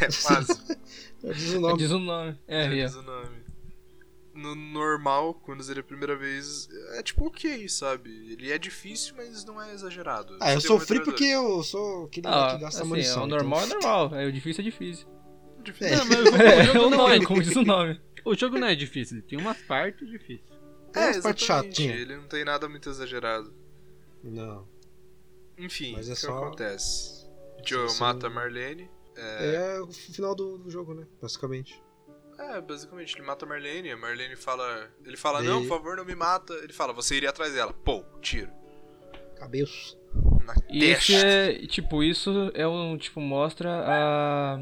[SPEAKER 1] É fácil,
[SPEAKER 3] Eu
[SPEAKER 1] <laughs>
[SPEAKER 3] diz o nome.
[SPEAKER 4] Diz o nome. É,
[SPEAKER 1] já
[SPEAKER 4] é.
[SPEAKER 1] diz o nome. No normal, quando zerei a primeira vez, é tipo ok, sabe? Ele é difícil, mas não é exagerado.
[SPEAKER 3] Ah, eu
[SPEAKER 1] Você tem uma
[SPEAKER 3] sofri
[SPEAKER 1] metralhadora.
[SPEAKER 3] porque eu sou aquele
[SPEAKER 4] Ah,
[SPEAKER 3] que gasta
[SPEAKER 4] assim,
[SPEAKER 3] munição.
[SPEAKER 4] é o
[SPEAKER 3] então.
[SPEAKER 4] normal é normal, é o difícil é difícil.
[SPEAKER 1] Difícil.
[SPEAKER 3] É.
[SPEAKER 1] Não, mas-
[SPEAKER 4] <laughs> É,
[SPEAKER 2] jogo
[SPEAKER 4] é o
[SPEAKER 2] não
[SPEAKER 4] nome,
[SPEAKER 2] é.
[SPEAKER 4] como diz o
[SPEAKER 1] <laughs>
[SPEAKER 4] nome.
[SPEAKER 2] O jogo não é difícil, ele tem umas partes difíceis.
[SPEAKER 3] Tem umas partes
[SPEAKER 1] É, exatamente,
[SPEAKER 3] chatinhas.
[SPEAKER 1] Ele não tem nada muito exagerado.
[SPEAKER 3] então, Não.
[SPEAKER 1] Enfim,
[SPEAKER 3] Mas é
[SPEAKER 1] o que
[SPEAKER 3] só-
[SPEAKER 1] acontece? Joe
[SPEAKER 3] você
[SPEAKER 1] mata a
[SPEAKER 3] não-
[SPEAKER 1] Marlene.
[SPEAKER 3] É, o final do, do jogo, né? Basicamente.
[SPEAKER 1] É, basicamente, ele mata a Marlene, a Marlene fala. Ele fala,
[SPEAKER 3] E-
[SPEAKER 1] não, por favor, não me mata. Ele fala, você iria atrás dela. Pô, tiro.
[SPEAKER 3] Cabeço.
[SPEAKER 1] Na
[SPEAKER 4] E esse
[SPEAKER 1] testa.
[SPEAKER 4] é, tipo, isso é um, tipo, mostra a...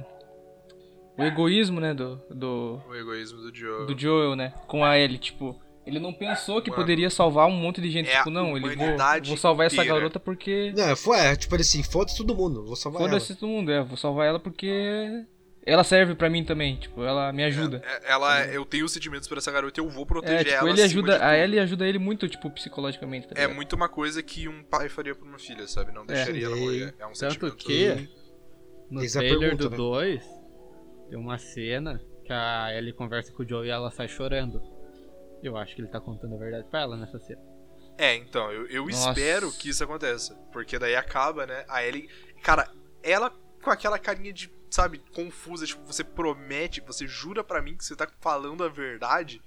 [SPEAKER 4] o egoísmo, né, do, do,
[SPEAKER 1] O egoísmo do Joe.
[SPEAKER 4] do Joel, né, com a Ellie, tipo, ele não pensou que
[SPEAKER 1] Mano.
[SPEAKER 4] poderia salvar um monte de gente,
[SPEAKER 1] É a
[SPEAKER 4] tipo, não, ele vou,
[SPEAKER 1] humanidade
[SPEAKER 4] vou salvar essa
[SPEAKER 1] inteira.
[SPEAKER 4] garota porque
[SPEAKER 3] Não, foi, é, tipo assim, foda-se todo mundo, vou salvar ela.
[SPEAKER 4] foda-se todo mundo, é, vou salvar ela porque ela serve pra mim também, tipo, ela me ajuda.
[SPEAKER 1] É, Ela, eu tenho sentimentos por essa garota, eu vou proteger
[SPEAKER 4] É, tipo,
[SPEAKER 1] ela.
[SPEAKER 4] ele
[SPEAKER 1] acima de
[SPEAKER 4] ajuda, a
[SPEAKER 1] tudo.
[SPEAKER 4] Ellie ajuda ele muito, tipo, psicologicamente, tá
[SPEAKER 1] É
[SPEAKER 4] ligado?
[SPEAKER 1] muito uma coisa que um pai faria pra uma filha, sabe? Não deixaria ela
[SPEAKER 3] Sim.
[SPEAKER 1] morrer. É um
[SPEAKER 2] Tanto
[SPEAKER 1] sentimento.
[SPEAKER 2] que no
[SPEAKER 3] Eis a
[SPEAKER 2] trailer
[SPEAKER 3] pergunta,
[SPEAKER 2] do
[SPEAKER 3] né?
[SPEAKER 2] 2 tem uma cena que a Ellie conversa com o Joe e ela sai chorando. Eu acho que ele tá contando a verdade pra ela nessa cena.
[SPEAKER 1] É, então, eu, eu
[SPEAKER 4] Nossa.
[SPEAKER 1] espero que isso aconteça. Porque daí acaba, né? A Ellie. Cara, ela com aquela carinha de, sabe, confusa, tipo, você promete, você jura pra mim que você tá falando a verdade.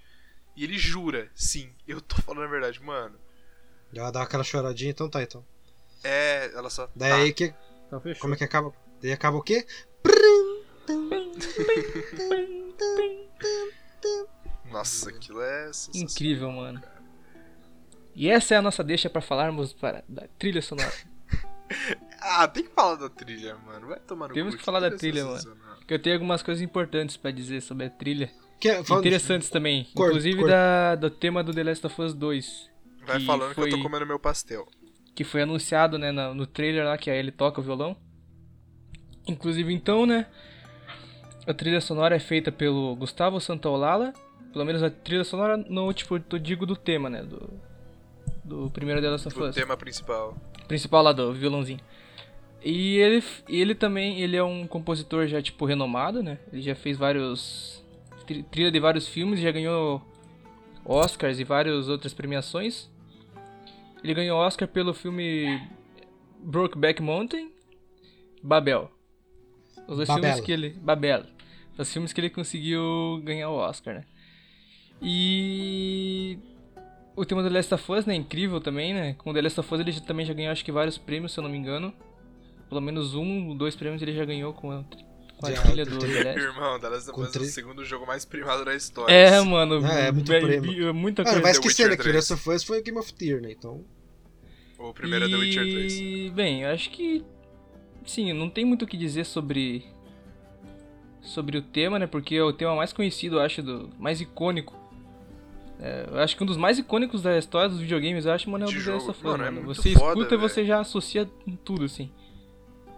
[SPEAKER 1] E ele jura, sim, eu tô falando a verdade, mano.
[SPEAKER 3] Ela dá aquela choradinha, então tá, então.
[SPEAKER 1] É, ela só.
[SPEAKER 3] Daí que,
[SPEAKER 2] Então fechou.
[SPEAKER 3] como é que acaba? Daí acaba o quê?
[SPEAKER 1] tá. Nossa, aquilo é. sensacional.
[SPEAKER 4] Incrível, mano. E essa é a nossa deixa pra falarmos para da trilha sonora.
[SPEAKER 1] Ah, tem que falar da trilha, mano. Vai tomar no
[SPEAKER 4] Temos
[SPEAKER 1] cu,
[SPEAKER 4] que falar da trilha,
[SPEAKER 1] sensacional.
[SPEAKER 4] que eu tenho algumas coisas importantes pra dizer sobre a trilha.
[SPEAKER 3] Que, é- falando-
[SPEAKER 4] Interessantes também.
[SPEAKER 3] Cor-
[SPEAKER 4] inclusive
[SPEAKER 3] cor-
[SPEAKER 4] da, do tema do The Last of Us 2.
[SPEAKER 1] Vai
[SPEAKER 4] que
[SPEAKER 1] falando que eu
[SPEAKER 4] foi-
[SPEAKER 1] tô comendo meu pastel.
[SPEAKER 4] Que foi anunciado, né, na- no, trailer lá, que aí ele toca o violão. Inclusive, então, né, a trilha sonora é feita pelo Gustavo Santaolala. Pelo menos a trilha sonora, no, tipo, eu digo do tema, né, do, do primeiro The Last of
[SPEAKER 1] O
[SPEAKER 4] Us.
[SPEAKER 1] tema principal.
[SPEAKER 4] principal lá do violãozinho. E ele, ele também ele é um compositor já tipo renomado, né? Ele já fez vários tri- trilha de vários filmes, já ganhou Oscars e várias outras premiações. Ele ganhou Oscar pelo filme Brokeback Mountain, Babel. Os dois
[SPEAKER 3] Babel.
[SPEAKER 4] filmes que ele Babel. Os filmes que ele conseguiu ganhar o Oscar, né? E o tema do The Last of Us, né? Incrível também, né? Com o The Last of Us ele já- também já ganhou acho que vários prêmios, se eu não me engano. Pelo menos um, dois prêmios ele já ganhou com a, com a
[SPEAKER 3] Já,
[SPEAKER 4] trilha do
[SPEAKER 3] tem-
[SPEAKER 4] The Last
[SPEAKER 1] Irmão, The Last of Us é
[SPEAKER 3] Encontrei-
[SPEAKER 1] o segundo jogo mais primado da história.
[SPEAKER 4] É, mano.
[SPEAKER 3] É, é muito
[SPEAKER 4] baby,
[SPEAKER 3] prêmio.
[SPEAKER 4] é muita
[SPEAKER 3] Cara,
[SPEAKER 4] coisa.
[SPEAKER 3] vai
[SPEAKER 1] The
[SPEAKER 3] esquecendo
[SPEAKER 1] Witcher
[SPEAKER 3] que Last of Us foi Game of Tear, né? Então,
[SPEAKER 1] O primeiro é The Witcher 3.
[SPEAKER 4] E, bem, eu acho que. Sim, não tem muito o que dizer sobre. Sobre o tema, né? Porque é o tema mais conhecido, eu acho, do mais icônico. É, eu acho que um dos mais icônicos da história dos videogames, eu acho, mano, é o
[SPEAKER 1] De
[SPEAKER 4] do The Last
[SPEAKER 1] jogo.
[SPEAKER 4] of Us,
[SPEAKER 1] Mano, é
[SPEAKER 4] mano.
[SPEAKER 1] muito
[SPEAKER 4] Você
[SPEAKER 1] foda,
[SPEAKER 4] escuta e
[SPEAKER 1] velho.
[SPEAKER 4] você já associa com tudo, assim.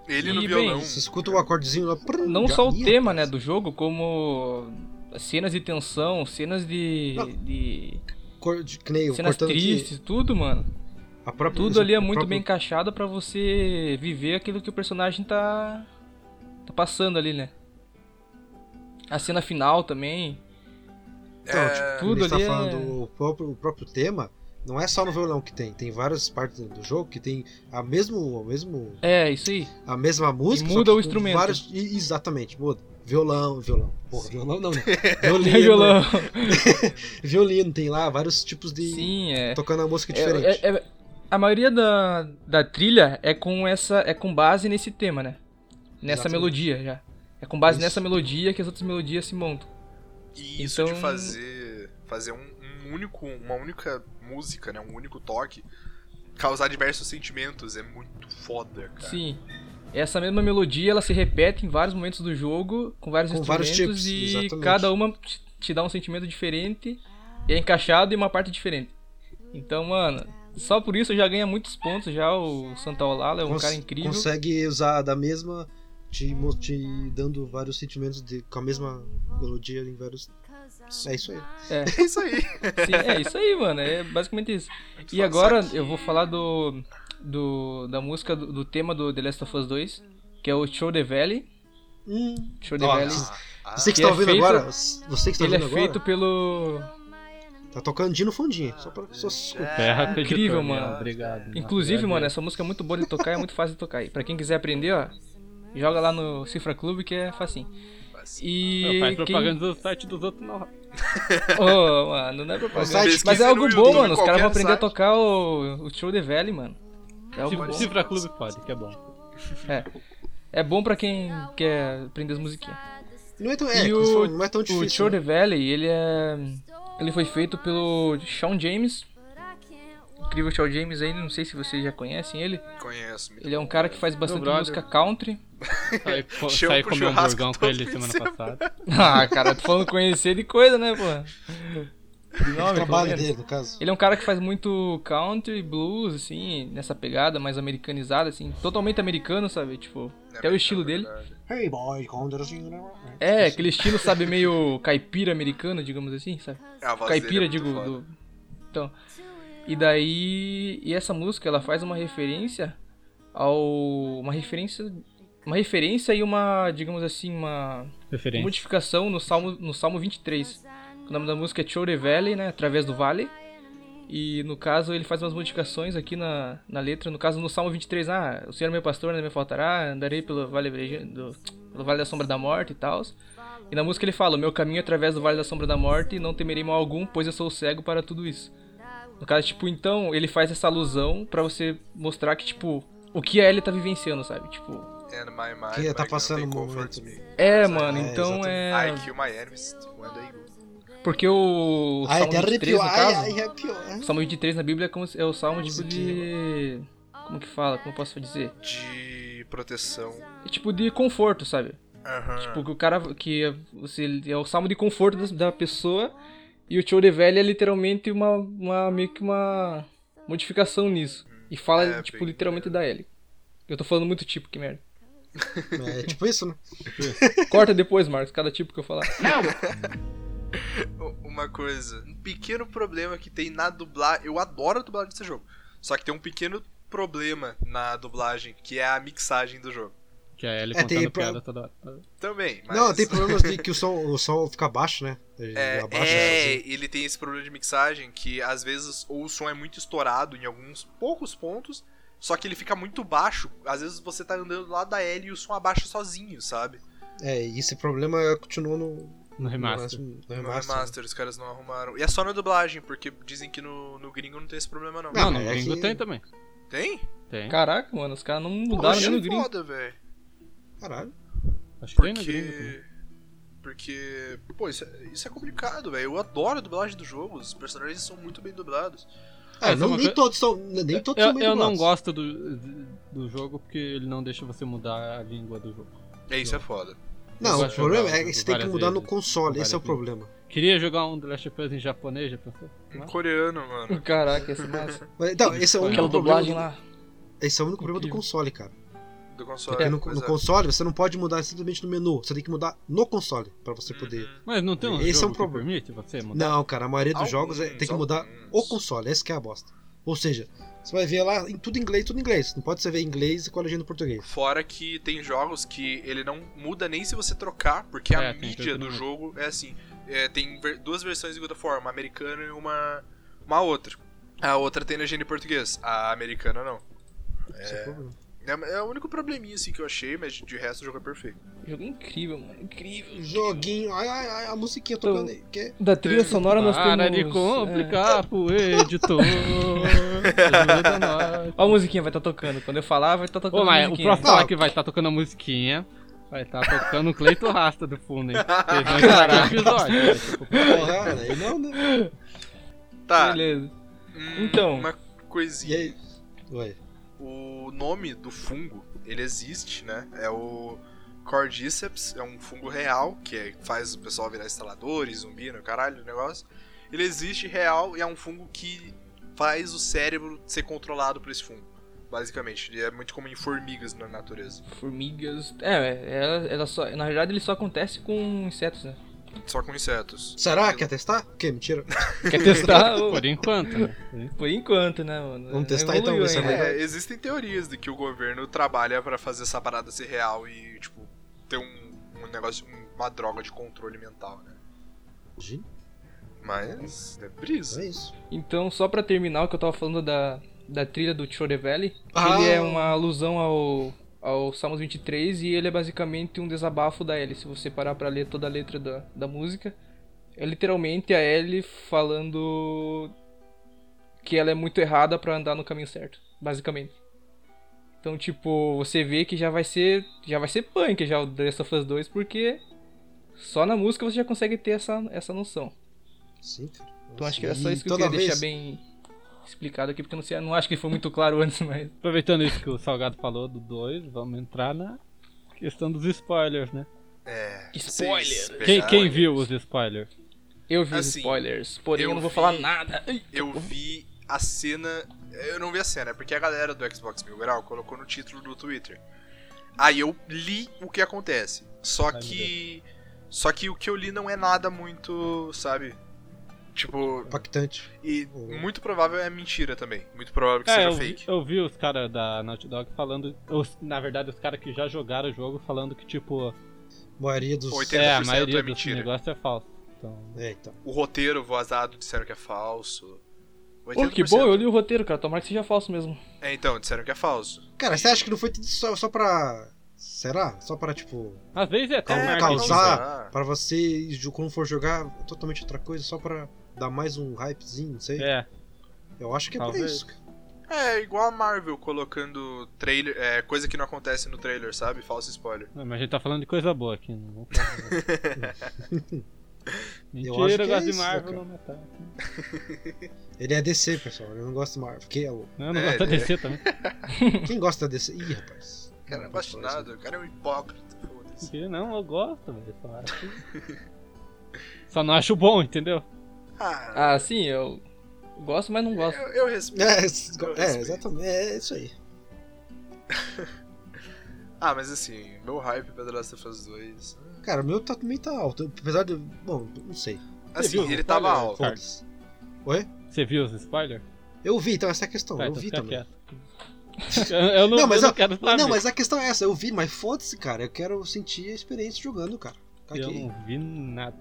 [SPEAKER 1] Ele
[SPEAKER 4] E,
[SPEAKER 1] no
[SPEAKER 4] bem,
[SPEAKER 1] violão.
[SPEAKER 3] você escuta o acordezinho lá. prum,
[SPEAKER 4] Não
[SPEAKER 3] já
[SPEAKER 4] só o
[SPEAKER 3] ia,
[SPEAKER 4] tema, né,
[SPEAKER 3] rapaz.
[SPEAKER 4] do jogo, como cenas de tensão, cenas de.
[SPEAKER 3] Não.
[SPEAKER 4] de-
[SPEAKER 3] Cor, de, que nem eu,
[SPEAKER 4] cenas
[SPEAKER 3] cortando aqui,
[SPEAKER 4] tristes, tudo, mano.
[SPEAKER 3] a própria-
[SPEAKER 4] Tudo ali é
[SPEAKER 3] a
[SPEAKER 4] muito
[SPEAKER 3] própria-
[SPEAKER 4] bem encaixado pra você viver aquilo que o personagem tá tá passando ali, né? A cena final também.
[SPEAKER 3] Então, tá
[SPEAKER 1] É,
[SPEAKER 3] tipo,
[SPEAKER 4] tudo
[SPEAKER 3] tudo está
[SPEAKER 4] ali é-
[SPEAKER 3] falando o próprio, o próprio tema, Não é só no violão que tem, tem várias partes do jogo que tem a mesmo, a mesmo,
[SPEAKER 4] É, isso aí.
[SPEAKER 3] a mesma música. só
[SPEAKER 4] muda
[SPEAKER 3] que
[SPEAKER 4] o
[SPEAKER 3] com
[SPEAKER 4] instrumento.
[SPEAKER 3] vários- e- exatamente, muda. Violão, violão. Porra, violão não, né?
[SPEAKER 4] <laughs> É violão. <laughs>
[SPEAKER 3] Violino, tem lá vários tipos de.
[SPEAKER 4] Sim, é.
[SPEAKER 3] Tocando a música
[SPEAKER 4] É-
[SPEAKER 3] diferente.
[SPEAKER 4] é- é- a maioria da, da trilha é com essa é com base nesse tema, né? Nessa
[SPEAKER 3] Exatamente.
[SPEAKER 4] melodia já. É com base
[SPEAKER 3] Isso.
[SPEAKER 4] nessa melodia que as outras melodias se montam.
[SPEAKER 1] E isso de
[SPEAKER 4] Então-
[SPEAKER 1] fazer fazer um, um único, uma única música, né, um único toque, causar diversos sentimentos é muito foda, cara.
[SPEAKER 4] Sim. Essa mesma melodia, ela se repete em vários momentos do jogo, com vários
[SPEAKER 3] Com vários
[SPEAKER 4] instrumentos
[SPEAKER 3] tipos,
[SPEAKER 4] e
[SPEAKER 3] exatamente.
[SPEAKER 4] cada uma te- te dá um sentimento diferente e é encaixado em uma parte diferente. Então, mano, só por isso já ganha muitos pontos já o Santa Olala é um
[SPEAKER 3] Cons-
[SPEAKER 4] cara incrível.
[SPEAKER 3] Consegue usar da mesma, te, mo- te dando vários sentimentos de- com a mesma melodia em vários. É isso aí.
[SPEAKER 1] <laughs> É isso aí.
[SPEAKER 4] Sim, é isso aí, mano, é basicamente
[SPEAKER 3] <laughs>
[SPEAKER 4] isso.
[SPEAKER 1] Muito
[SPEAKER 4] E
[SPEAKER 1] foda.
[SPEAKER 4] agora
[SPEAKER 1] Só que-
[SPEAKER 4] eu vou falar do, do da música do, do tema do The Last of Us 2, que é o Show the Valley.
[SPEAKER 3] Hum,
[SPEAKER 4] Show the
[SPEAKER 3] Nossa.
[SPEAKER 4] Valley.
[SPEAKER 1] Ah,
[SPEAKER 3] você que está
[SPEAKER 4] ele é
[SPEAKER 3] ouvindo
[SPEAKER 4] feito-
[SPEAKER 3] agora, você que está
[SPEAKER 4] Ele é
[SPEAKER 3] ouvindo agora,
[SPEAKER 4] feito pelo
[SPEAKER 3] tá tocando de no fundinho, só pra
[SPEAKER 4] É.
[SPEAKER 3] só se escutar.
[SPEAKER 2] Terra acreditou
[SPEAKER 4] incrível,
[SPEAKER 2] em mim,
[SPEAKER 4] mano.
[SPEAKER 2] Obrigado.
[SPEAKER 4] Inclusive,
[SPEAKER 2] Obrigado.
[SPEAKER 4] mano, essa música é muito boa de tocar, é muito fácil de tocar. E pra quem quiser aprender, ó, joga lá no Cifra Clube que é facinho.
[SPEAKER 1] Assim.
[SPEAKER 2] Não,
[SPEAKER 4] E
[SPEAKER 2] faz
[SPEAKER 4] quem-
[SPEAKER 2] propaganda do site dos outros, não.
[SPEAKER 4] Ô, mano, não é propaganda.
[SPEAKER 3] site-
[SPEAKER 4] Mas
[SPEAKER 1] Pesquisa
[SPEAKER 4] é algo
[SPEAKER 1] no
[SPEAKER 4] bom,
[SPEAKER 1] YouTube,
[SPEAKER 4] mano. Os caras vão
[SPEAKER 1] qualquer
[SPEAKER 4] aprender a
[SPEAKER 1] site.
[SPEAKER 4] tocar o, o Show the Valley, mano. É algo
[SPEAKER 2] Cifra,
[SPEAKER 4] bom.
[SPEAKER 2] Cifra Clube pode, que é bom.
[SPEAKER 4] É bom pra quem quer aprender as musiquinhas.
[SPEAKER 3] Não é tão, é,
[SPEAKER 4] E
[SPEAKER 3] como você
[SPEAKER 4] o-
[SPEAKER 3] falou, não é tão
[SPEAKER 4] O
[SPEAKER 3] difícil.
[SPEAKER 4] Show
[SPEAKER 3] né?
[SPEAKER 4] the Valley, ele é. Ele foi feito pelo Sean James. Incrível Sean James aí, não sei se vocês já conhecem ele.
[SPEAKER 1] Conheço. muito
[SPEAKER 4] Ele é um cara que faz bastante
[SPEAKER 2] brother.
[SPEAKER 4] música country.
[SPEAKER 2] Saí, co-
[SPEAKER 1] Show
[SPEAKER 2] saí
[SPEAKER 1] pro
[SPEAKER 2] comer um
[SPEAKER 1] churrasco
[SPEAKER 2] hamburgão com
[SPEAKER 1] todo
[SPEAKER 2] ele
[SPEAKER 1] fim de
[SPEAKER 2] semana
[SPEAKER 1] semana.
[SPEAKER 2] passada.
[SPEAKER 4] <laughs> Ah, cara, tô falando conhecer de coisa, né, pô? De nome,
[SPEAKER 3] O
[SPEAKER 4] pelo
[SPEAKER 3] trabalho
[SPEAKER 4] menos.
[SPEAKER 3] dele, no caso.
[SPEAKER 4] Ele é um cara que faz muito country, blues, assim, nessa pegada mais americanizada, assim, totalmente americano, sabe? Tipo,
[SPEAKER 1] bom, né,
[SPEAKER 4] até o estilo dele.
[SPEAKER 1] verdade.
[SPEAKER 3] Hey boy, quando era assim, né?
[SPEAKER 4] É, aquele estilo, sabe, meio caipira americano, digamos assim, sabe?
[SPEAKER 1] A voz dele
[SPEAKER 4] Caipira,
[SPEAKER 1] é muito
[SPEAKER 4] digo,
[SPEAKER 1] foda.
[SPEAKER 4] do. Então. E daí. E essa música, ela faz uma referência ao. Uma referência. Uma referência e uma, digamos assim, uma
[SPEAKER 2] Referência.
[SPEAKER 4] modificação no Salmo, no Salmo 23. O nome da música é Chore Valley, né? Através do Vale. E no caso ele faz umas modificações aqui na, na letra. No caso, no Salmo 23, ah, o Senhor é meu pastor, não me faltará, andarei pelo vale, breje- do, pelo vale da Sombra da Morte e tal. E na música ele fala, o meu caminho é através do Vale da Sombra da Morte, não temerei mal algum, pois eu sou cego para tudo isso. No caso, tipo, então ele faz essa alusão pra você mostrar que, tipo, o que a Ellie tá vivenciando, sabe? Tipo,
[SPEAKER 1] And my mind,
[SPEAKER 3] Que
[SPEAKER 1] my
[SPEAKER 3] tá
[SPEAKER 1] God,
[SPEAKER 3] passando
[SPEAKER 1] they
[SPEAKER 3] um
[SPEAKER 1] comfort
[SPEAKER 3] momento.
[SPEAKER 1] me.
[SPEAKER 4] é,
[SPEAKER 1] Mas I-
[SPEAKER 4] mano, então
[SPEAKER 3] exatamente.
[SPEAKER 4] é.
[SPEAKER 1] I kill my enemies when they go.
[SPEAKER 4] Porque o
[SPEAKER 3] Ai,
[SPEAKER 4] Salmo
[SPEAKER 3] até
[SPEAKER 4] 23,
[SPEAKER 3] arrepiou,
[SPEAKER 4] no
[SPEAKER 3] ai,
[SPEAKER 4] caso,
[SPEAKER 3] ai, arrepiou. ai.
[SPEAKER 4] o Salmo 23 na Bíblia é, como, se- é o Salmo, tipo, de... Como que fala? Como eu posso dizer?
[SPEAKER 1] De proteção.
[SPEAKER 4] É tipo de conforto, sabe?
[SPEAKER 1] Aham.
[SPEAKER 4] Tipo, que o cara... Que é, você, é o Salmo de conforto das- da, pessoa e o Tio de Velho é literalmente uma, uma... Meio que uma modificação nisso. E fala,
[SPEAKER 1] É,
[SPEAKER 4] tipo,
[SPEAKER 1] bem-
[SPEAKER 4] literalmente da Ellie. Eu tô falando muito tipo, que merda.
[SPEAKER 3] <laughs> É tipo isso, né?
[SPEAKER 4] Corta depois, Marcos, cada tipo que eu falar.
[SPEAKER 1] U- uma coisa, um pequeno problema que tem na dublagem. Eu adoro a dublagem desse jogo. Só que tem um pequeno problema na dublagem, que é a mixagem do jogo.
[SPEAKER 2] Que é ele
[SPEAKER 3] É, tem
[SPEAKER 2] contando
[SPEAKER 3] pro-
[SPEAKER 2] piada toda hora.
[SPEAKER 1] Também, mas.
[SPEAKER 3] Não, tem problemas de que o som, o som fica baixo, né? Ele
[SPEAKER 1] É,
[SPEAKER 3] abaixa,
[SPEAKER 1] é,
[SPEAKER 3] assim.
[SPEAKER 1] ele tem esse problema de mixagem que às vezes ou o som é muito estourado em alguns poucos pontos, só que ele fica muito baixo. Às vezes você tá andando do lado da L e o som abaixa sozinho, sabe?
[SPEAKER 3] É, e esse problema continua no,
[SPEAKER 2] No
[SPEAKER 3] no
[SPEAKER 2] remaster.
[SPEAKER 3] No
[SPEAKER 1] No
[SPEAKER 3] remaster.
[SPEAKER 1] remaster, os caras não arrumaram. E é só na dublagem, porque dizem que no, no gringo não tem esse problema, não.
[SPEAKER 2] Não, no
[SPEAKER 3] mas é
[SPEAKER 2] gringo
[SPEAKER 3] que-
[SPEAKER 2] tem também.
[SPEAKER 1] Tem?
[SPEAKER 2] Tem.
[SPEAKER 4] Caraca, mano, os caras não
[SPEAKER 1] Pô,
[SPEAKER 4] mudaram nem no
[SPEAKER 1] achei
[SPEAKER 4] gringo.
[SPEAKER 1] foda, velho.
[SPEAKER 3] Caralho.
[SPEAKER 2] Acho que tem no gringo também.
[SPEAKER 1] Porque. Porque. Pô, isso é, isso é complicado, velho. Eu adoro a dublagem do jogo. Os personagens são muito bem dublados.
[SPEAKER 2] Ah,
[SPEAKER 3] É,
[SPEAKER 2] isso
[SPEAKER 3] não,
[SPEAKER 2] é uma
[SPEAKER 3] nem
[SPEAKER 2] coi-
[SPEAKER 3] todos são. Nem todos
[SPEAKER 2] Eu,
[SPEAKER 3] são meio
[SPEAKER 2] eu não
[SPEAKER 3] dublados.
[SPEAKER 2] gosto do, do jogo porque ele não deixa você mudar a língua do jogo.
[SPEAKER 1] É, isso é foda.
[SPEAKER 2] Eu
[SPEAKER 3] Não, o
[SPEAKER 2] gosto de
[SPEAKER 3] problema
[SPEAKER 2] jogar
[SPEAKER 3] é que você tem que
[SPEAKER 2] várias
[SPEAKER 3] mudar no
[SPEAKER 2] vezes,
[SPEAKER 3] console,
[SPEAKER 2] várias
[SPEAKER 3] esse é o
[SPEAKER 2] vezes.
[SPEAKER 3] problema.
[SPEAKER 2] Queria jogar um The Last of Us em japonês, já pensou?
[SPEAKER 1] Em
[SPEAKER 2] Mas-
[SPEAKER 1] coreano, mano.
[SPEAKER 4] Caraca, esse massa.
[SPEAKER 3] Mas, Então, esse é o único
[SPEAKER 4] Aquela
[SPEAKER 3] problema
[SPEAKER 4] dublagem
[SPEAKER 3] do-
[SPEAKER 4] lá.
[SPEAKER 3] Esse é o único problema do
[SPEAKER 2] Incrível.
[SPEAKER 3] console, cara.
[SPEAKER 1] Do console.
[SPEAKER 3] Porque no,
[SPEAKER 1] pois
[SPEAKER 3] no
[SPEAKER 1] é.
[SPEAKER 3] console você não pode mudar simplesmente no menu, você tem que mudar no console pra você poder.
[SPEAKER 2] Mas não tem um
[SPEAKER 3] Esse é um
[SPEAKER 2] jogo que
[SPEAKER 3] problema.
[SPEAKER 2] permite você mudar?
[SPEAKER 3] Não, cara, a maioria dos
[SPEAKER 1] Alguns,
[SPEAKER 3] jogos é- tem que mudar
[SPEAKER 1] alguns.
[SPEAKER 3] o console, essa que é a bosta. Ou seja, você vai ver lá em tudo em inglês, tudo em inglês. Não pode você ver em inglês e com a legenda em português.
[SPEAKER 1] Fora que tem jogos que ele não muda nem se você trocar, porque
[SPEAKER 2] É,
[SPEAKER 1] a
[SPEAKER 2] tem
[SPEAKER 1] mídia
[SPEAKER 2] tudo
[SPEAKER 1] do
[SPEAKER 2] no-
[SPEAKER 1] jogo é assim. é, tem ver- duas versões de God of War, uma americana e uma, uma outra. A outra tem legenda em português, a americana não.
[SPEAKER 3] Esse é o problema.
[SPEAKER 1] É, é o único probleminha assim que eu achei, mas de resto o jogo é perfeito.
[SPEAKER 4] Jogo incrível, mano. Incrível.
[SPEAKER 3] Joguinho, ai, ai, ai, a musiquinha tocando aí. Que é-
[SPEAKER 4] Da trilha sonora nós
[SPEAKER 2] Para
[SPEAKER 4] temos... é.
[SPEAKER 2] de complicar pro editor. <laughs> Ajuda nós.
[SPEAKER 4] Ó a musiquinha vai estar tocando. Quando eu falar, vai estar tocando
[SPEAKER 2] Ô, mas o
[SPEAKER 4] musiquinha.
[SPEAKER 2] próximo falar que vai estar tocando a musiquinha. Vai estar tocando o Cleito Rasta do
[SPEAKER 3] <laughs>
[SPEAKER 2] fundo, hein? Vocês vão estragar o episódio. né? Tipo,
[SPEAKER 3] Porra, aí não, né? Ah.
[SPEAKER 1] Tá,
[SPEAKER 4] Beleza.
[SPEAKER 2] é
[SPEAKER 1] hum,
[SPEAKER 4] Então.
[SPEAKER 1] Uma
[SPEAKER 3] E
[SPEAKER 1] coisinha.
[SPEAKER 3] aí? Ué.
[SPEAKER 1] O nome do fungo, ele existe, né? É o Cordyceps, é um fungo real, que é- faz o pessoal virar instaladores, zumbi, né? Caralho, o negócio. Ele existe real e é um fungo que faz o cérebro ser controlado por esse fungo. Basicamente, ele é muito comum em formigas na natureza.
[SPEAKER 4] Formigas. É, é, ela, ela só. Na verdade, ele só acontece com insetos, né?
[SPEAKER 1] Só com insetos.
[SPEAKER 3] Será? Quer testar? O quê? Mentira.
[SPEAKER 4] Quer testar? Ô,
[SPEAKER 2] Por enquanto, né?
[SPEAKER 4] Por enquanto, né, mano?
[SPEAKER 3] Vamos testar
[SPEAKER 4] Evoluiu
[SPEAKER 3] então, ver se é
[SPEAKER 4] ainda.
[SPEAKER 3] verdade.
[SPEAKER 1] É, existem teorias de que o governo trabalha pra fazer essa parada ser real e, tipo, ter um, um negócio, uma droga de controle mental, né?
[SPEAKER 3] Imagina,
[SPEAKER 1] Mas é
[SPEAKER 3] Então
[SPEAKER 1] brisa.
[SPEAKER 3] é isso.
[SPEAKER 4] Então, só pra terminar o que eu tava falando da, da trilha do Chore Valley, que
[SPEAKER 3] Ah.
[SPEAKER 4] ele é uma alusão ao, ao Salmos 23 e ele é basicamente um desabafo da Ellie. Se você parar pra ler toda a letra da, da música, é literalmente a Ellie falando que ela é muito errada pra andar no caminho certo, basicamente. Então, tipo, você vê que já vai ser, já vai ser punk já o The Last of Us 2, porque só na música você já consegue ter essa, essa noção.
[SPEAKER 3] Sim, cara.
[SPEAKER 4] Então acho que era
[SPEAKER 3] é
[SPEAKER 4] só isso que eu
[SPEAKER 3] toda
[SPEAKER 4] queria
[SPEAKER 3] vez-
[SPEAKER 4] deixar bem explicado aqui, porque eu não, sei, não acho que foi muito claro antes, mas.
[SPEAKER 2] Aproveitando isso que o Salgado falou do 2, vamos entrar na questão dos spoilers, né?
[SPEAKER 1] É.
[SPEAKER 4] Spoiler!
[SPEAKER 1] vocês
[SPEAKER 2] Quem,
[SPEAKER 1] pegaram-
[SPEAKER 2] quem viu os spoilers?
[SPEAKER 4] Eu vi os
[SPEAKER 1] Assim,
[SPEAKER 4] spoilers, porém eu,
[SPEAKER 1] eu
[SPEAKER 4] não vou
[SPEAKER 1] vi-
[SPEAKER 4] falar nada. Ai,
[SPEAKER 1] Eu vi a cena. Eu não vi a cena, é porque a galera do Xbox Mil Grau colocou no título do Twitter. Aí eu li o que acontece. Só
[SPEAKER 2] meu
[SPEAKER 1] que. Só que o que eu li não é nada muito, sabe? Tipo,
[SPEAKER 3] Impactante.
[SPEAKER 1] e
[SPEAKER 3] Uhum.
[SPEAKER 1] muito provável é mentira também. Muito provável que
[SPEAKER 2] É,
[SPEAKER 1] seja
[SPEAKER 2] eu, vi-
[SPEAKER 1] fake.
[SPEAKER 2] eu vi os caras da Naughty Dog falando. os- na verdade, os caras que já jogaram o jogo falando que, tipo,
[SPEAKER 3] Maioria dos.
[SPEAKER 1] Oitenta-
[SPEAKER 2] é, a
[SPEAKER 1] 80%
[SPEAKER 2] maioria
[SPEAKER 1] é
[SPEAKER 2] dos
[SPEAKER 1] mentira.
[SPEAKER 2] negócios é falso. Então,
[SPEAKER 3] É, então.
[SPEAKER 1] O roteiro vazado disseram que é falso.
[SPEAKER 4] Pô, que
[SPEAKER 1] 80%.
[SPEAKER 4] bom, eu li o roteiro, cara. Tomara que seja falso mesmo.
[SPEAKER 1] É, então, disseram que é falso.
[SPEAKER 3] Cara, você acha que não foi tudo só, só pra. Será? Só pra, tipo.
[SPEAKER 2] às vezes é até
[SPEAKER 3] É,
[SPEAKER 2] marketing.
[SPEAKER 3] causar-
[SPEAKER 1] Ah,
[SPEAKER 3] Pra você, quando for jogar, totalmente outra coisa, só pra dar mais um hypezinho, não sei.
[SPEAKER 2] É,
[SPEAKER 3] Eu acho que é pra
[SPEAKER 2] Talvez.
[SPEAKER 3] isso. cara.
[SPEAKER 1] É, igual a Marvel colocando trailer, é, coisa que não acontece no trailer, sabe? Falso spoiler.
[SPEAKER 2] Não, mas a gente tá falando de coisa boa aqui. Não vou falar de
[SPEAKER 3] <laughs>
[SPEAKER 2] coisa boa. Mentira,
[SPEAKER 3] Eu acho que
[SPEAKER 2] eu gosto
[SPEAKER 3] é
[SPEAKER 2] de
[SPEAKER 3] isso,
[SPEAKER 2] Marvel.
[SPEAKER 3] né,
[SPEAKER 2] Não, mas tá.
[SPEAKER 3] Ele é DC, pessoal. Ele não gosta de Marvel. Porque é o-
[SPEAKER 2] Não, eu não
[SPEAKER 1] É,
[SPEAKER 2] gosto de
[SPEAKER 1] ele-
[SPEAKER 2] descer também.
[SPEAKER 3] Quem gosta da DC? Ih, rapaz.
[SPEAKER 1] O cara não gosta de nada, o cara é um hipócrita, foda-se.
[SPEAKER 2] Mentira, não, eu gosto, velho. Só, acho- só não acho bom, entendeu?
[SPEAKER 1] Ah,
[SPEAKER 4] Ah, sim, eu gosto, mas não gosto.
[SPEAKER 1] eu, eu respeito.
[SPEAKER 3] É, esses go- é, exatamente. É isso aí.
[SPEAKER 1] Ah, mas assim, meu hype pra The Last of Us 2.
[SPEAKER 3] Cara, o meu tá, também tá alto. Apesar de. Bom, não sei.
[SPEAKER 1] Assim,
[SPEAKER 2] viu?
[SPEAKER 1] ele tava
[SPEAKER 2] Olha,
[SPEAKER 1] alto.
[SPEAKER 3] Foda-se.
[SPEAKER 2] Você viu os spoilers?
[SPEAKER 3] Eu vi, então essa é a questão.
[SPEAKER 2] Tá,
[SPEAKER 3] eu
[SPEAKER 2] então
[SPEAKER 3] vi
[SPEAKER 2] fica
[SPEAKER 3] também.
[SPEAKER 2] quieto. <laughs> Eu, eu não,
[SPEAKER 3] Não,
[SPEAKER 2] eu
[SPEAKER 3] mas
[SPEAKER 2] não
[SPEAKER 3] eu-
[SPEAKER 2] quero saber.
[SPEAKER 3] Não, mas a questão é essa. Eu vi, mas foda-se, cara. Eu quero sentir a experiência jogando, cara. Tá
[SPEAKER 2] Eu
[SPEAKER 3] aqui.
[SPEAKER 2] não vi nada.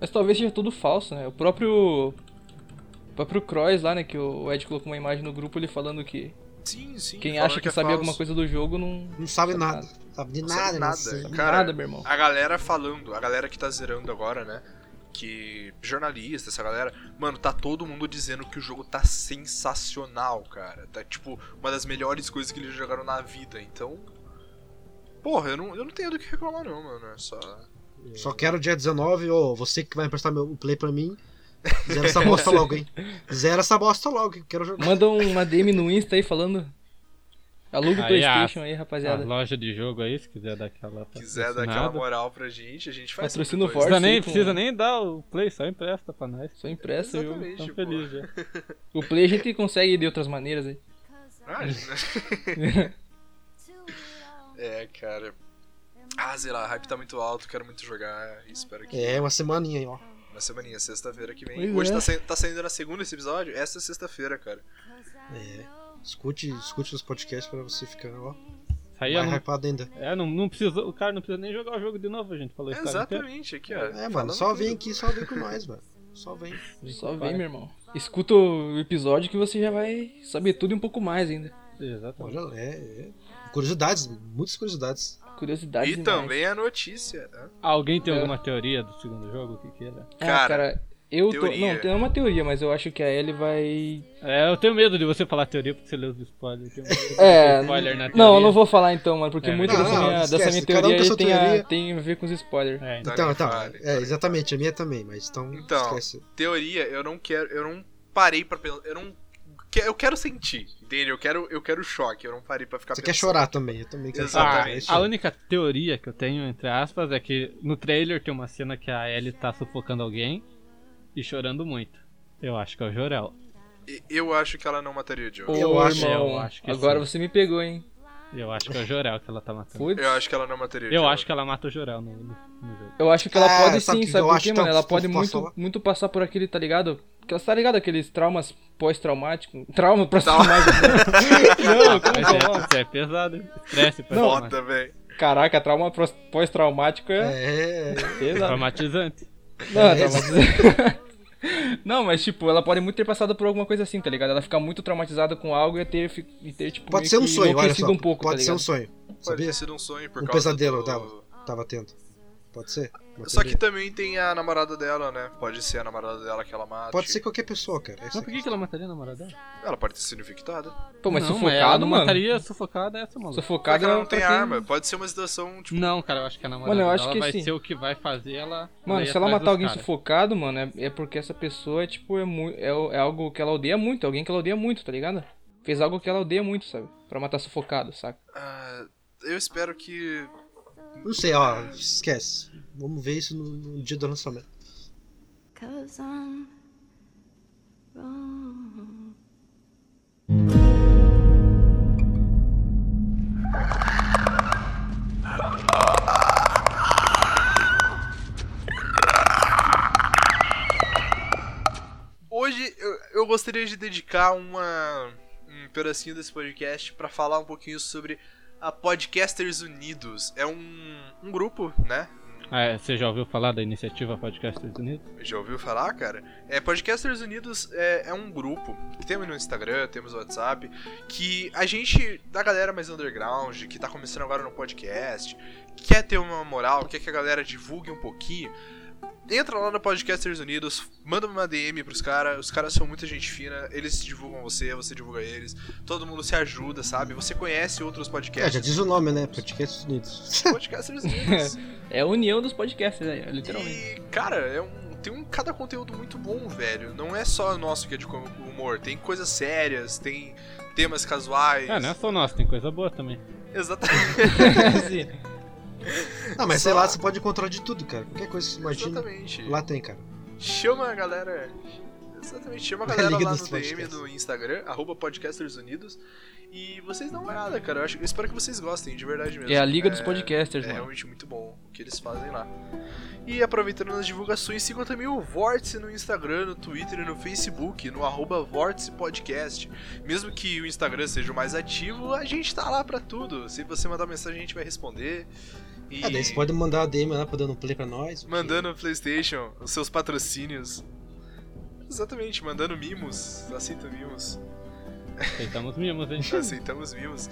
[SPEAKER 4] Mas talvez seja tudo falso, né? O próprio. O próprio Cross lá, né? Que o Ed colocou uma imagem no grupo ele falando que
[SPEAKER 1] Sim, sim.
[SPEAKER 4] quem
[SPEAKER 1] falando
[SPEAKER 4] acha que,
[SPEAKER 1] é
[SPEAKER 4] sabe
[SPEAKER 1] falso.
[SPEAKER 4] alguma coisa do jogo não.
[SPEAKER 3] Não sabe
[SPEAKER 4] Sabe
[SPEAKER 3] nada. Sabe de
[SPEAKER 1] Não
[SPEAKER 3] nada,
[SPEAKER 1] sabe
[SPEAKER 3] né?
[SPEAKER 1] nada.
[SPEAKER 3] Sim.
[SPEAKER 4] sabe
[SPEAKER 1] Cara,
[SPEAKER 4] nada, meu irmão.
[SPEAKER 1] A galera falando, a galera que tá zerando agora, né? Que jornalista, essa galera, mano, tá todo mundo dizendo que o jogo tá sensacional, cara. Tá tipo uma das melhores coisas que eles jogaram na vida. Então, porra, eu não, eu não tenho do que reclamar, não, mano. É só.
[SPEAKER 3] Só quero dia 19, ô, você que vai emprestar meu o play pra mim. Zera essa bosta logo,
[SPEAKER 2] <laughs>
[SPEAKER 3] hein? Zera essa bosta logo, hein? quero jogar.
[SPEAKER 4] Manda uma DM no Insta aí falando. Aluga o
[SPEAKER 2] Aí, a-
[SPEAKER 4] PlayStation aí,
[SPEAKER 2] A
[SPEAKER 4] rapaziada.
[SPEAKER 2] loja de jogo aí, se quiser dar aquela.
[SPEAKER 1] quiser dar aquela moral pra gente, a gente faz.
[SPEAKER 4] Patrocina o
[SPEAKER 1] muita
[SPEAKER 4] Forte
[SPEAKER 1] coisa.
[SPEAKER 2] Precisa nem,
[SPEAKER 4] aí, pô.
[SPEAKER 2] precisa nem dar o play, só empresta pra nós.
[SPEAKER 4] Só impressa, viu?
[SPEAKER 1] Exatamente,
[SPEAKER 2] Tão
[SPEAKER 1] pô.
[SPEAKER 2] feliz já.
[SPEAKER 4] O play a gente consegue de outras maneiras aí.
[SPEAKER 1] Ah, gente, é, cara. Ah, sei lá, a hype tá muito alto, quero muito jogar. e Espero que.
[SPEAKER 3] É, uma semaninha aí, ó.
[SPEAKER 1] Na semaninha, sexta-feira que vem. Hoje
[SPEAKER 4] Pois é.
[SPEAKER 1] tá, saindo, tá saindo na segunda esse episódio? Essa é sexta-feira, cara.
[SPEAKER 3] É. Escute, escute os podcasts pra você ficar, ó.
[SPEAKER 2] Aí eu
[SPEAKER 3] mais
[SPEAKER 2] não,
[SPEAKER 3] hypado ainda.
[SPEAKER 2] é, não, não precisa, o cara não precisa nem jogar o jogo de novo, a gente falou isso.
[SPEAKER 1] Exatamente, aqui, ó.
[SPEAKER 3] É, mano,
[SPEAKER 1] falando Tá
[SPEAKER 3] só
[SPEAKER 1] tudo.
[SPEAKER 3] vem aqui, só vem com nós, mano. Só vem.
[SPEAKER 4] Só vem,
[SPEAKER 2] Para.
[SPEAKER 4] meu irmão. Escuta o episódio que você já vai saber tudo e um pouco mais ainda.
[SPEAKER 2] Exatamente.
[SPEAKER 3] Olha, é, é. Curiosidades, muitas curiosidades.
[SPEAKER 4] Curiosidade
[SPEAKER 1] E também a notícia. né?
[SPEAKER 2] Alguém tem
[SPEAKER 4] É.
[SPEAKER 2] alguma teoria do segundo jogo? O que que era?
[SPEAKER 4] Ah,
[SPEAKER 1] Cara,
[SPEAKER 4] cara, eu tô...
[SPEAKER 1] teoria.
[SPEAKER 4] Não, tem uma teoria, mas eu acho que a Ellie vai...
[SPEAKER 2] É, eu tenho medo de você falar teoria porque você leu os spoilers. Tem um-
[SPEAKER 4] É,
[SPEAKER 2] Spoiler na teoria.
[SPEAKER 4] não, eu não vou falar então, mano, porque
[SPEAKER 2] É,
[SPEAKER 4] muito
[SPEAKER 2] não,
[SPEAKER 4] dessa,
[SPEAKER 2] não,
[SPEAKER 4] minha,
[SPEAKER 3] esquece,
[SPEAKER 4] dessa minha
[SPEAKER 3] cada um
[SPEAKER 4] teoria,
[SPEAKER 3] com
[SPEAKER 4] aí
[SPEAKER 3] sua
[SPEAKER 4] tem,
[SPEAKER 3] teoria.
[SPEAKER 4] A, tem a ver com os spoilers.
[SPEAKER 2] É, então.
[SPEAKER 3] Então,
[SPEAKER 1] Vale,
[SPEAKER 3] então,
[SPEAKER 1] vale,
[SPEAKER 3] é,
[SPEAKER 1] vale.
[SPEAKER 3] exatamente, a minha também, mas então,
[SPEAKER 1] tá Então.
[SPEAKER 3] esquece.
[SPEAKER 1] Teoria, eu não quero. Eu não parei pra pensar. Eu não. que- Eu quero sentir, entende? Eu quero, eu quero choque, eu não parei pra ficar
[SPEAKER 3] Você quer
[SPEAKER 1] pensando.
[SPEAKER 3] chorar também, eu também quero chorar.
[SPEAKER 1] Exatamente.
[SPEAKER 3] é
[SPEAKER 2] Ah, A
[SPEAKER 3] isso aí.
[SPEAKER 2] única teoria que eu tenho, entre aspas, é que no trailer tem uma cena que a Ellie tá sufocando alguém e chorando muito. Eu acho que é o Jorel.
[SPEAKER 1] E- Eu acho que ela não mataria o Joe.
[SPEAKER 4] Ô,
[SPEAKER 3] Eu acho-
[SPEAKER 4] irmão,
[SPEAKER 2] eu acho que
[SPEAKER 4] agora
[SPEAKER 2] sim.
[SPEAKER 4] você me pegou, hein?
[SPEAKER 2] Eu acho que é o Jorel que ela tá matando.
[SPEAKER 4] Putz.
[SPEAKER 1] Eu acho que ela não mataria o
[SPEAKER 2] Eu
[SPEAKER 1] Joel.
[SPEAKER 2] acho que ela mata o Jorel no, no- no jogo.
[SPEAKER 4] Eu acho que ela
[SPEAKER 3] Ah,
[SPEAKER 4] pode
[SPEAKER 3] sabe
[SPEAKER 4] sim,
[SPEAKER 3] que
[SPEAKER 4] sabe
[SPEAKER 3] eu
[SPEAKER 4] por
[SPEAKER 3] acho
[SPEAKER 4] quê,
[SPEAKER 3] que
[SPEAKER 4] mano?
[SPEAKER 3] tá-
[SPEAKER 4] Ela
[SPEAKER 3] posso
[SPEAKER 4] pode muito,
[SPEAKER 3] falar?
[SPEAKER 4] muito passar por aquele, tá ligado? Porque Você tá ligado aqueles traumas pós-traumáticos? Trauma <laughs> pós-traumático. Não, como
[SPEAKER 2] Mas
[SPEAKER 4] que
[SPEAKER 2] é, isso é pesado. hein? Estresse pra
[SPEAKER 4] Não.
[SPEAKER 2] não,
[SPEAKER 1] Foda, velho.
[SPEAKER 4] é? Caraca, trauma pros- pós-traumático é
[SPEAKER 3] É, é,
[SPEAKER 4] pesado.
[SPEAKER 2] Traumatizante.
[SPEAKER 4] Não,
[SPEAKER 3] É.
[SPEAKER 4] traumatizante. <laughs> Não, mas tipo, ela pode muito ter passado por alguma coisa assim, tá ligado? Ela fica muito traumatizada com algo e ter, fi- e ter tipo,
[SPEAKER 3] pode
[SPEAKER 4] meio
[SPEAKER 3] ser um
[SPEAKER 4] que
[SPEAKER 3] sonho, olha
[SPEAKER 4] enlouquecido
[SPEAKER 3] só.
[SPEAKER 4] um pouco,
[SPEAKER 3] pode
[SPEAKER 4] tá
[SPEAKER 3] ser um
[SPEAKER 4] ligado?
[SPEAKER 3] sonho.
[SPEAKER 1] Pode
[SPEAKER 3] Sabia?
[SPEAKER 1] ter sido um sonho por
[SPEAKER 3] Um
[SPEAKER 1] causa
[SPEAKER 3] pesadelo
[SPEAKER 1] do...
[SPEAKER 3] dela. Tava atento. Pode ser? Uma
[SPEAKER 1] Só que
[SPEAKER 3] teoria.
[SPEAKER 1] também tem a namorada dela, né? Pode ser a namorada dela que ela mata.
[SPEAKER 3] Pode ser qualquer pessoa, cara. Essa
[SPEAKER 2] Mas por que, que ela mataria a namorada dela?
[SPEAKER 1] Ela pode ter sido infectada.
[SPEAKER 4] Pô, mas
[SPEAKER 2] não, ela
[SPEAKER 4] sufocado,
[SPEAKER 2] não
[SPEAKER 4] mano.
[SPEAKER 2] mataria sufocada essa maluca.
[SPEAKER 1] Só
[SPEAKER 4] Sufocado tá
[SPEAKER 1] que ela não
[SPEAKER 4] pra
[SPEAKER 1] tem
[SPEAKER 4] quem-
[SPEAKER 1] arma. Pode ser uma situação, tipo...
[SPEAKER 2] Não, cara, eu acho que a namorada
[SPEAKER 4] Mano, eu acho
[SPEAKER 2] dela
[SPEAKER 4] que
[SPEAKER 2] vai
[SPEAKER 4] sim.
[SPEAKER 2] ser o que vai fazer ela.
[SPEAKER 4] Mano,
[SPEAKER 2] ir
[SPEAKER 4] se ela
[SPEAKER 2] atrás
[SPEAKER 4] matar
[SPEAKER 2] dos
[SPEAKER 4] alguém
[SPEAKER 2] caras.
[SPEAKER 4] sufocado, mano, é, é porque essa pessoa é tipo, é, mu é, o- é algo que ela odeia muito, alguém que ela odeia muito, tá ligado? Fez algo que ela odeia muito, sabe? Pra matar sufocado, saca?
[SPEAKER 1] ah, eu espero que...
[SPEAKER 3] Não sei, ó, esquece. Vamos ver isso no, no dia do lançamento.
[SPEAKER 5] 'Cause I'm wrong.
[SPEAKER 1] Hoje eu, eu gostaria de dedicar uma, um pedacinho desse podcast pra falar um pouquinho sobre a Podcasters Unidos. É um, um grupo, né?
[SPEAKER 2] Ah, é, você já ouviu falar da iniciativa Podcast dos Unidos?
[SPEAKER 1] Já ouviu falar, cara? É, Podcasters Unidos é, é um grupo que temos no Instagram, temos no WhatsApp, que a gente, da galera mais underground, que tá começando agora no podcast, quer ter uma moral, quer que a galera divulgue um pouquinho, entra lá no Podcasters Unidos, manda uma DM pros caras, os caras são muita gente fina, eles divulgam você, você divulga eles, todo mundo se ajuda, sabe? Você conhece outros
[SPEAKER 3] É, já
[SPEAKER 1] podcasts.
[SPEAKER 3] diz o nome, né? Podcasts Unidos.
[SPEAKER 1] Podcasters Unidos.
[SPEAKER 4] É a união dos podcasts, né? literalmente.
[SPEAKER 1] E, cara, é um- tem um cada conteúdo muito bom, velho. Não é só o nosso que é de com- humor. Tem coisas sérias, tem temas casuais.
[SPEAKER 2] Ah, não é
[SPEAKER 4] né?
[SPEAKER 2] só nós, tem coisa boa também.
[SPEAKER 1] Exatamente.
[SPEAKER 4] Assim,
[SPEAKER 3] <laughs> Não, mas
[SPEAKER 1] Só-
[SPEAKER 3] sei lá, você pode encontrar de tudo, cara. Qualquer coisa que você
[SPEAKER 1] <laughs>
[SPEAKER 3] imagina,
[SPEAKER 1] Exatamente.
[SPEAKER 3] lá tem, cara.
[SPEAKER 1] Chama a galera. Exatamente, chama
[SPEAKER 3] <laughs>
[SPEAKER 1] a
[SPEAKER 3] Na
[SPEAKER 1] galera
[SPEAKER 3] Liga
[SPEAKER 1] lá
[SPEAKER 3] dos
[SPEAKER 1] no DM
[SPEAKER 3] Podcasts.
[SPEAKER 1] do Instagram, arroba Podcasters Unidos. E vocês dão uma olhada, cara. Eu, acho, eu espero que vocês gostem, de verdade mesmo.
[SPEAKER 4] é a liga dos
[SPEAKER 1] É,
[SPEAKER 4] podcasters,
[SPEAKER 1] É
[SPEAKER 4] mano.
[SPEAKER 1] realmente muito bom o que eles fazem lá. E aproveitando as divulgações, sigam também o Vórtice no Instagram, no Twitter e no Facebook, no arroba Vórtice Podcast. Mesmo que o Instagram seja o mais ativo, a gente tá lá pra tudo. Se você mandar mensagem, a gente vai responder. E
[SPEAKER 3] É, daí você pode mandar a DM lá pra dando um play pra nós. porque-
[SPEAKER 1] mandando Playstation, os seus patrocínios. Exatamente, mandando mimos. Aceito
[SPEAKER 3] <laughs>
[SPEAKER 1] mimos.
[SPEAKER 2] Aceitamos mimos, hein?
[SPEAKER 1] Aceitamos mimos.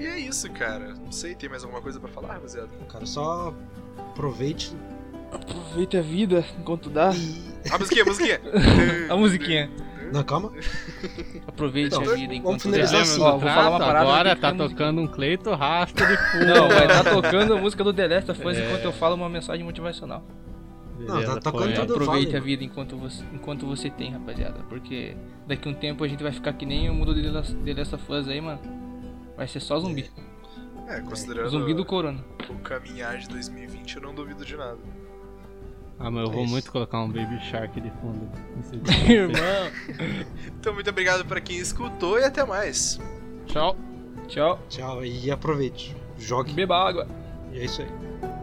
[SPEAKER 1] E é isso, cara. Não sei, tem mais alguma coisa pra falar, rapaziada?
[SPEAKER 3] Cara, só aproveite
[SPEAKER 4] Aproveite a vida enquanto dá.
[SPEAKER 3] e.
[SPEAKER 1] A Ah, musiquinha, a
[SPEAKER 3] <laughs>
[SPEAKER 1] musiquinha!
[SPEAKER 4] A musiquinha.
[SPEAKER 3] Não, calma.
[SPEAKER 4] Aproveite
[SPEAKER 3] Então,
[SPEAKER 4] a vida enquanto dá.
[SPEAKER 3] finalizar assim.
[SPEAKER 4] Ó, vou falar uma
[SPEAKER 2] Trato,
[SPEAKER 4] parada.
[SPEAKER 2] Agora
[SPEAKER 4] tem que
[SPEAKER 2] tá
[SPEAKER 4] ter música.
[SPEAKER 2] tocando um Cleito Rasta de fundo.
[SPEAKER 4] Não, vai tá tocando a música do The Last of Us
[SPEAKER 2] É.
[SPEAKER 4] enquanto eu falo uma mensagem motivacional.
[SPEAKER 3] Não, tá tocando
[SPEAKER 2] põe aí.
[SPEAKER 3] tudo.
[SPEAKER 4] Aproveite
[SPEAKER 3] vale,
[SPEAKER 4] a
[SPEAKER 3] mano.
[SPEAKER 4] vida enquanto você, enquanto você tem, rapaziada. Porque daqui a um tempo a gente vai ficar que nem o mundo de Last- de Last of Us aí, mano. Vai ser só zumbi.
[SPEAKER 1] É, considerando.
[SPEAKER 4] Zumbi do corona.
[SPEAKER 1] o caminhar de 2020, eu não duvido de nada.
[SPEAKER 2] Ah, mas eu vou
[SPEAKER 3] Isso.
[SPEAKER 2] muito colocar um Baby Shark de fundo. nesse vídeo.
[SPEAKER 4] Irmão.
[SPEAKER 1] Então, muito obrigado pra quem escutou e até mais.
[SPEAKER 2] Tchau.
[SPEAKER 4] Tchau.
[SPEAKER 3] Tchau e aproveite. Jogue.
[SPEAKER 4] Beba água.
[SPEAKER 3] E é isso aí.